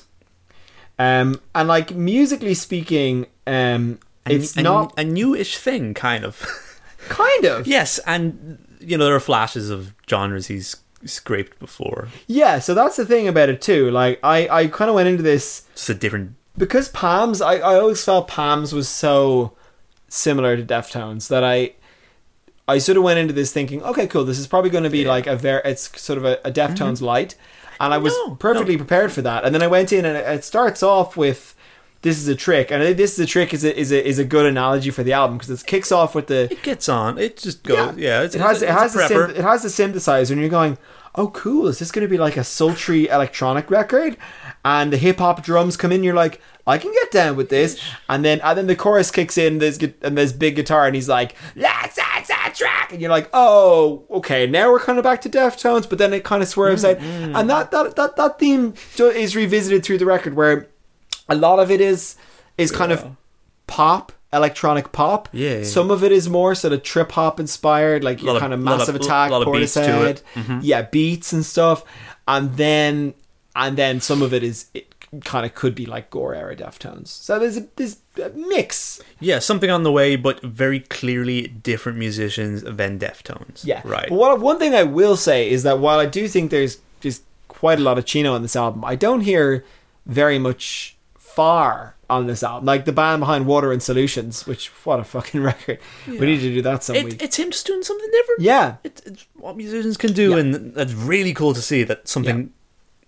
Speaker 4: Um, and like musically speaking, um, it's
Speaker 5: a,
Speaker 4: not
Speaker 5: a newish thing, kind of.
Speaker 4: kind of.
Speaker 5: yes, and you know there are flashes of genres he's scraped before.
Speaker 4: Yeah, so that's the thing about it too. Like I, I kind of went into this
Speaker 5: Just a different.
Speaker 4: because Palms. I, I always felt Palms was so similar to Deftones that I, I sort of went into this thinking, okay, cool, this is probably going to be like a very, it's sort of a, a Deftones light, and I was
Speaker 5: Mm-hmm. No,
Speaker 4: perfectly prepared for that. And then I went in and it, it starts off with. this is a trick, and I think this is a trick is a is a, is a good analogy for the album because it kicks off with the
Speaker 5: It gets on. It just goes. Yeah, it's,
Speaker 4: it has
Speaker 5: it's,
Speaker 4: it has
Speaker 5: a
Speaker 4: the
Speaker 5: prepper.
Speaker 4: synth- it has the synthesizer, and you're going, oh cool, is this going to be like a sultry electronic record? And the hip hop drums come in, you're like, I can get down with this. And then and then the chorus kicks in, there's gu- and there's big guitar, and he's like, that's that's that track, and you're like, oh okay, now we're kind of back to Deftones, but then it kind of swerves
Speaker 5: Mm,
Speaker 4: out, and that that that that theme ju- is revisited through the record where a lot of it is is kind of pop electronic pop
Speaker 5: Yeah.
Speaker 4: some of it is more sort of trip hop inspired like your
Speaker 5: Lot of-
Speaker 4: kind of
Speaker 5: lot of-
Speaker 4: massive attack
Speaker 5: lot of beats to
Speaker 4: Portishead.
Speaker 5: it. Mm-hmm.
Speaker 4: yeah beats and stuff and then and then some of it is it kind of could be like gore era deftones so there's a there's a mix
Speaker 5: yeah, something on the way, but very clearly different musicians than Deftones.
Speaker 4: Yeah.
Speaker 5: right.
Speaker 4: But what, one thing I will say is that while I do think there's just quite a lot of Chino on this album, I don't hear very much far on this album. Like the band behind Water and Solutions, which what a fucking record. We need to do that some
Speaker 5: It,
Speaker 4: week.
Speaker 5: it's him just doing something different.
Speaker 4: yeah.
Speaker 5: it, it's what musicians can do,
Speaker 4: Yeah.
Speaker 5: and that's really cool to see that something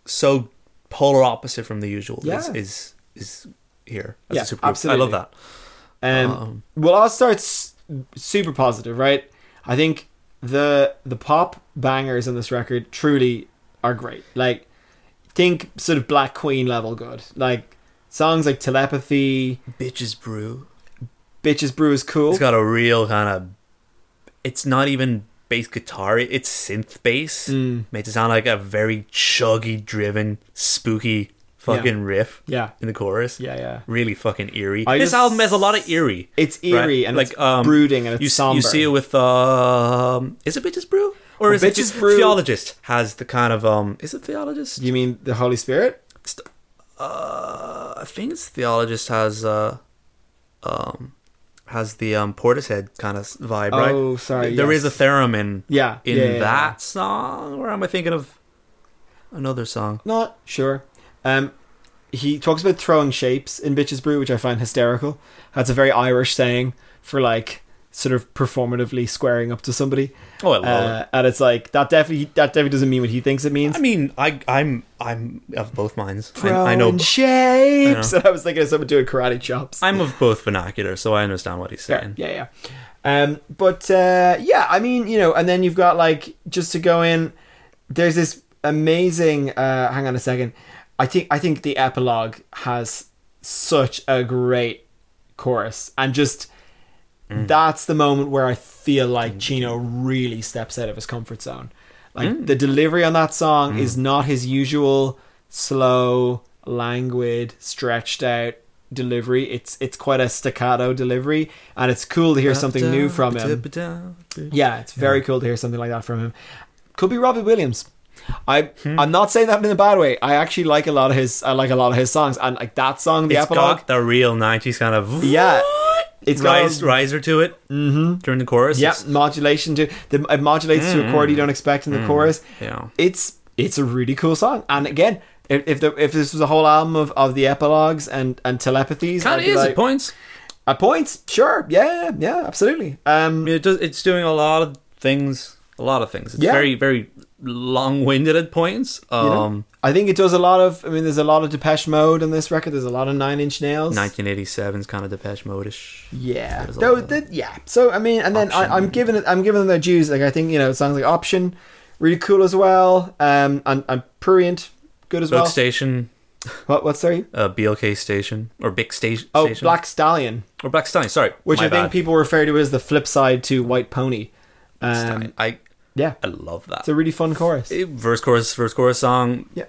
Speaker 5: so polar opposite from the usual is
Speaker 4: Yeah.
Speaker 5: is is here. As
Speaker 4: Yeah,
Speaker 5: a supergroup.
Speaker 4: absolutely.
Speaker 5: I love that.
Speaker 4: Um,
Speaker 5: Um,
Speaker 4: well, I'll start s- super positive, right? I think the the pop bangers on this record truly are great. Like, think sort of Black Queen level good. Like songs like Telepathy,
Speaker 5: Bitches Brew.
Speaker 4: Bitches Brew is cool.
Speaker 5: It's got a real kind of. It's not even bass guitar. it- It's synth bass.
Speaker 4: Mm.
Speaker 5: Makes it sound like a very chuggy, driven, spooky fucking riff
Speaker 4: yeah,
Speaker 5: in the chorus.
Speaker 4: yeah, yeah.
Speaker 5: Really fucking eerie.
Speaker 4: I
Speaker 5: this
Speaker 4: just-
Speaker 5: album has a lot of eerie.
Speaker 4: It's eerie
Speaker 5: right? um,
Speaker 4: and like, it's brooding and it's
Speaker 5: you, s-
Speaker 4: somber.
Speaker 5: You see it with um, is it Bitches Brew or
Speaker 4: Well,
Speaker 5: is it
Speaker 4: Bitches
Speaker 5: Bitches
Speaker 4: Brew-
Speaker 5: Theologist has the kind of um, is it Theologist?
Speaker 4: You mean the Holy Spirit?
Speaker 5: Uh, I think it's Theologist has uh, um, has the um Portishead kind of vibe, right?
Speaker 4: Oh, sorry,
Speaker 5: There
Speaker 4: yes.
Speaker 5: is a theorem in
Speaker 4: Yeah,
Speaker 5: in
Speaker 4: yeah, yeah, yeah.
Speaker 5: that song, or am I thinking of another song?
Speaker 4: Not sure. Um, he talks about throwing shapes in Bitches Brew, which I find hysterical. That's a very Irish saying for like sort of performatively squaring up to somebody.
Speaker 5: Oh, I love it.
Speaker 4: Uh, and it's like that definitely that definitely doesn't mean what he thinks it means.
Speaker 5: I mean, I I'm I'm of both minds. I,
Speaker 4: throwing
Speaker 5: I know
Speaker 4: shapes.
Speaker 5: I know.
Speaker 4: And I was thinking of someone doing karate chops.
Speaker 5: I'm of both vernacular, so I understand what he's
Speaker 4: Fair.
Speaker 5: saying.
Speaker 4: Yeah, yeah. Um, but uh, yeah, I mean, you know, and then you've got like just to go in. There's this amazing. Uh, hang on a second. I think I think the epilogue has such a great chorus, and just that's the moment where I feel like Chino really steps out of his comfort zone. Like the delivery on that song is not his usual slow, languid, stretched out delivery. It's it's quite a staccato delivery, and it's cool to hear something new from him. Yeah, it's very cool to hear something like that from him. Could be Robbie Williams. I I'm not saying that in a bad way. I actually like a lot of his I like a lot of his songs, and like that song, the
Speaker 5: It's
Speaker 4: epilogue.
Speaker 5: got the real '90s kind of
Speaker 4: yeah, it's
Speaker 5: It's
Speaker 4: got Mm-hmm.
Speaker 5: rise, riser to it during the chorus.
Speaker 4: Yeah,
Speaker 5: It's-
Speaker 4: modulation to the it modulates to a chord you don't expect in the chorus.
Speaker 5: Mm. Yeah.
Speaker 4: It's it's a really cool song. And again, if if, the, if this was a whole album of, of the epilogues and and telepathies,
Speaker 5: Kind
Speaker 4: I'd
Speaker 5: of
Speaker 4: be
Speaker 5: is
Speaker 4: like,
Speaker 5: at points.
Speaker 4: At points, sure, yeah, yeah, absolutely. Um,
Speaker 5: I mean, it does, it's doing a lot of things. A lot of things. It's
Speaker 4: Yeah.
Speaker 5: very, very long-winded at points. Um,
Speaker 4: you know, I think it does a lot of. I mean, there's a lot of Depeche Mode on this record. There's a lot of Nine Inch Nails.
Speaker 5: 1987's kind of Depeche Mode-ish.
Speaker 4: Yeah,
Speaker 5: There's a
Speaker 4: though,
Speaker 5: lot of-
Speaker 4: that- yeah. So I mean, and then I,
Speaker 5: Option.
Speaker 4: I'm giving it. I'm giving them their dues. Like I think you know, songs like Option, really cool as well. Um, and, and Prurient, good as
Speaker 5: Book
Speaker 4: well.
Speaker 5: Station,
Speaker 4: What? What? Sorry.
Speaker 5: uh, BLK Station, or Big Station.
Speaker 4: Oh,
Speaker 5: Station?
Speaker 4: Black Stallion,
Speaker 5: or Black Stallion. Sorry,
Speaker 4: which
Speaker 5: my
Speaker 4: I think
Speaker 5: bad.
Speaker 4: people refer to as the flip side to White Pony. Um,
Speaker 5: Stallion. I,
Speaker 4: yeah,
Speaker 5: I love that.
Speaker 4: it's a really fun chorus.
Speaker 5: Eh, verse chorus verse chorus song.
Speaker 4: Yeah.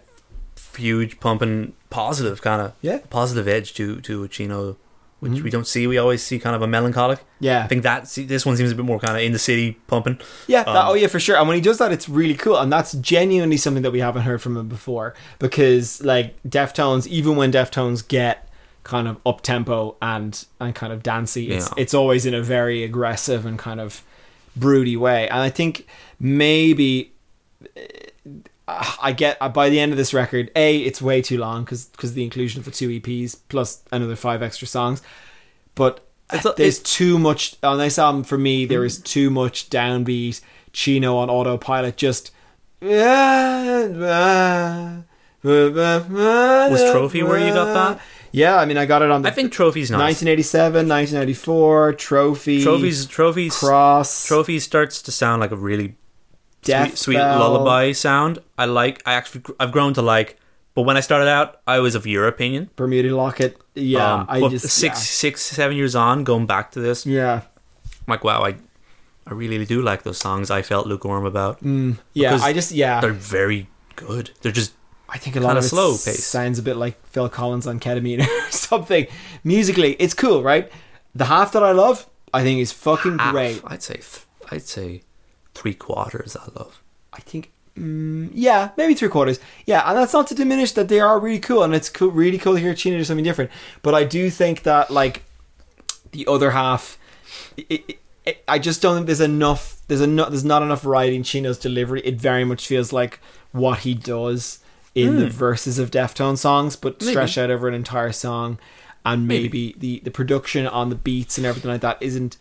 Speaker 5: Huge pumping positive kind of
Speaker 4: Yeah. Mm-hmm.
Speaker 5: positive edge to to Chino, which we don't see. We always see kind of a melancholic.
Speaker 4: Yeah.
Speaker 5: I think that see, this one seems a bit more kind of in the city pumping.
Speaker 4: Yeah, that,
Speaker 5: Um,
Speaker 4: oh yeah, for sure. And when he does that, it's really cool, and that's genuinely something that we haven't heard from him before. Because like Deftones, even when Deftones get kind of up tempo and and kind of dancey, it's
Speaker 5: Yeah.
Speaker 4: it's always in a very aggressive and kind of broody way. And I think maybe uh, I get uh, by the end of this record, a it's way too long because the inclusion of the two EPs plus another five extra songs, but
Speaker 5: It's a-
Speaker 4: there's too much on this album for me. There is too much downbeat Chino on autopilot. Just was
Speaker 5: Trophy where you got that?
Speaker 4: Yeah, I mean, I got it on the
Speaker 5: I think trophies nice.
Speaker 4: 1987, 1994 trophy,
Speaker 5: Trophies, trophies,
Speaker 4: cross,
Speaker 5: trophies starts to sound like a really
Speaker 4: death
Speaker 5: sweet, sweet
Speaker 4: bell.
Speaker 5: lullaby sound. I like. I actually, I've grown to like. But when I started out, I was of your opinion.
Speaker 4: Bermuda locket. Yeah,
Speaker 5: Um,
Speaker 4: I
Speaker 5: but
Speaker 4: just
Speaker 5: six, six, seven years on, going back to this, I'm
Speaker 4: Yeah,
Speaker 5: like wow, I, I really do like those songs. I felt lukewarm about.
Speaker 4: Mm, yeah,
Speaker 5: Because
Speaker 4: I just yeah.
Speaker 5: They're very good. They're just
Speaker 4: I think a lot
Speaker 5: kinda
Speaker 4: of it
Speaker 5: slow
Speaker 4: s-
Speaker 5: pace.
Speaker 4: sounds a bit like Phil Collins on ketamine or something. Musically, it's cool, right? The half that I love, I think is fucking
Speaker 5: half.
Speaker 4: great.
Speaker 5: I'd say, th- I'd say, three quarters. I love.
Speaker 4: I think, mm, yeah, maybe three quarters. Yeah, and that's not to diminish that they are really cool, and it's cool, really cool to hear Chino do something different. But I do think that like the other half, it, it, it, I just don't think there's enough. There's enough. There's not enough variety in Chino's delivery. It very much feels like what he does in the verses of Deftone songs, but
Speaker 5: Hmm. Maybe.
Speaker 4: stretched out over an entire song. And maybe,
Speaker 5: Maybe.
Speaker 4: the the production on the beats and everything like that isn't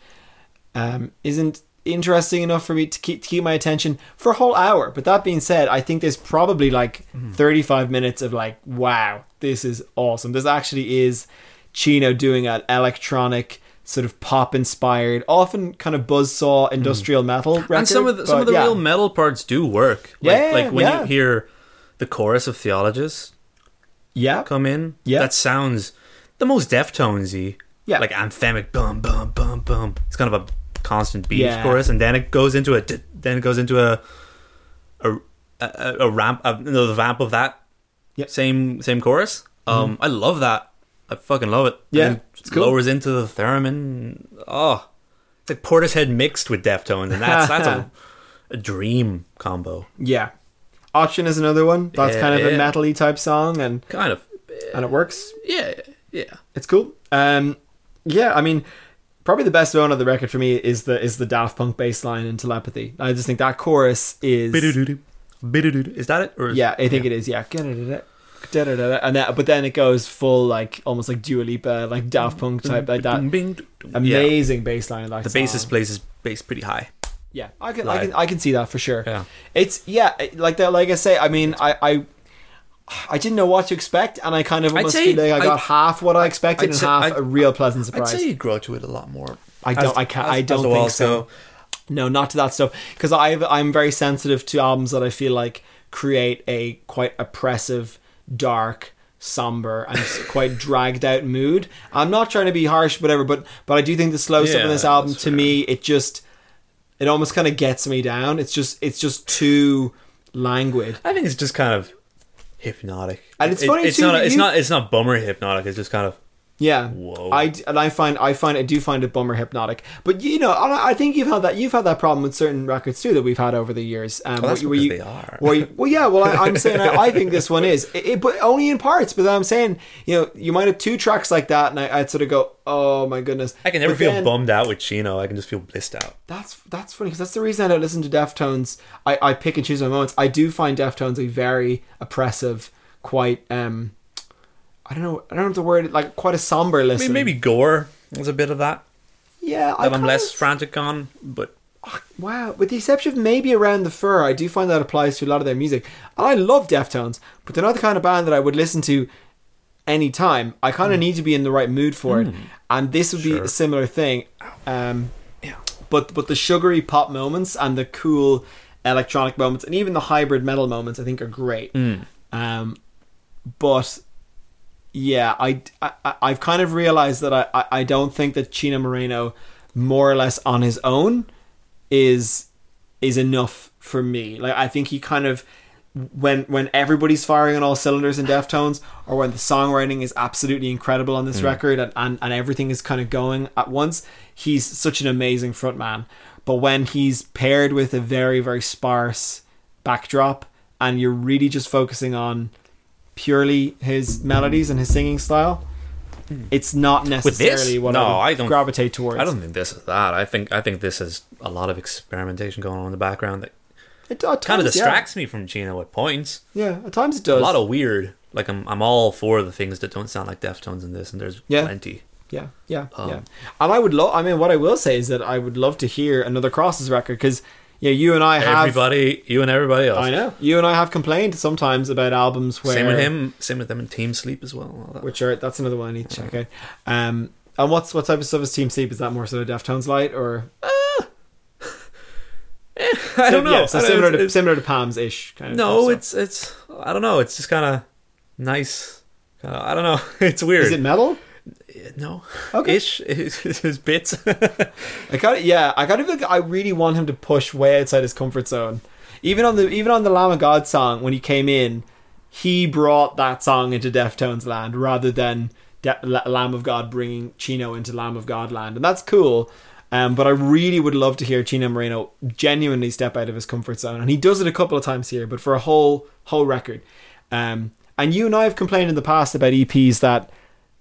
Speaker 4: um, isn't interesting enough for me to keep, to keep my attention for a whole hour. But that being said, I think there's probably like
Speaker 5: Mm-hmm.
Speaker 4: 35 minutes of like, wow, this is awesome. This actually is Chino doing an electronic sort of pop inspired, often kind of buzzsaw industrial metal record.
Speaker 5: Mm-hmm. and some of the, some
Speaker 4: but
Speaker 5: of the
Speaker 4: yeah.
Speaker 5: real metal parts do work.
Speaker 4: Yeah,
Speaker 5: like, like when
Speaker 4: yeah.
Speaker 5: you hear the chorus of Theologists
Speaker 4: yeah,
Speaker 5: come in,
Speaker 4: Yeah.
Speaker 5: that sounds the most Deftonesy.
Speaker 4: Yeah.
Speaker 5: like anthemic, bum bum bum bum. It's kind of a constant beat
Speaker 4: Yeah.
Speaker 5: chorus, and then it goes into a d- then it goes into a a a, a ramp, a, no, the vamp of that
Speaker 4: Yeah.
Speaker 5: same same chorus. Um, I love that. I fucking love it. And
Speaker 4: Mm-hmm. Yeah,
Speaker 5: then
Speaker 4: it's cool.
Speaker 5: lowers into the theremin. Oh, it's like Portishead mixed with Deftones, and that's that's a, a dream combo.
Speaker 4: yeah. Option is another one. That's
Speaker 5: Yeah,
Speaker 4: kind of a
Speaker 5: yeah.
Speaker 4: metal-y type song, and
Speaker 5: Kind of.
Speaker 4: and it works.
Speaker 5: Yeah, yeah.
Speaker 4: It's cool. Um, yeah, I mean, probably the best one of the record for me is the is the Daft Punk bass line in Telepathy. I just think that chorus is
Speaker 5: Bidoo-doo-doo. Bidoo-doo-doo. Is that it? Or is-
Speaker 4: yeah, I think it is yeah. Da-da-da-da, And that, but then it goes full like almost like Dua Lipa, like Daft Punk type like that.
Speaker 5: Bing, doo, doo. Yeah.
Speaker 4: Amazing bass line in that.
Speaker 5: the
Speaker 4: song.
Speaker 5: bassist plays his bass pretty high.
Speaker 4: Yeah, I can, I
Speaker 5: Like-
Speaker 4: can, I can see that for sure.
Speaker 5: Yeah.
Speaker 4: it's yeah, it- like that. Like I say, I mean, I, I, I didn't know what to expect, and I kind of almost
Speaker 5: say
Speaker 4: feel like I,
Speaker 5: I-
Speaker 4: got half what I expected
Speaker 5: I'd
Speaker 4: and
Speaker 5: say-
Speaker 4: half
Speaker 5: I'd-
Speaker 4: a real pleasant surprise.
Speaker 5: you grow to it a lot more.
Speaker 4: I don't- I can't- I don't
Speaker 5: the
Speaker 4: think
Speaker 5: walls
Speaker 4: so.
Speaker 5: go.
Speaker 4: No, not to that stuff. Because I I'm very sensitive to albums that I feel like create a quite oppressive, dark, somber, and s- quite dragged out mood. I'm not trying to be harsh, whatever, but but I do think the slow stuff in
Speaker 5: Yeah,
Speaker 4: this album,
Speaker 5: that's
Speaker 4: to me, it just it almost kind of gets me down. It's just it's just too languid.
Speaker 5: I think it's just kind of hypnotic,
Speaker 4: And it's funny,
Speaker 5: it's
Speaker 4: too,
Speaker 5: Not,
Speaker 4: that
Speaker 5: it's
Speaker 4: you-
Speaker 5: not. It's not bummer hypnotic. It's just kind of.
Speaker 4: Yeah.
Speaker 5: Whoa.
Speaker 4: I d- and I find I find I do find it bummer hypnotic, but you know I, I think you've had that you've had that problem with certain records too that we've had over the years. Um,
Speaker 5: that's
Speaker 4: where you-
Speaker 5: because they are.
Speaker 4: where you- well, yeah. Well, I, I'm saying I, I think this one is, it, it- but only in parts. But I'm saying you know you might have two tracks like that, and I, I'd sort of go, oh my goodness.
Speaker 5: I can never
Speaker 4: But
Speaker 5: feel
Speaker 4: then-
Speaker 5: bummed out with Chino. I can just feel blissed out.
Speaker 4: That's that's funny because that's the reason I don't listen to Deftones. I, I pick and choose my moments. I do find Deftones a very oppressive, quite um, I don't know I don't know the word like quite a somber
Speaker 5: I
Speaker 4: listen.
Speaker 5: mean, maybe gore was a bit of that
Speaker 4: yeah. I
Speaker 5: that I'm
Speaker 4: kind
Speaker 5: less
Speaker 4: of-
Speaker 5: frantic on, but
Speaker 4: Wow, with the exception of maybe around the fur, I do find that applies to a lot of their music. And I love Deftones, but they're not the kind of band that I would listen to any time. I kind of need to be in the right mood for it, and this would be a
Speaker 5: Hmm. Sure.
Speaker 4: similar thing. Um,
Speaker 5: yeah,
Speaker 4: but but the sugary pop moments and the cool electronic moments and even the hybrid metal moments I think are great.
Speaker 5: Hmm.
Speaker 4: Um, but yeah, I, I I've kind of realized that I, I I don't think that Chino Moreno, more or less on his own, is is enough for me. Like I think he kind of when when everybody's firing on all cylinders in Deftones, or when the songwriting is absolutely incredible on this record and, and, and everything is kind of going at once, he's such an amazing frontman. But when he's paired with a very, very sparse backdrop and you're really just focusing on purely his melodies and his singing style, it's not
Speaker 5: Hmm. this?
Speaker 4: necessarily what
Speaker 5: No,
Speaker 4: I, would
Speaker 5: I don't-
Speaker 4: gravitate towards.
Speaker 5: I don't think this is that. I think I think this is a lot of experimentation going on in the background that
Speaker 4: It, uh, at
Speaker 5: kind of
Speaker 4: times, yeah.
Speaker 5: distracts me from Chino at points.
Speaker 4: Yeah, at times it does.
Speaker 5: a lot of weird. Like I'm, I'm all for the things that don't sound like Deftones in this, and there's
Speaker 4: Yeah.
Speaker 5: plenty.
Speaker 4: Yeah, yeah,
Speaker 5: Um,
Speaker 4: yeah. And I would love. I mean, what I will say is that I would love to hear another Crosses record because Yeah, you and I have.
Speaker 5: everybody, you and everybody else.
Speaker 4: I know. You and I have complained sometimes about albums where
Speaker 5: Same with him. Same with them in Team Sleep as well. and all that.
Speaker 4: Which are that's another one I need to check out. Um, and what's what type of stuff is Team Sleep? Is that more sort of Deftones light or
Speaker 5: I don't know.
Speaker 4: Yeah, so
Speaker 5: I don't-
Speaker 4: similar to
Speaker 5: it's-
Speaker 4: similar to Palms ish kind of.
Speaker 5: no,
Speaker 4: type stuff.
Speaker 5: it's it's. I don't know. It's just kind of nice. Kinda, I don't know. It's weird.
Speaker 4: is it metal?
Speaker 5: no.
Speaker 4: Okay.
Speaker 5: Ish. His bits.
Speaker 4: I got yeah. I got like I really want him to push way outside his comfort zone. Even on the even on the Lamb of God song when he came in, he brought that song into Deftones land rather than De- La- Lamb of God bringing Chino into Lamb of God land, and that's cool. Um, but I really would love to hear Chino Moreno genuinely step out of his comfort zone, and he does it a couple of times here, but for a whole whole record. Um, and you and I have complained in the past about EPs that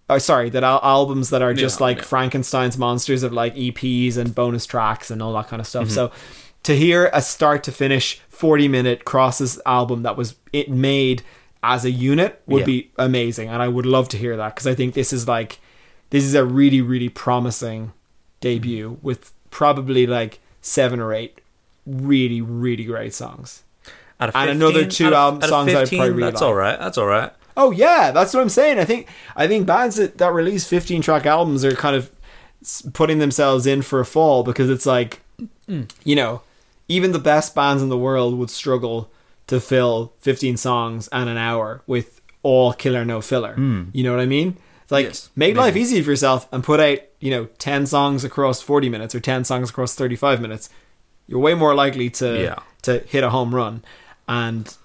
Speaker 4: Oh, sorry, that al- albums that are just
Speaker 5: Yeah,
Speaker 4: like
Speaker 5: yeah.
Speaker 4: Frankenstein's monsters of like EPs and bonus tracks and all that kind of
Speaker 5: Mm-hmm.
Speaker 4: stuff. So to hear a start to finish 40 minute crosses album that was it made as a unit would
Speaker 5: Yeah.
Speaker 4: be amazing and I would love to hear that because I think this is like this is a really really promising debut
Speaker 5: Mm-hmm.
Speaker 4: with probably like 7 or 8 really really great songs.
Speaker 5: Out of
Speaker 4: And another two
Speaker 5: out
Speaker 4: album
Speaker 5: out of
Speaker 4: songs I'd
Speaker 5: 15,
Speaker 4: probably really
Speaker 5: That's
Speaker 4: like.
Speaker 5: all right. That's all right.
Speaker 4: Oh yeah, that's what I'm saying. I think I think bands that, that release 15 track albums are kind of s- putting themselves in for a fall because it's like you know, even the best bands in the world would struggle to fill 15 songs and an hour with all killer no filler. You know what I mean? It's like
Speaker 5: Hmm. Yes,
Speaker 4: make life easy for yourself and put out, you know, 10 songs across 40 minutes or 10 songs across 35 minutes. You're way more likely to
Speaker 5: Yeah.
Speaker 4: to hit a home run and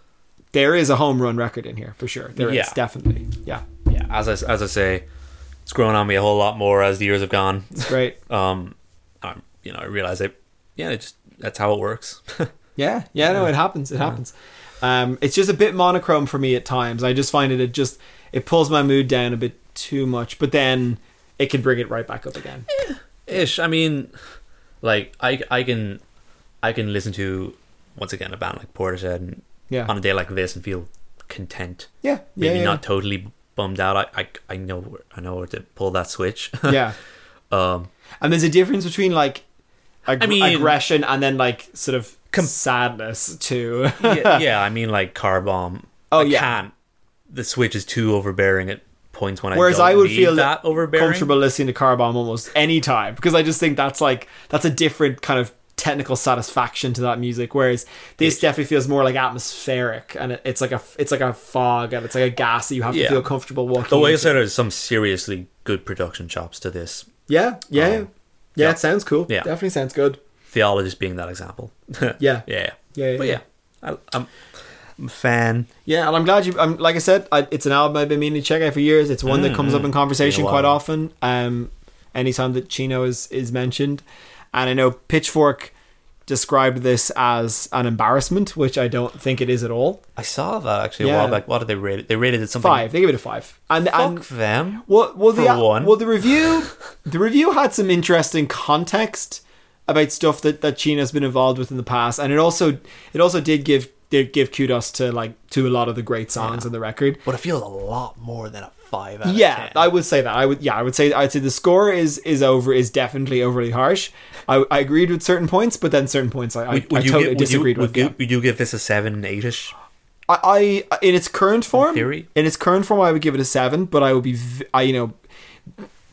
Speaker 4: there is a home run record in here for sure. There is
Speaker 5: Yeah.
Speaker 4: definitely. Yeah.
Speaker 5: Yeah. As I as I say, it's grown on me a whole lot more as the years have gone.
Speaker 4: It's great.
Speaker 5: Um, I, you know, I realize I, yeah, it just that's how it works.
Speaker 4: Yeah, yeah, no, it happens. It happens. Um, it's just a bit monochrome for me at times. I just find it, it just it pulls my mood down a bit too much, but then it can bring it right back up again.
Speaker 5: ish i mean like i i can i can listen to once again a band like portishead and
Speaker 4: Yeah.
Speaker 5: on a day like this and feel content
Speaker 4: Yeah, yeah,
Speaker 5: maybe
Speaker 4: yeah,
Speaker 5: not totally bummed out I, I i know where i know where to pull that switch
Speaker 4: yeah.
Speaker 5: um
Speaker 4: And there's a difference between like ag-
Speaker 5: I mean-
Speaker 4: aggression and then like sort of sadness too.
Speaker 5: yeah, yeah, i mean like car bomb
Speaker 4: Oh,
Speaker 5: I
Speaker 4: yeah.
Speaker 5: can't the switch is too overbearing at points when
Speaker 4: Whereas
Speaker 5: i,
Speaker 4: I
Speaker 5: don't
Speaker 4: would
Speaker 5: need
Speaker 4: feel
Speaker 5: that overbearing
Speaker 4: comfortable listening to Car Bomb almost any time because I just think that's like that's a different kind of technical satisfaction to that music. Whereas this definitely feels more like atmospheric and it, it's like a it's like a fog and it's like a gas that you have to
Speaker 5: Yeah.
Speaker 4: feel comfortable walking.
Speaker 5: the way i
Speaker 4: into.
Speaker 5: said there's some seriously good production chops to this
Speaker 4: yeah, yeah, yeah, yeah. It sounds cool.
Speaker 5: Um, Yeah.
Speaker 4: definitely sounds good.
Speaker 5: theologist being that example
Speaker 4: Yeah.
Speaker 5: yeah
Speaker 4: Yeah, yeah,
Speaker 5: but
Speaker 4: yeah.
Speaker 5: yeah, I, I'm, I'm a fan
Speaker 4: Yeah, and I'm glad you. I'm like I said, I, it's an album I've been meaning to check out for years. It's one
Speaker 5: Mm,
Speaker 4: that comes up in conversation
Speaker 5: Been a
Speaker 4: quite
Speaker 5: while.
Speaker 4: often. Um, anytime that Chino is is mentioned, and I know Pitchfork described this as an embarrassment, which I don't think it is at all.
Speaker 5: I saw that actually
Speaker 4: Yeah.
Speaker 5: a while back. What did they rate it? They rated it something.
Speaker 4: Five, Um, they give it a five, and
Speaker 5: Fuck
Speaker 4: and
Speaker 5: them.
Speaker 4: well, well the
Speaker 5: for one.
Speaker 4: well the review, the review had some interesting context about stuff that that Chino's been involved with in the past, and it also it also did give did give kudos to like to a lot of the great songs on the record.
Speaker 5: But it feels a lot more than a five. Out
Speaker 4: yeah
Speaker 5: of 10.
Speaker 4: i would say that i would yeah i would say i'd say the score is is over is definitely overly harsh i, I agreed with certain points but then certain points i, I, I
Speaker 5: you
Speaker 4: totally
Speaker 5: give-
Speaker 4: disagreed
Speaker 5: would
Speaker 4: with yeah.
Speaker 5: you, Would you, would you give this a seven, eight-ish?
Speaker 4: I, I in its current form
Speaker 5: theory?
Speaker 4: in its current form i would give it a seven but i would be v- i you know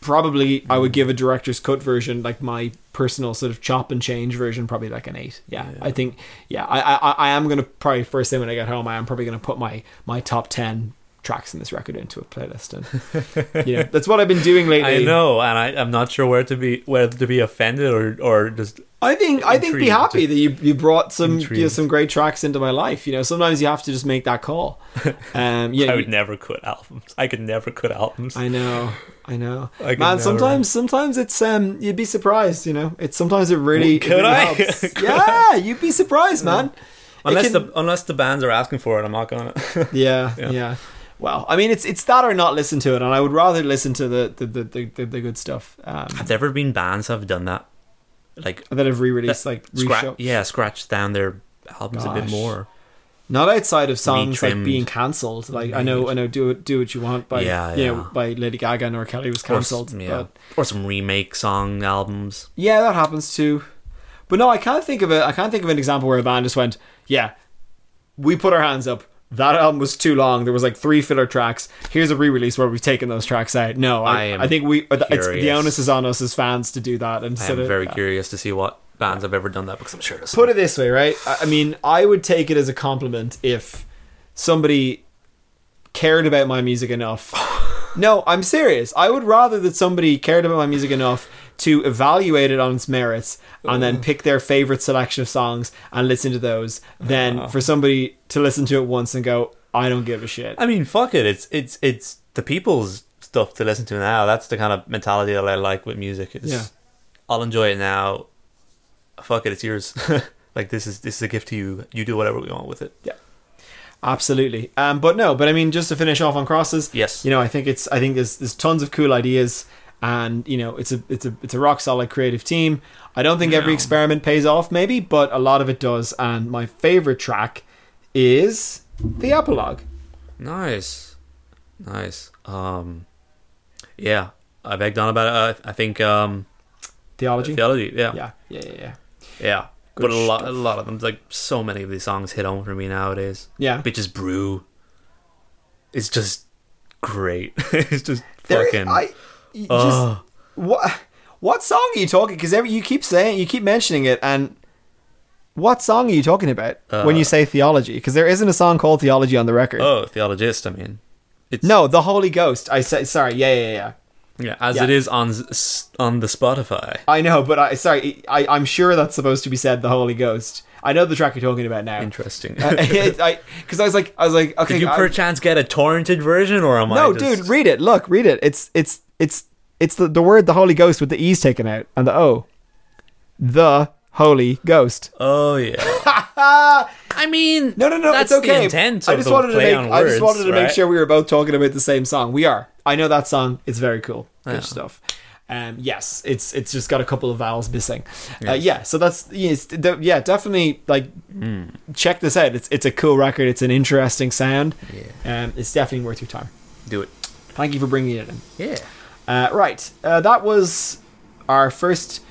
Speaker 4: probably i would give a director's cut version like my personal sort of chop and change version probably like an eight yeah, i think yeah I, I i am gonna probably first thing when i get home i am probably gonna put my my top 10 tracks in this record into a playlist and you know that's what i've been doing lately
Speaker 5: I know, and I, I'm not sure where to be whether to be offended or or just.
Speaker 4: I think I think be
Speaker 5: Intrigued.
Speaker 4: happy that you, you brought some you know,
Speaker 5: Intrigued.
Speaker 4: some great tracks into my life. You know, sometimes you have to just make that call. Um, yeah,
Speaker 5: I would never cut albums. I could never cut albums.
Speaker 4: I know, I know,
Speaker 5: I could
Speaker 4: man.
Speaker 5: never.
Speaker 4: Sometimes sometimes it's um you'd be surprised. You know, it's sometimes it really it
Speaker 5: Could
Speaker 4: really
Speaker 5: I?
Speaker 4: helps.
Speaker 5: Could
Speaker 4: yeah, you'd be surprised, man. It
Speaker 5: unless
Speaker 4: can-
Speaker 5: the unless the bands are asking for it, I'm not gonna.
Speaker 4: yeah, yeah.
Speaker 5: Yeah.
Speaker 4: Well, I mean, it's it's that or not listen to it, and I would rather listen to the the, the, the, the, the good stuff um,
Speaker 5: have there ever been bands that have done that? Like
Speaker 4: that have re-released, like
Speaker 5: scratch,
Speaker 4: reshow.
Speaker 5: yeah, scratch down their albums a
Speaker 4: Gosh.
Speaker 5: bit more.
Speaker 4: Not outside of songs like
Speaker 5: Retrimmed.
Speaker 4: being cancelled. Like I know, I know. Do it, do what you want by
Speaker 5: Yeah,
Speaker 4: you
Speaker 5: yeah.
Speaker 4: know by Lady Gaga and R. Kelly was
Speaker 5: Or s-
Speaker 4: cancelled.
Speaker 5: yeah.
Speaker 4: But
Speaker 5: or some remake song albums.
Speaker 4: yeah, that happens too. But no, I can't think of a I can't think of an example where a band just went, yeah, we put our hands up. That album was too long. There was like three filler tracks. Here's a re-release where we've taken those tracks out. No,
Speaker 5: I
Speaker 4: I,
Speaker 5: am
Speaker 4: I, think we it's, the
Speaker 5: curious.
Speaker 4: onus is on us as fans to do that. And
Speaker 5: I am very curious to see what bands have ever done that because I'm sure there's
Speaker 4: put it this way, right? I I mean, I would take it as a compliment if somebody cared about my music enough. no, I'm serious. I would rather that somebody cared about my music enough to evaluate it on its merits and then pick their favorite selection of songs and listen to those than for somebody to listen to it once and go, I don't give a shit.
Speaker 5: I mean, fuck it. It's it's it's the people's stuff to listen to now. That's the kind of mentality that I like with music. Is
Speaker 4: Yeah.
Speaker 5: I'll enjoy it now. Fuck it, it's yours. like this is this is a gift to you. You do whatever we want with it.
Speaker 4: Absolutely. Um, but no, but I mean, just to finish off on crosses.
Speaker 5: Yes.
Speaker 4: You know, I think it's I think there's there's tons of cool ideas, and you know, it's a it's a it's a rock solid creative team. I don't think every experiment pays off, maybe, but a lot of it does. And my favorite track is the epilogue.
Speaker 5: Nice, nice. Um, yeah, I begged on about it. I, I think um,
Speaker 4: Theology.
Speaker 5: theology. Yeah,
Speaker 4: yeah. Yeah. Yeah. Yeah.
Speaker 5: yeah. but a lot, a lot of them, like so many of these songs, hit home for me nowadays.
Speaker 4: Yeah.
Speaker 5: Bitches Brew. It's just great. it's just
Speaker 4: There-
Speaker 5: fucking. Oh,
Speaker 4: I- you just-
Speaker 5: Ugh.
Speaker 4: what what song are you talking? Because you keep saying you keep mentioning it, and what song are you talking about
Speaker 5: Uh,
Speaker 4: when you say theology? Because there isn't a song called theology on the record.
Speaker 5: Oh, theologist. I mean, it's
Speaker 4: No, the Holy Ghost. I said sorry. Yeah, yeah, yeah.
Speaker 5: yeah, as
Speaker 4: yeah.
Speaker 5: it is on s- on the Spotify.
Speaker 4: I know, but I sorry. I I'm sure that's supposed to be said. The Holy Ghost. I know the track you're talking about now.
Speaker 5: Interesting.
Speaker 4: Because I, 'cause I was like, I was Uh, like, okay.
Speaker 5: Did you
Speaker 4: I-
Speaker 5: perchance get a torrented version, or am
Speaker 4: no,
Speaker 5: I? just-
Speaker 4: dude, read it. Look, read it. It's it's it's it's the the word the Holy Ghost with the e's taken out and the o. The Holy Ghost.
Speaker 5: oh yeah. I mean,
Speaker 4: No, no, no.
Speaker 5: That's
Speaker 4: it's okay.
Speaker 5: The intent
Speaker 4: I
Speaker 5: of
Speaker 4: just
Speaker 5: the
Speaker 4: wanted to
Speaker 5: play
Speaker 4: make.
Speaker 5: on
Speaker 4: I just
Speaker 5: words,
Speaker 4: wanted to make
Speaker 5: right?
Speaker 4: sure we were both talking about the same song. We are. I know that song. It's very cool. Good
Speaker 5: Yeah.
Speaker 4: stuff. Um, yes, it's it's just got a couple of vowels missing. Uh, yeah, so that's yeah, it's, de- yeah, definitely like
Speaker 5: Hmm.
Speaker 4: check this out. It's it's a cool record. It's an interesting sound. Yeah. Um, it's definitely worth your time.
Speaker 5: Do it.
Speaker 4: Thank you for bringing it in.
Speaker 5: Yeah.
Speaker 4: Uh, right, uh, that was our first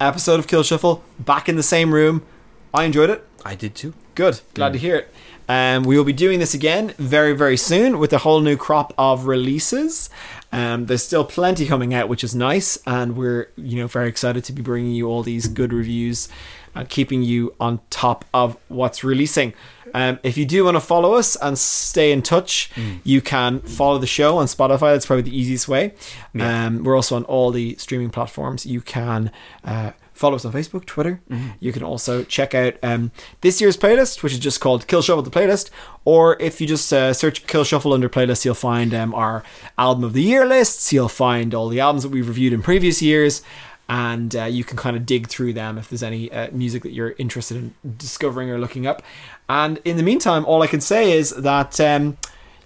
Speaker 4: episode of Kill Shuffle. Back in the same room. I enjoyed it.
Speaker 5: I did too.
Speaker 4: Good. Glad to hear it. Um, we will be doing this again very, very soon with a whole new crop of releases. Um, there's still plenty coming out, which is nice, and we're you know very excited to be bringing you all these good reviews and keeping you on top of what's releasing. Um, if you do want to follow us and stay in touch, you can follow the show on Spotify. That's probably the easiest way. Um, we're also on all the streaming platforms. You can uh, follow us on Facebook, Twitter. You can also check out um, this year's playlist, which is just called Kill Shuffle the Playlist. Or if you just uh, search Kill Shuffle under playlist, you'll find um, our album of the year lists. You'll find all the albums that we've reviewed in previous years. And uh, you can kind of dig through them if there's any uh, music that you're interested in discovering or looking up. And in the meantime, all I can say is that, um,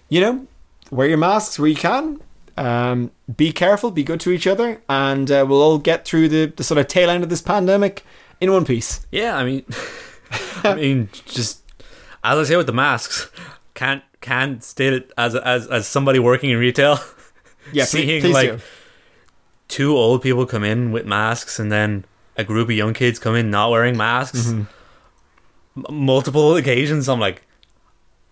Speaker 4: you know, wear your masks where you can. Um, be careful, be good to each other, and uh, we'll all get through the, the sort of tail end of this pandemic in one piece.
Speaker 5: Yeah. I mean, I mean, just as I say with the masks, can't can't state it as as as somebody working in retail.
Speaker 4: Yeah, please,
Speaker 5: seeing
Speaker 4: please
Speaker 5: like
Speaker 4: do.
Speaker 5: two old people come in with masks and then a group of young kids come in not wearing masks M- multiple occasions i'm like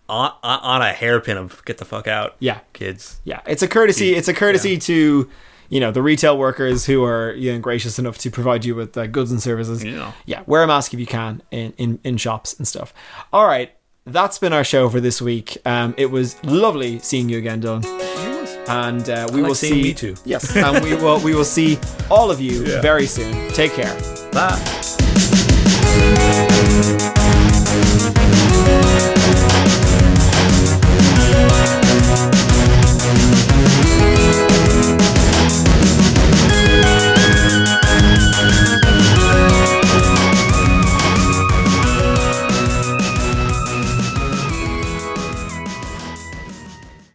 Speaker 5: on, on- on a hairpin of get the fuck out
Speaker 4: Yeah,
Speaker 5: kids
Speaker 4: yeah. It's a courtesy. It's a courtesy to you know the retail workers who are you know, gracious enough to provide you with uh, goods and services.
Speaker 5: Yeah.
Speaker 4: yeah. Wear a mask if you can in in, in shops and stuff. All right. That's been our show for this week. Um, it was lovely seeing you again, Dylan. And uh, we
Speaker 5: like
Speaker 4: will
Speaker 5: seeing
Speaker 4: see
Speaker 5: me too.
Speaker 4: Yes, and we will we will see all of you very soon. Take care.
Speaker 5: Bye.